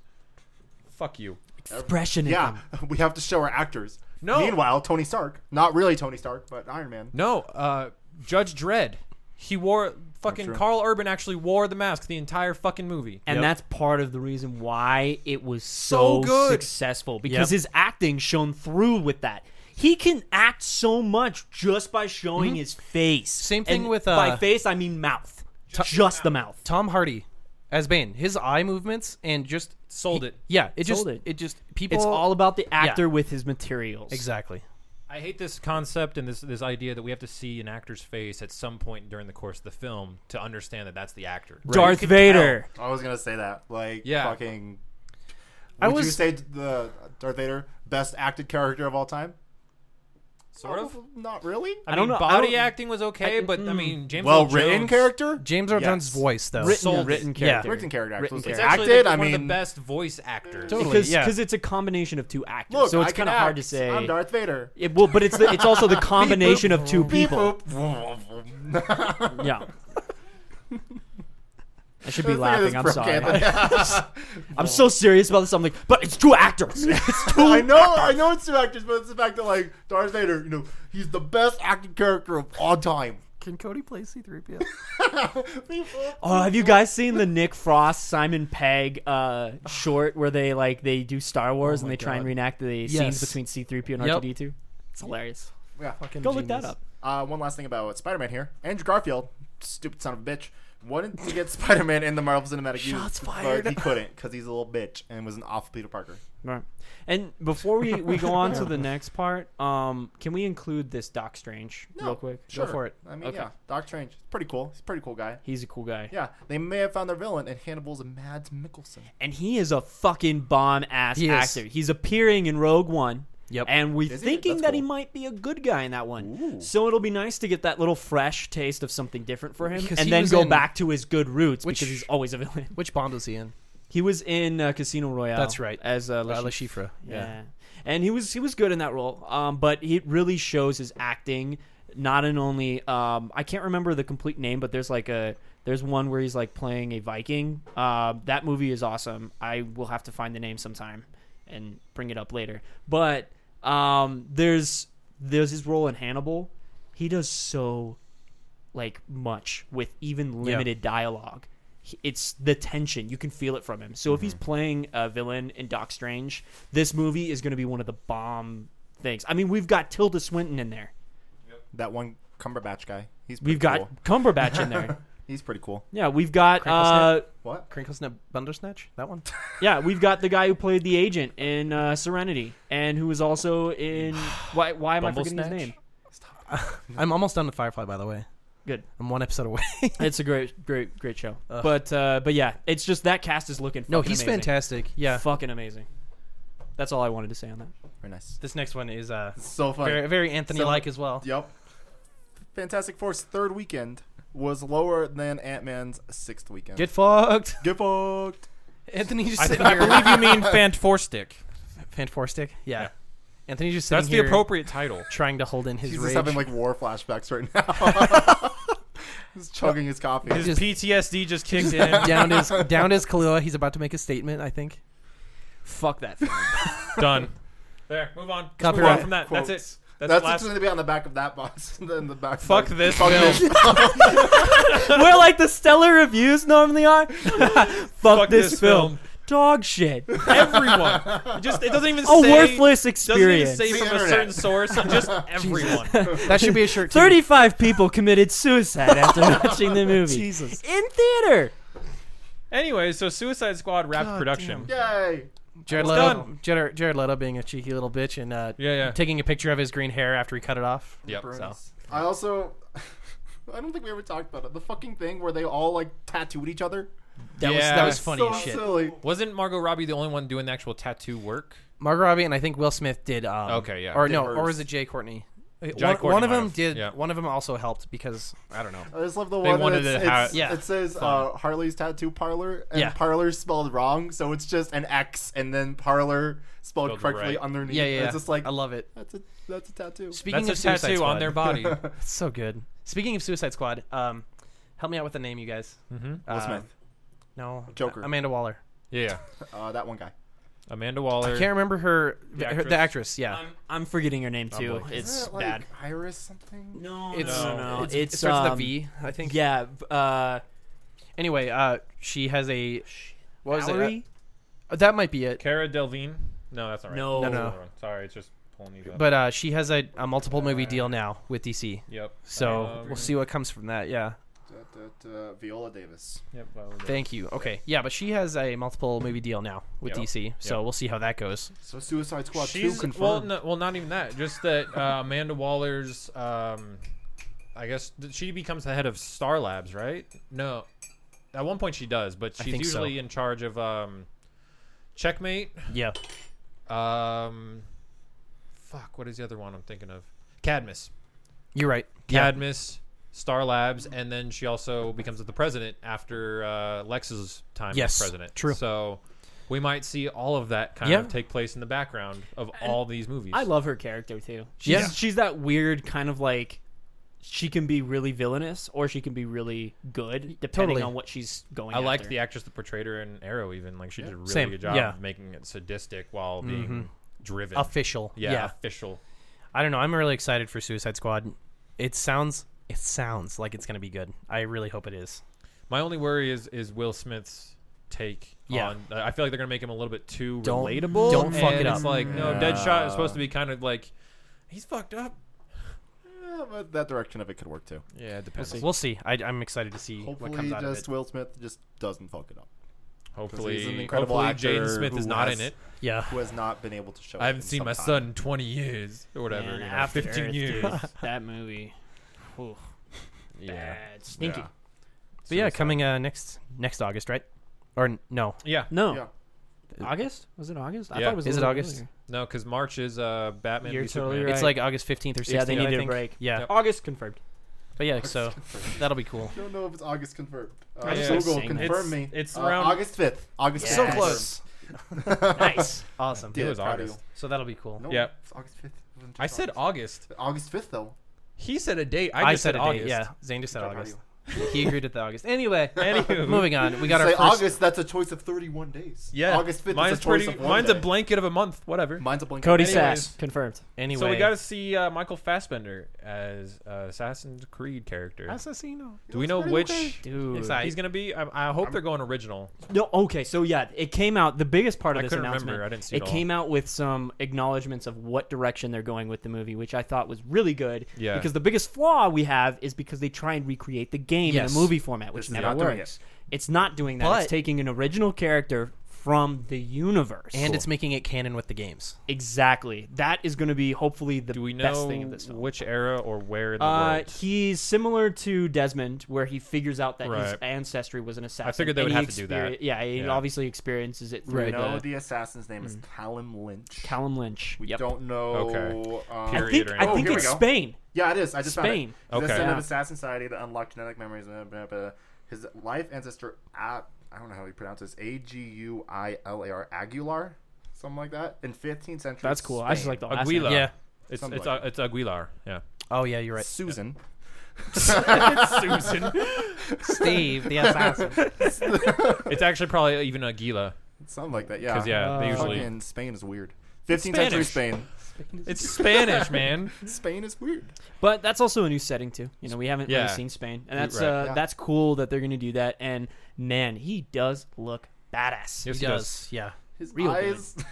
Speaker 2: Fuck you.
Speaker 4: Expressionism.
Speaker 3: Yeah, <laughs> we have to show our actors.
Speaker 2: No.
Speaker 3: Meanwhile, Tony Stark, not really Tony Stark, but Iron Man.
Speaker 2: No, uh, Judge Dredd. He wore fucking
Speaker 3: That's right.
Speaker 2: Carl Urban actually wore the mask the entire fucking movie.
Speaker 4: And
Speaker 1: Yep.
Speaker 4: that's part of the reason why it was so,
Speaker 2: So good.
Speaker 4: successful because
Speaker 1: Yep.
Speaker 4: his acting shone through with that. He can act so much just by showing his face.
Speaker 1: Mm-hmm. Same thing
Speaker 4: And
Speaker 1: with,
Speaker 4: by
Speaker 1: uh,
Speaker 4: face I mean mouth, just, the mouth.
Speaker 1: Tom Hardy as Bane. His eye movements and just
Speaker 2: Sold it.
Speaker 1: Yeah. It just
Speaker 4: Sold it.
Speaker 1: it just people.
Speaker 4: It's all about the actor with his materials.
Speaker 1: exactly.
Speaker 2: I hate this concept and this this idea that we have to see an actor's face at some point during the course of the film to understand that that's the actor.
Speaker 4: Darth
Speaker 1: You can
Speaker 4: Vader.
Speaker 3: I was gonna say that. Like,
Speaker 2: Yeah.
Speaker 3: fucking.
Speaker 1: I
Speaker 3: Would you
Speaker 1: was-
Speaker 3: say the Darth Vader best acted character of all time?
Speaker 2: Sort of.
Speaker 3: Oh, Not really.
Speaker 2: I,
Speaker 4: don't
Speaker 2: mean,
Speaker 4: know- I
Speaker 2: Body
Speaker 4: don't-
Speaker 2: acting was okay, but I mm. mean, James Earl
Speaker 3: Well written
Speaker 2: Jones-
Speaker 3: character.
Speaker 1: James Earl Jones'
Speaker 3: Yes.
Speaker 1: voice though.
Speaker 4: Written,
Speaker 2: Sold it.
Speaker 4: written
Speaker 1: Yeah.
Speaker 4: character.
Speaker 3: Written character.
Speaker 4: Written
Speaker 3: Actually,
Speaker 4: character.
Speaker 2: It's actually
Speaker 3: acted.
Speaker 2: like,
Speaker 3: I
Speaker 2: one
Speaker 3: mean,
Speaker 2: of the best voice actors.
Speaker 1: Totally.
Speaker 4: because
Speaker 1: yeah.
Speaker 4: cause it's a combination of two actors.
Speaker 3: look,
Speaker 4: so
Speaker 3: I
Speaker 4: it's
Speaker 3: kind of
Speaker 4: hard to say.
Speaker 3: I'm Darth Vader.
Speaker 4: It- well, but it's the, it's
Speaker 1: <laughs>
Speaker 4: also the combination of two
Speaker 3: Beep,
Speaker 4: people.
Speaker 3: boop. <laughs>
Speaker 4: Yeah. <laughs> I should be
Speaker 3: Look at
Speaker 4: laughing.
Speaker 3: this
Speaker 4: <laughs> I'm
Speaker 3: broke
Speaker 4: sorry.
Speaker 3: Anthony.
Speaker 4: I'm so serious about this. I'm like, but it's two actors. It's two. <laughs>
Speaker 3: I know, I know it's two actors, but it's the fact that like Darth Vader, you know, he's the best acted character of all time. <laughs>
Speaker 1: Can Cody play <laughs> C3PO?
Speaker 4: Oh, have you guys seen the Nick Frost Simon Pegg uh, short where they like they do Star Wars and
Speaker 1: my
Speaker 4: they try and
Speaker 1: God.
Speaker 4: reenact the scenes
Speaker 1: Yes.
Speaker 4: between C-3PO and
Speaker 1: Yep.
Speaker 4: R2D2? It's hilarious.
Speaker 3: yeah.
Speaker 1: Fucking
Speaker 4: Go look that
Speaker 1: genius.
Speaker 4: up.
Speaker 3: Uh, one last thing about Spider-Man here. Andrew Garfield, stupid son of a bitch, wanted to get <laughs> Spider-Man in the Marvel Cinematic Universe,
Speaker 1: Shots
Speaker 3: but
Speaker 1: fired.
Speaker 3: he couldn't because he's a little bitch and was an awful Peter Parker.
Speaker 4: Right. And before we, we go on to the next part, um, can we include this Doc Strange real quick?
Speaker 1: Go for it.
Speaker 3: I mean,
Speaker 4: Okay.
Speaker 3: yeah, Doc Strange, he's pretty cool. He's a pretty cool guy.
Speaker 4: He's a cool guy.
Speaker 3: Yeah, they may have found their villain, and Hannibal's Mads Mikkelsen.
Speaker 4: And he is a fucking bomb ass
Speaker 1: He is.
Speaker 4: actor. He's appearing in Rogue One.
Speaker 1: Yep.
Speaker 4: And we're
Speaker 3: Is he?
Speaker 4: thinking
Speaker 3: That's
Speaker 4: that he
Speaker 3: cool.
Speaker 4: might be a good guy in that one.
Speaker 3: Ooh.
Speaker 4: So it'll be nice to get that little fresh taste of something different for him
Speaker 1: Because
Speaker 4: and
Speaker 1: he
Speaker 4: then
Speaker 1: was
Speaker 4: go
Speaker 1: in-
Speaker 4: back to his good roots
Speaker 1: Which-
Speaker 4: because he's always a villain.
Speaker 1: Which Bond was <laughs> he in?
Speaker 4: He was in uh, Casino Royale.
Speaker 1: That's right.
Speaker 4: As uh,
Speaker 1: La
Speaker 4: Le
Speaker 1: Chiffre.
Speaker 4: Yeah. And he was he was good in that role. Um, but he really shows his acting not in only um, I can't remember the complete name, but there's like a there's one where he's like playing a Viking. Uh, that movie is awesome. I will have to find the name sometime and bring it up later. But um, there's there's his role in Hannibal. He does so like much with even limited dialogue. He- It's the tension you can feel it from him. So if he's playing a villain in Doc Strange, this movie is going to be one of the bomb things. I mean, we've got Tilda Swinton in there.
Speaker 3: That one Cumberbatch guy. He's pretty
Speaker 4: We've got
Speaker 3: cool.
Speaker 4: Cumberbatch
Speaker 3: <laughs>
Speaker 4: in there.
Speaker 3: He's pretty cool.
Speaker 4: Yeah, we've got uh,
Speaker 3: What?
Speaker 1: Crinkle Snap Bundersnatch? That one?
Speaker 4: yeah, we've got the guy who played the agent in uh, Serenity, and who was also in why why am I forgetting his
Speaker 2: Bumblesnatch?
Speaker 4: name?
Speaker 1: I'm almost done with Firefly, by the way.
Speaker 4: Good.
Speaker 1: I'm one episode away.
Speaker 4: It's a great great great show. But uh, but yeah, it's just that cast is looking.
Speaker 1: <laughs> no,
Speaker 4: fucking
Speaker 1: he's
Speaker 4: amazing.
Speaker 1: fantastic. Yeah.
Speaker 4: fucking amazing. That's all I wanted to say on that.
Speaker 1: <laughs>
Speaker 3: Very nice.
Speaker 1: This next one is uh,
Speaker 3: So funny.
Speaker 1: very, very Anthony like as well.
Speaker 3: Yep. Fantastic Four's third weekend was lower than Ant Man's sixth weekend.
Speaker 1: Get fucked. <laughs>
Speaker 3: Get fucked.
Speaker 1: Anthony just
Speaker 2: I,
Speaker 1: sitting
Speaker 2: I
Speaker 1: here.
Speaker 2: believe you mean Fant Four Stick.
Speaker 1: Fan four stick. Yeah.
Speaker 2: Yeah.
Speaker 1: Anthony just sitting
Speaker 2: That's the
Speaker 1: here
Speaker 2: appropriate title.
Speaker 1: trying to hold in his
Speaker 3: He's
Speaker 1: rage.
Speaker 3: just having like war flashbacks right now. <laughs> He's chugging his coffee.
Speaker 2: His
Speaker 1: Just-
Speaker 2: PTSD just kicked
Speaker 1: <laughs>
Speaker 2: in.
Speaker 1: down
Speaker 3: <laughs>
Speaker 1: his down his Kahlua. He's about to make a statement. I think.
Speaker 4: Fuck <laughs> that. film.
Speaker 2: Done. There. Move on. Let's
Speaker 1: Copyright.
Speaker 2: Move on from that. That's
Speaker 3: Quotes.
Speaker 2: it.
Speaker 3: That's,
Speaker 2: That's, the
Speaker 3: what's
Speaker 2: last.
Speaker 3: going to be on the back of that box. <laughs> in the back
Speaker 2: Fuck
Speaker 3: box.
Speaker 2: this
Speaker 3: Fuck
Speaker 2: film.
Speaker 3: this.
Speaker 4: Where like the stellar reviews normally <laughs> are. Fuck,
Speaker 2: Fuck
Speaker 4: this,
Speaker 2: this
Speaker 4: film.
Speaker 2: film.
Speaker 4: Dog <laughs> shit. A
Speaker 2: Everyone. It just it doesn't even say.
Speaker 4: worthless
Speaker 2: Doesn't even
Speaker 4: experience.
Speaker 2: say
Speaker 3: The
Speaker 2: from a
Speaker 3: internet.
Speaker 2: certain source.
Speaker 1: <laughs>
Speaker 2: Just everyone.
Speaker 1: That should be a <laughs> shirt. too.
Speaker 4: 35 people committed suicide <laughs> after watching the movie.
Speaker 1: Jesus.
Speaker 4: In theater.
Speaker 2: Anyway, so Suicide Squad wrapped production.
Speaker 3: <laughs> Yay.
Speaker 1: Jared
Speaker 2: It's
Speaker 1: Leto,
Speaker 2: done.
Speaker 1: Jared, Jared Leto being a cheeky little bitch and uh,
Speaker 2: Yeah, yeah.
Speaker 1: taking a picture of his green hair after he cut it off.
Speaker 2: Yep.
Speaker 3: Bruins. I also, <laughs> I don't think we ever talked about it. The fucking thing where they all like tattooed each other.
Speaker 1: That was
Speaker 2: Yeah.
Speaker 1: that was funny
Speaker 3: so
Speaker 1: as shit.
Speaker 3: silly.
Speaker 2: Wasn't Margot Robbie the only one doing the actual tattoo work?
Speaker 1: Margot Robbie and I think Will Smith did. Um,
Speaker 2: Okay, yeah.
Speaker 1: Or
Speaker 3: Did
Speaker 1: no,
Speaker 3: hers.
Speaker 1: or was it Jay Courtney? Uh,
Speaker 2: Jai
Speaker 1: one,
Speaker 2: Courtney
Speaker 1: one of
Speaker 2: might
Speaker 1: them
Speaker 2: have,
Speaker 1: did.
Speaker 2: yeah.
Speaker 1: One of them also helped because
Speaker 2: I don't know.
Speaker 3: I just love the
Speaker 2: They
Speaker 3: one
Speaker 2: wanted
Speaker 3: that's,
Speaker 2: to have-
Speaker 3: it's,
Speaker 1: Yeah.
Speaker 3: it says uh, Harley's Tattoo Parlor, and
Speaker 1: Yeah.
Speaker 3: parlor spelled wrong, so it's just an X and then parlor spelled
Speaker 2: Spelled
Speaker 3: correctly
Speaker 2: right.
Speaker 3: underneath.
Speaker 1: yeah,
Speaker 3: And
Speaker 1: yeah.
Speaker 3: It's just like
Speaker 1: I love it.
Speaker 3: that's a that's a tattoo.
Speaker 1: Speaking
Speaker 2: That's a
Speaker 1: of Suicide
Speaker 2: tattoo
Speaker 1: Squad,
Speaker 2: on their body.
Speaker 1: <laughs> It's so good. Speaking of Suicide Squad, um, help me out with the name, you guys.
Speaker 2: mm-hmm.
Speaker 3: Will
Speaker 1: Uh,
Speaker 3: Smith,
Speaker 1: No,
Speaker 3: Joker.
Speaker 1: Amanda Waller.
Speaker 2: Yeah.
Speaker 3: uh, that one guy.
Speaker 2: Amanda Waller.
Speaker 1: I can't remember her. her- The
Speaker 2: The
Speaker 1: actress,
Speaker 2: actress?
Speaker 1: yeah.
Speaker 4: I'm, I'm forgetting
Speaker 1: Oh
Speaker 4: her name too.
Speaker 2: boy.
Speaker 4: It's
Speaker 3: Isn't it, like,
Speaker 4: bad.
Speaker 3: Iris something.
Speaker 4: No,
Speaker 1: it's
Speaker 2: no,
Speaker 4: no.
Speaker 1: It's,
Speaker 4: It's,
Speaker 1: it starts with
Speaker 4: um,
Speaker 1: a V, I think.
Speaker 4: Yeah. v- Uh,
Speaker 1: Anyway, uh, she has a. What was it?
Speaker 4: Valerie?
Speaker 1: Uh, that might be it.
Speaker 2: Cara Delvine. No, that's not right.
Speaker 4: No. No,
Speaker 1: no.
Speaker 2: Hold on. Sorry, it's just pulling these up.
Speaker 1: But uh, she has a, a multiple movie deal now with DC.
Speaker 2: yep.
Speaker 1: So
Speaker 2: Um,
Speaker 1: we'll see what comes from that. Yeah.
Speaker 3: Da, da, da, Viola Davis.
Speaker 2: Yep. well, we're good.
Speaker 1: Thank you. Okay. Yeah, but she has a multiple movie deal now with
Speaker 2: Yep.
Speaker 1: DC. So
Speaker 2: Yep.
Speaker 1: we'll see how that goes.
Speaker 3: So Suicide Squad two
Speaker 2: She's well,
Speaker 3: confirmed.
Speaker 2: no, well, not even that. Just that uh, Amanda Waller's. Um, I guess th- she becomes the head of Star Labs, right? No, at one point she does, but
Speaker 1: I
Speaker 2: she's
Speaker 1: think so.
Speaker 2: usually in charge of um, Checkmate.
Speaker 1: Yeah.
Speaker 2: Um, fuck, what is the other one I'm thinking of? Cadmus.
Speaker 1: You're right. Yeah.
Speaker 2: Cadmus, Star Labs, and then she also becomes the president after uh, Lex's time
Speaker 1: Yes,
Speaker 2: as president.
Speaker 1: true.
Speaker 2: So we might see all of that kind
Speaker 1: Yeah.
Speaker 2: of take place in the background of all these movies.
Speaker 4: I love her character too. She's,
Speaker 1: Yeah.
Speaker 4: she's that weird kind of like she can be really villainous or she can be really good depending
Speaker 1: Totally.
Speaker 4: on what she's going.
Speaker 2: I liked
Speaker 4: after.
Speaker 2: the actress that portrayed her in Arrow. Even like she did a really
Speaker 1: Same,
Speaker 2: good job
Speaker 1: yeah.
Speaker 2: of making it sadistic while being driven.
Speaker 1: Official.
Speaker 2: yeah,
Speaker 1: yeah.
Speaker 2: official.
Speaker 1: I don't know. I'm really excited for Suicide Squad. It sounds it sounds like it's gonna be good. I really hope it is.
Speaker 2: My only worry is is Will Smith's take.
Speaker 1: Yeah.
Speaker 2: on, I feel like they're gonna make him a little bit too
Speaker 1: Don't-
Speaker 2: relatable.
Speaker 1: don't fuck
Speaker 2: and
Speaker 1: it
Speaker 2: it's
Speaker 1: up.
Speaker 2: Like no,
Speaker 3: Yeah.
Speaker 2: Deadshot is supposed to be kind of like he's fucked up.
Speaker 3: Yeah, but that direction of it could work too.
Speaker 2: Yeah, it depends.
Speaker 1: We'll see. I, I'm excited to see what
Speaker 3: Hopefully,
Speaker 1: comes out of it.
Speaker 3: just Will Smith just doesn't fuck it up.
Speaker 2: Hopefully,
Speaker 3: he's an incredible
Speaker 2: hopefully
Speaker 3: actor
Speaker 2: Jaden Smith is
Speaker 3: who
Speaker 2: not
Speaker 3: has-
Speaker 2: in it.
Speaker 1: Yeah.
Speaker 3: Who has not been able to show?
Speaker 2: I
Speaker 3: up
Speaker 2: haven't
Speaker 3: in
Speaker 2: seen
Speaker 3: some
Speaker 2: my
Speaker 3: time.
Speaker 2: son in 20 years or whatever.
Speaker 4: Man,
Speaker 2: you know,
Speaker 4: After
Speaker 2: 15
Speaker 4: Earth,
Speaker 2: years.
Speaker 4: dude,
Speaker 2: <laughs>
Speaker 4: that movie, Ooh,
Speaker 2: Yeah.
Speaker 4: bad, stinky.
Speaker 2: Yeah.
Speaker 1: But yeah,
Speaker 2: Suicide.
Speaker 1: coming uh, next next August, right? Or n- no?
Speaker 2: <laughs> Yeah.
Speaker 4: No,
Speaker 3: Yeah.
Speaker 4: August was it August? I
Speaker 2: Yeah.
Speaker 4: thought it was. a
Speaker 1: Is it
Speaker 4: little
Speaker 1: August?
Speaker 4: earlier.
Speaker 2: No, because March is uh, Batman
Speaker 4: You're
Speaker 2: v
Speaker 4: totally
Speaker 2: Superman.
Speaker 1: It's
Speaker 4: Right.
Speaker 1: like August 15th or 16th.
Speaker 4: Yeah, they
Speaker 1: I
Speaker 4: needed a
Speaker 1: think.
Speaker 4: break.
Speaker 1: Yeah.
Speaker 2: Yep.
Speaker 4: August confirmed.
Speaker 1: But yeah,
Speaker 3: <laughs>
Speaker 1: so that'll be cool.
Speaker 3: I don't know if it's August confirmed. Uh,
Speaker 4: I
Speaker 2: just like
Speaker 3: Google
Speaker 4: saying that.
Speaker 3: confirm
Speaker 2: It's-
Speaker 3: me.
Speaker 2: it's
Speaker 3: Uh,
Speaker 2: around-
Speaker 3: August fifth. August
Speaker 4: Yes.
Speaker 3: 5th.
Speaker 4: So
Speaker 3: confirmed.
Speaker 4: close.
Speaker 3: <laughs>
Speaker 4: nice. Awesome.
Speaker 3: Did
Speaker 2: It was
Speaker 3: proud of
Speaker 2: August.
Speaker 3: you.
Speaker 1: So that'll be cool.
Speaker 3: No,
Speaker 2: Yeah.
Speaker 3: it's August fifth.
Speaker 2: I said August.
Speaker 3: August fifth though.
Speaker 2: He said a date. I,
Speaker 1: I,
Speaker 2: just
Speaker 1: said, a date.
Speaker 2: August.
Speaker 1: Yeah, Zane just said
Speaker 3: Proud of
Speaker 1: August.
Speaker 3: you.
Speaker 1: he agreed with the August. Anyway,
Speaker 2: <laughs> Anywho.
Speaker 1: moving on. We got
Speaker 3: You
Speaker 1: our
Speaker 3: say
Speaker 1: first.
Speaker 3: August. That's a choice of thirty-one days.
Speaker 2: Yeah.
Speaker 3: August fifth.
Speaker 2: Mine's
Speaker 3: is a choice Of
Speaker 2: pretty.
Speaker 3: one
Speaker 2: Mine's a
Speaker 3: day.
Speaker 2: blanket of a month. Whatever.
Speaker 3: Mine's a blank.
Speaker 4: Cody
Speaker 2: Anyways.
Speaker 4: Sass confirmed.
Speaker 1: Anyway,
Speaker 2: So we got to see uh, Michael Fassbender as uh, Assassin's Creed character.
Speaker 1: Assassino.
Speaker 2: Do we know
Speaker 3: Pretty
Speaker 2: which
Speaker 3: okay.
Speaker 4: Dude.
Speaker 1: Excited.
Speaker 2: he's gonna be? I, I hope they're going original.
Speaker 4: No, okay, so yeah, it came out. The biggest part
Speaker 2: I
Speaker 4: of this
Speaker 2: couldn't
Speaker 4: announcement,
Speaker 2: remember, I didn't see it
Speaker 4: it
Speaker 2: all.
Speaker 4: came out with some acknowledgments of what direction they're going with the movie, which I thought was really good.
Speaker 2: Yeah.
Speaker 4: Because the biggest flaw we have is because they try and recreate the game
Speaker 1: Yes.
Speaker 4: in a movie format, which
Speaker 3: This is
Speaker 4: never
Speaker 3: not doing
Speaker 4: works. It's not doing that.
Speaker 1: But-
Speaker 4: it's taking an original character from the universe,
Speaker 1: And it's making it canon with the games.
Speaker 4: exactly that is going to be hopefully the
Speaker 2: Do we
Speaker 4: best
Speaker 2: know
Speaker 4: thing of this film.
Speaker 2: which era or where in the
Speaker 4: Uh,
Speaker 2: world?
Speaker 4: he's similar to Desmond, where he figures out that his
Speaker 2: Right.
Speaker 4: ancestry was an assassin.
Speaker 2: figured they
Speaker 4: and
Speaker 2: would
Speaker 4: he
Speaker 2: have to do that.
Speaker 4: experi- Yeah, he
Speaker 2: Yeah.
Speaker 4: obviously experiences it through
Speaker 1: Right.
Speaker 4: the-
Speaker 3: No, the assassin's name is Callum Lynch.
Speaker 4: Hmm. Callum Lynch.
Speaker 3: We
Speaker 4: yep.
Speaker 3: don't know.
Speaker 2: Okay.
Speaker 3: um,
Speaker 4: I
Speaker 2: Period.
Speaker 4: think,
Speaker 2: or anything.
Speaker 4: I think
Speaker 3: Oh, here
Speaker 4: it's
Speaker 3: we go.
Speaker 4: Spain.
Speaker 3: Yeah, it is. I just
Speaker 4: Spain.
Speaker 3: found it.
Speaker 2: Okay.
Speaker 3: The descendant
Speaker 4: Yeah.
Speaker 3: of Assassin Society to unlock genetic memories. Blah, blah, blah. His life ancestor, A- I don't know how you pronounce this, A G U I L A R, Aguilar, something like that, in 15th century.
Speaker 4: That's cool. I just
Speaker 3: Spain.
Speaker 4: like the last
Speaker 2: Aguilar.
Speaker 4: name.
Speaker 1: Yeah.
Speaker 2: It's
Speaker 3: Something
Speaker 2: it's,
Speaker 3: like
Speaker 2: uh, it's Aguilar.
Speaker 3: <laughs>
Speaker 2: Yeah.
Speaker 1: Oh yeah, you're right.
Speaker 3: Susan.
Speaker 2: Susan.
Speaker 1: <laughs> Steve, <laughs> the assassin.
Speaker 2: it's actually probably even Aguila.
Speaker 3: something like that, yeah. Uh,
Speaker 2: 'Cause, yeah, they usually-
Speaker 3: Fucking Spain is weird. 15th century
Speaker 2: Spanish.
Speaker 3: Spain.
Speaker 2: It's Spanish,
Speaker 3: <laughs>
Speaker 2: man.
Speaker 3: Spain is weird.
Speaker 4: But that's also a new setting too. You know, we haven't
Speaker 2: Yeah.
Speaker 4: really seen Spain, and that's
Speaker 2: Right.
Speaker 4: uh,
Speaker 3: Yeah.
Speaker 4: that's cool that they're going to do that. And man, he does look badass.
Speaker 2: Yes,
Speaker 1: He does. Yeah.
Speaker 3: His
Speaker 4: Real good.
Speaker 3: eyes. <laughs>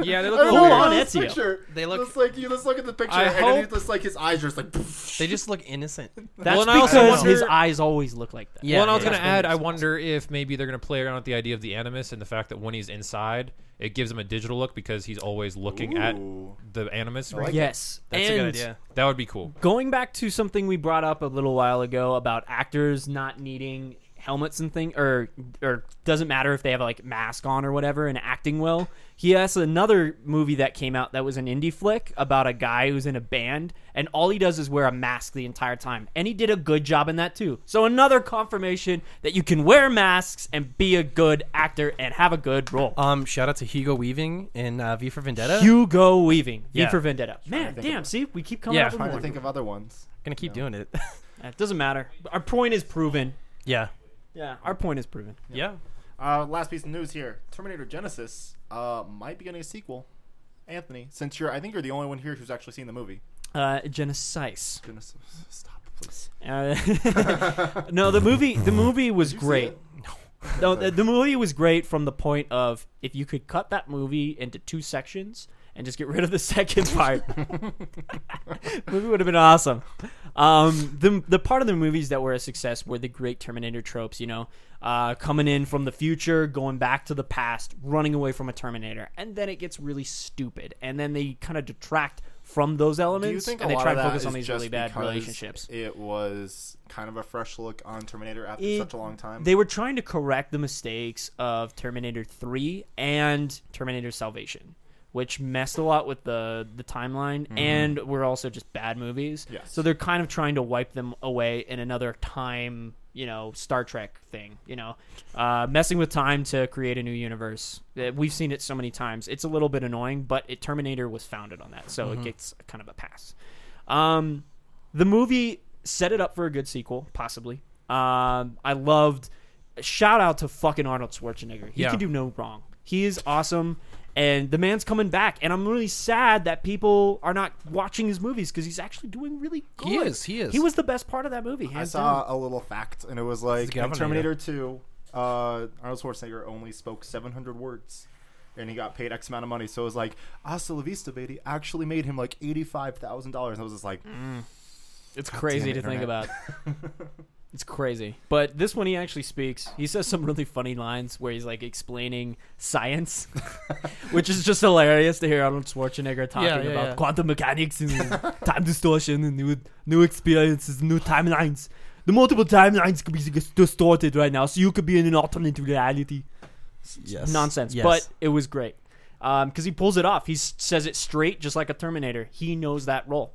Speaker 2: Yeah, they look
Speaker 3: I
Speaker 2: a
Speaker 3: don't
Speaker 2: little
Speaker 4: Full
Speaker 3: know,
Speaker 2: weird.
Speaker 4: on
Speaker 3: this
Speaker 4: Ezio.
Speaker 3: picture.
Speaker 1: They look-
Speaker 3: Just like you just look at the picture,
Speaker 2: I
Speaker 3: and then you
Speaker 2: hope-
Speaker 3: just like his eyes are just like.
Speaker 1: They just look <laughs> innocent.
Speaker 4: That's
Speaker 2: Well, and I also
Speaker 4: because his
Speaker 2: wonder-
Speaker 4: eyes always look like that.
Speaker 1: Yeah.
Speaker 2: well, and I was
Speaker 1: yeah.
Speaker 2: gonna
Speaker 1: It's
Speaker 2: add, I wonder if maybe they're gonna play around with the idea of the animus and the fact that when he's inside, it gives him a digital look because he's always looking at
Speaker 3: Ooh.
Speaker 2: the animus.
Speaker 3: like it.
Speaker 4: Yes,
Speaker 1: That's
Speaker 4: and
Speaker 1: a good idea.
Speaker 2: That would be cool.
Speaker 4: Going back to something we brought up a little while ago about actors not needing helmets and thing, or or doesn't matter if they have like mask on or whatever, and acting well. He has another movie that came out that was an indie flick about a guy who's in a band, and all he does is wear a mask the entire time, and he did a good job in that too. So another confirmation that you can wear masks and be a good actor and have a good role.
Speaker 1: Um, shout out to Hugo Weaving in uh, V for Vendetta.
Speaker 4: Hugo Weaving, V
Speaker 1: Yeah.
Speaker 4: for Vendetta. Man,
Speaker 3: think
Speaker 4: damn!
Speaker 3: of-
Speaker 4: See, we keep coming
Speaker 1: Yeah.
Speaker 4: up with
Speaker 3: Trying
Speaker 4: more.
Speaker 3: to think of other ones.
Speaker 1: Gonna keep doing it. <laughs>
Speaker 4: It doesn't matter. Our point is proven.
Speaker 1: yeah.
Speaker 4: Yeah, our point is proven.
Speaker 1: Yeah.
Speaker 3: Uh, last piece of news here: Terminator Genesis uh, might be getting a sequel. Anthony, since you're, I think you're the only one here who's actually seen the movie.
Speaker 4: Uh, Genesis.
Speaker 3: Genesis, stop, please.
Speaker 4: Uh, <laughs> no, the movie. The movie was
Speaker 3: Did you see
Speaker 4: great.
Speaker 3: it?
Speaker 4: No, the, the movie was great from the point of if you could cut that movie into two sections and just get rid of the <laughs> second
Speaker 3: <laughs>
Speaker 4: part, movie would have been awesome. Um, the the part of the movies that were a success were the great Terminator tropes. You know, uh, coming in from the future, going back to the past, running away from a Terminator, and then it gets really stupid, and then they kind of detract from those elements,
Speaker 3: Do you think a
Speaker 4: and they
Speaker 3: lot
Speaker 4: try
Speaker 3: of
Speaker 4: and
Speaker 3: that
Speaker 4: focus on
Speaker 3: is
Speaker 4: these
Speaker 3: just
Speaker 4: really bad
Speaker 3: because
Speaker 4: relationships.
Speaker 3: It was kind of a fresh look on Terminator after
Speaker 4: It-
Speaker 3: such a long time.
Speaker 4: They were trying to correct the mistakes of Terminator 3 and Terminator Salvation, which messed a lot with the the timeline and were also just bad movies.
Speaker 3: Mm-hmm. Yes.
Speaker 4: So they're kind of trying to wipe them away in another time, you know, Star Trek thing, you know, uh, messing with time to create a new universe. Uh, We've seen it so many times. It's a little bit annoying, but it, Terminator was founded on that, so
Speaker 3: Mm-hmm.
Speaker 4: it gets kind of a pass. Um, the movie set it up for a good sequel, possibly. Um, I loved. Shout out to fucking Arnold Schwarzenegger. He
Speaker 1: Yeah.
Speaker 4: can do no wrong. He is awesome, and the man's coming back. And I'm really sad that people are not watching his movies because he's actually doing really good.
Speaker 1: He is, he is.
Speaker 4: He was the best part of that movie.
Speaker 3: I
Speaker 4: Hands
Speaker 3: saw
Speaker 4: down.
Speaker 3: a little fact, and it was like
Speaker 1: the
Speaker 3: in
Speaker 1: Governator.
Speaker 3: Terminator 2, uh, Arnold Schwarzenegger only spoke 700 words, and he got paid X amount of money. So it "Ah, was like "Hasta la vista, baby" actually made him like eighty-five thousand dollars. And I was just like,
Speaker 4: It's
Speaker 2: damn
Speaker 4: crazy to think
Speaker 2: internet.
Speaker 4: about.
Speaker 1: <laughs>
Speaker 4: it's crazy. But this one, he actually speaks. He says some really funny lines where he's like explaining science, <laughs> which is just hilarious to hear Arnold Schwarzenegger talking
Speaker 1: Yeah, yeah,
Speaker 4: about
Speaker 1: yeah.
Speaker 4: quantum
Speaker 1: <laughs>
Speaker 4: mechanics and time distortion and new, new experiences, new timelines. The multiple timelines could be dis- distorted right now, so you could be in an alternate reality
Speaker 1: Yes.
Speaker 4: nonsense.
Speaker 1: Yes.
Speaker 4: But it was great because he pulls it off. He s- says it straight, just like a Terminator. He knows that role,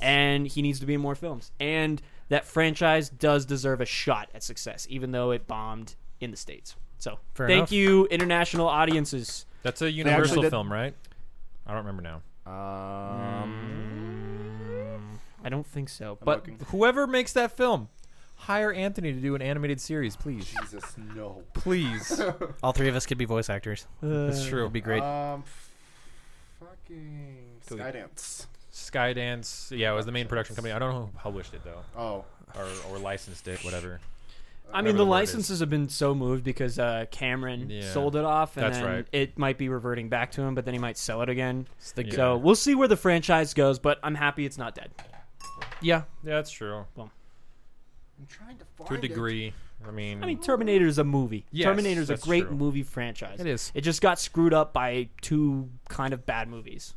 Speaker 4: and he needs to be in more films. And that franchise does deserve a shot at success, even though it bombed in the states. So
Speaker 1: Fair
Speaker 4: thank
Speaker 1: enough.
Speaker 4: you, international audiences.
Speaker 2: That's a
Speaker 3: actually
Speaker 2: Universal
Speaker 3: did-
Speaker 2: film, right? I don't remember now.
Speaker 3: Um,
Speaker 4: I don't think so,
Speaker 3: but
Speaker 4: but
Speaker 2: Whoever makes that film, hire Anthony to do an animated series, please.
Speaker 3: Jesus, no.
Speaker 2: Please.
Speaker 1: All three of us could be voice actors.
Speaker 2: That's true.
Speaker 1: It'd be great.
Speaker 3: Um, f- fucking
Speaker 2: Delete.
Speaker 3: Skydance.
Speaker 2: Skydance, yeah, it was the main production company. I don't know who published it though,
Speaker 3: Oh, uh,
Speaker 2: or, or licensed it, whatever.
Speaker 4: I mean,
Speaker 2: whatever
Speaker 4: the
Speaker 2: the word is.
Speaker 4: licenses have been so moved because uh, Cameron
Speaker 2: Yeah.
Speaker 4: sold it off, and
Speaker 2: That's
Speaker 4: then
Speaker 2: right.
Speaker 4: it might be reverting back to him, but then he might sell it again.
Speaker 2: Yeah.
Speaker 4: So we'll see where the franchise goes, but I'm happy it's not dead.
Speaker 1: Yeah.
Speaker 2: Yeah, that's true.
Speaker 3: I'm trying to find
Speaker 2: To a
Speaker 3: it.
Speaker 2: degree. I mean,
Speaker 4: I mean, Terminator is a movie.
Speaker 2: Yes,
Speaker 4: Terminator is a
Speaker 2: that's
Speaker 4: great
Speaker 2: true.
Speaker 4: movie franchise.
Speaker 1: It is.
Speaker 4: It just got screwed up by two kind of bad movies.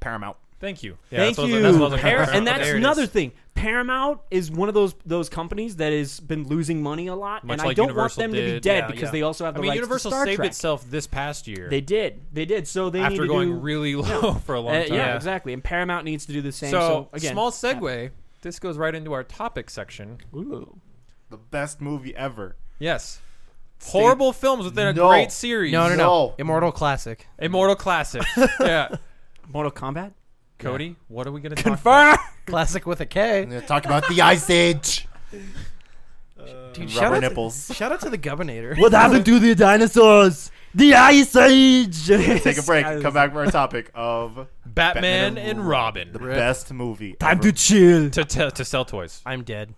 Speaker 3: Paramount.
Speaker 2: thank you. Yeah,
Speaker 4: Thank
Speaker 2: that's what I
Speaker 4: you.
Speaker 2: was- that's what I was looking
Speaker 4: Par-
Speaker 2: for.
Speaker 4: and that's
Speaker 1: There it
Speaker 4: another
Speaker 1: is.
Speaker 4: thing. Paramount is one of those those companies that has been losing money a lot,
Speaker 2: Much
Speaker 4: and I
Speaker 2: like
Speaker 4: don't
Speaker 2: Universal
Speaker 4: want them to be
Speaker 2: did.
Speaker 4: dead
Speaker 2: Yeah,
Speaker 4: because
Speaker 2: yeah.
Speaker 4: they also have
Speaker 2: I
Speaker 4: the
Speaker 2: mean,
Speaker 4: rights
Speaker 2: Universal
Speaker 4: to Star
Speaker 2: saved
Speaker 4: Trek.
Speaker 2: itself this past year
Speaker 4: They did. They did. So they need
Speaker 2: after
Speaker 4: to
Speaker 2: going
Speaker 4: do,
Speaker 2: really low <laughs> for a long
Speaker 4: Uh,
Speaker 2: time.
Speaker 4: yeah, exactly. And Paramount needs to do the same. So,
Speaker 2: So,
Speaker 4: again,
Speaker 2: small segue. This goes right into our topic section.
Speaker 4: Ooh.
Speaker 3: The best movie ever.
Speaker 2: Yes. Horrible films within
Speaker 3: No.
Speaker 2: a great series.
Speaker 1: No, no, no,
Speaker 3: No.
Speaker 1: Immortal classic.
Speaker 2: Immortal
Speaker 4: <laughs>
Speaker 2: classic. yeah.
Speaker 4: Mortal Kombat.
Speaker 2: Cody, what are we going to talk about?
Speaker 1: classic with a
Speaker 3: I'm
Speaker 1: K.
Speaker 3: gonna talk about the Ice Age.
Speaker 1: Dude, shout
Speaker 3: Rubber
Speaker 1: out,
Speaker 3: nipples.
Speaker 1: To, shout out to the Governator.
Speaker 4: <laughs> What happened to the dinosaurs? The Ice Age.
Speaker 3: Take a
Speaker 4: <laughs>
Speaker 3: break. Come back for our topic of
Speaker 2: Batman,
Speaker 3: Batman and
Speaker 2: and Robin.
Speaker 3: the best movie.
Speaker 4: Time
Speaker 3: ever.
Speaker 4: to chill.
Speaker 2: to, to, to sell toys.
Speaker 1: I'm dead.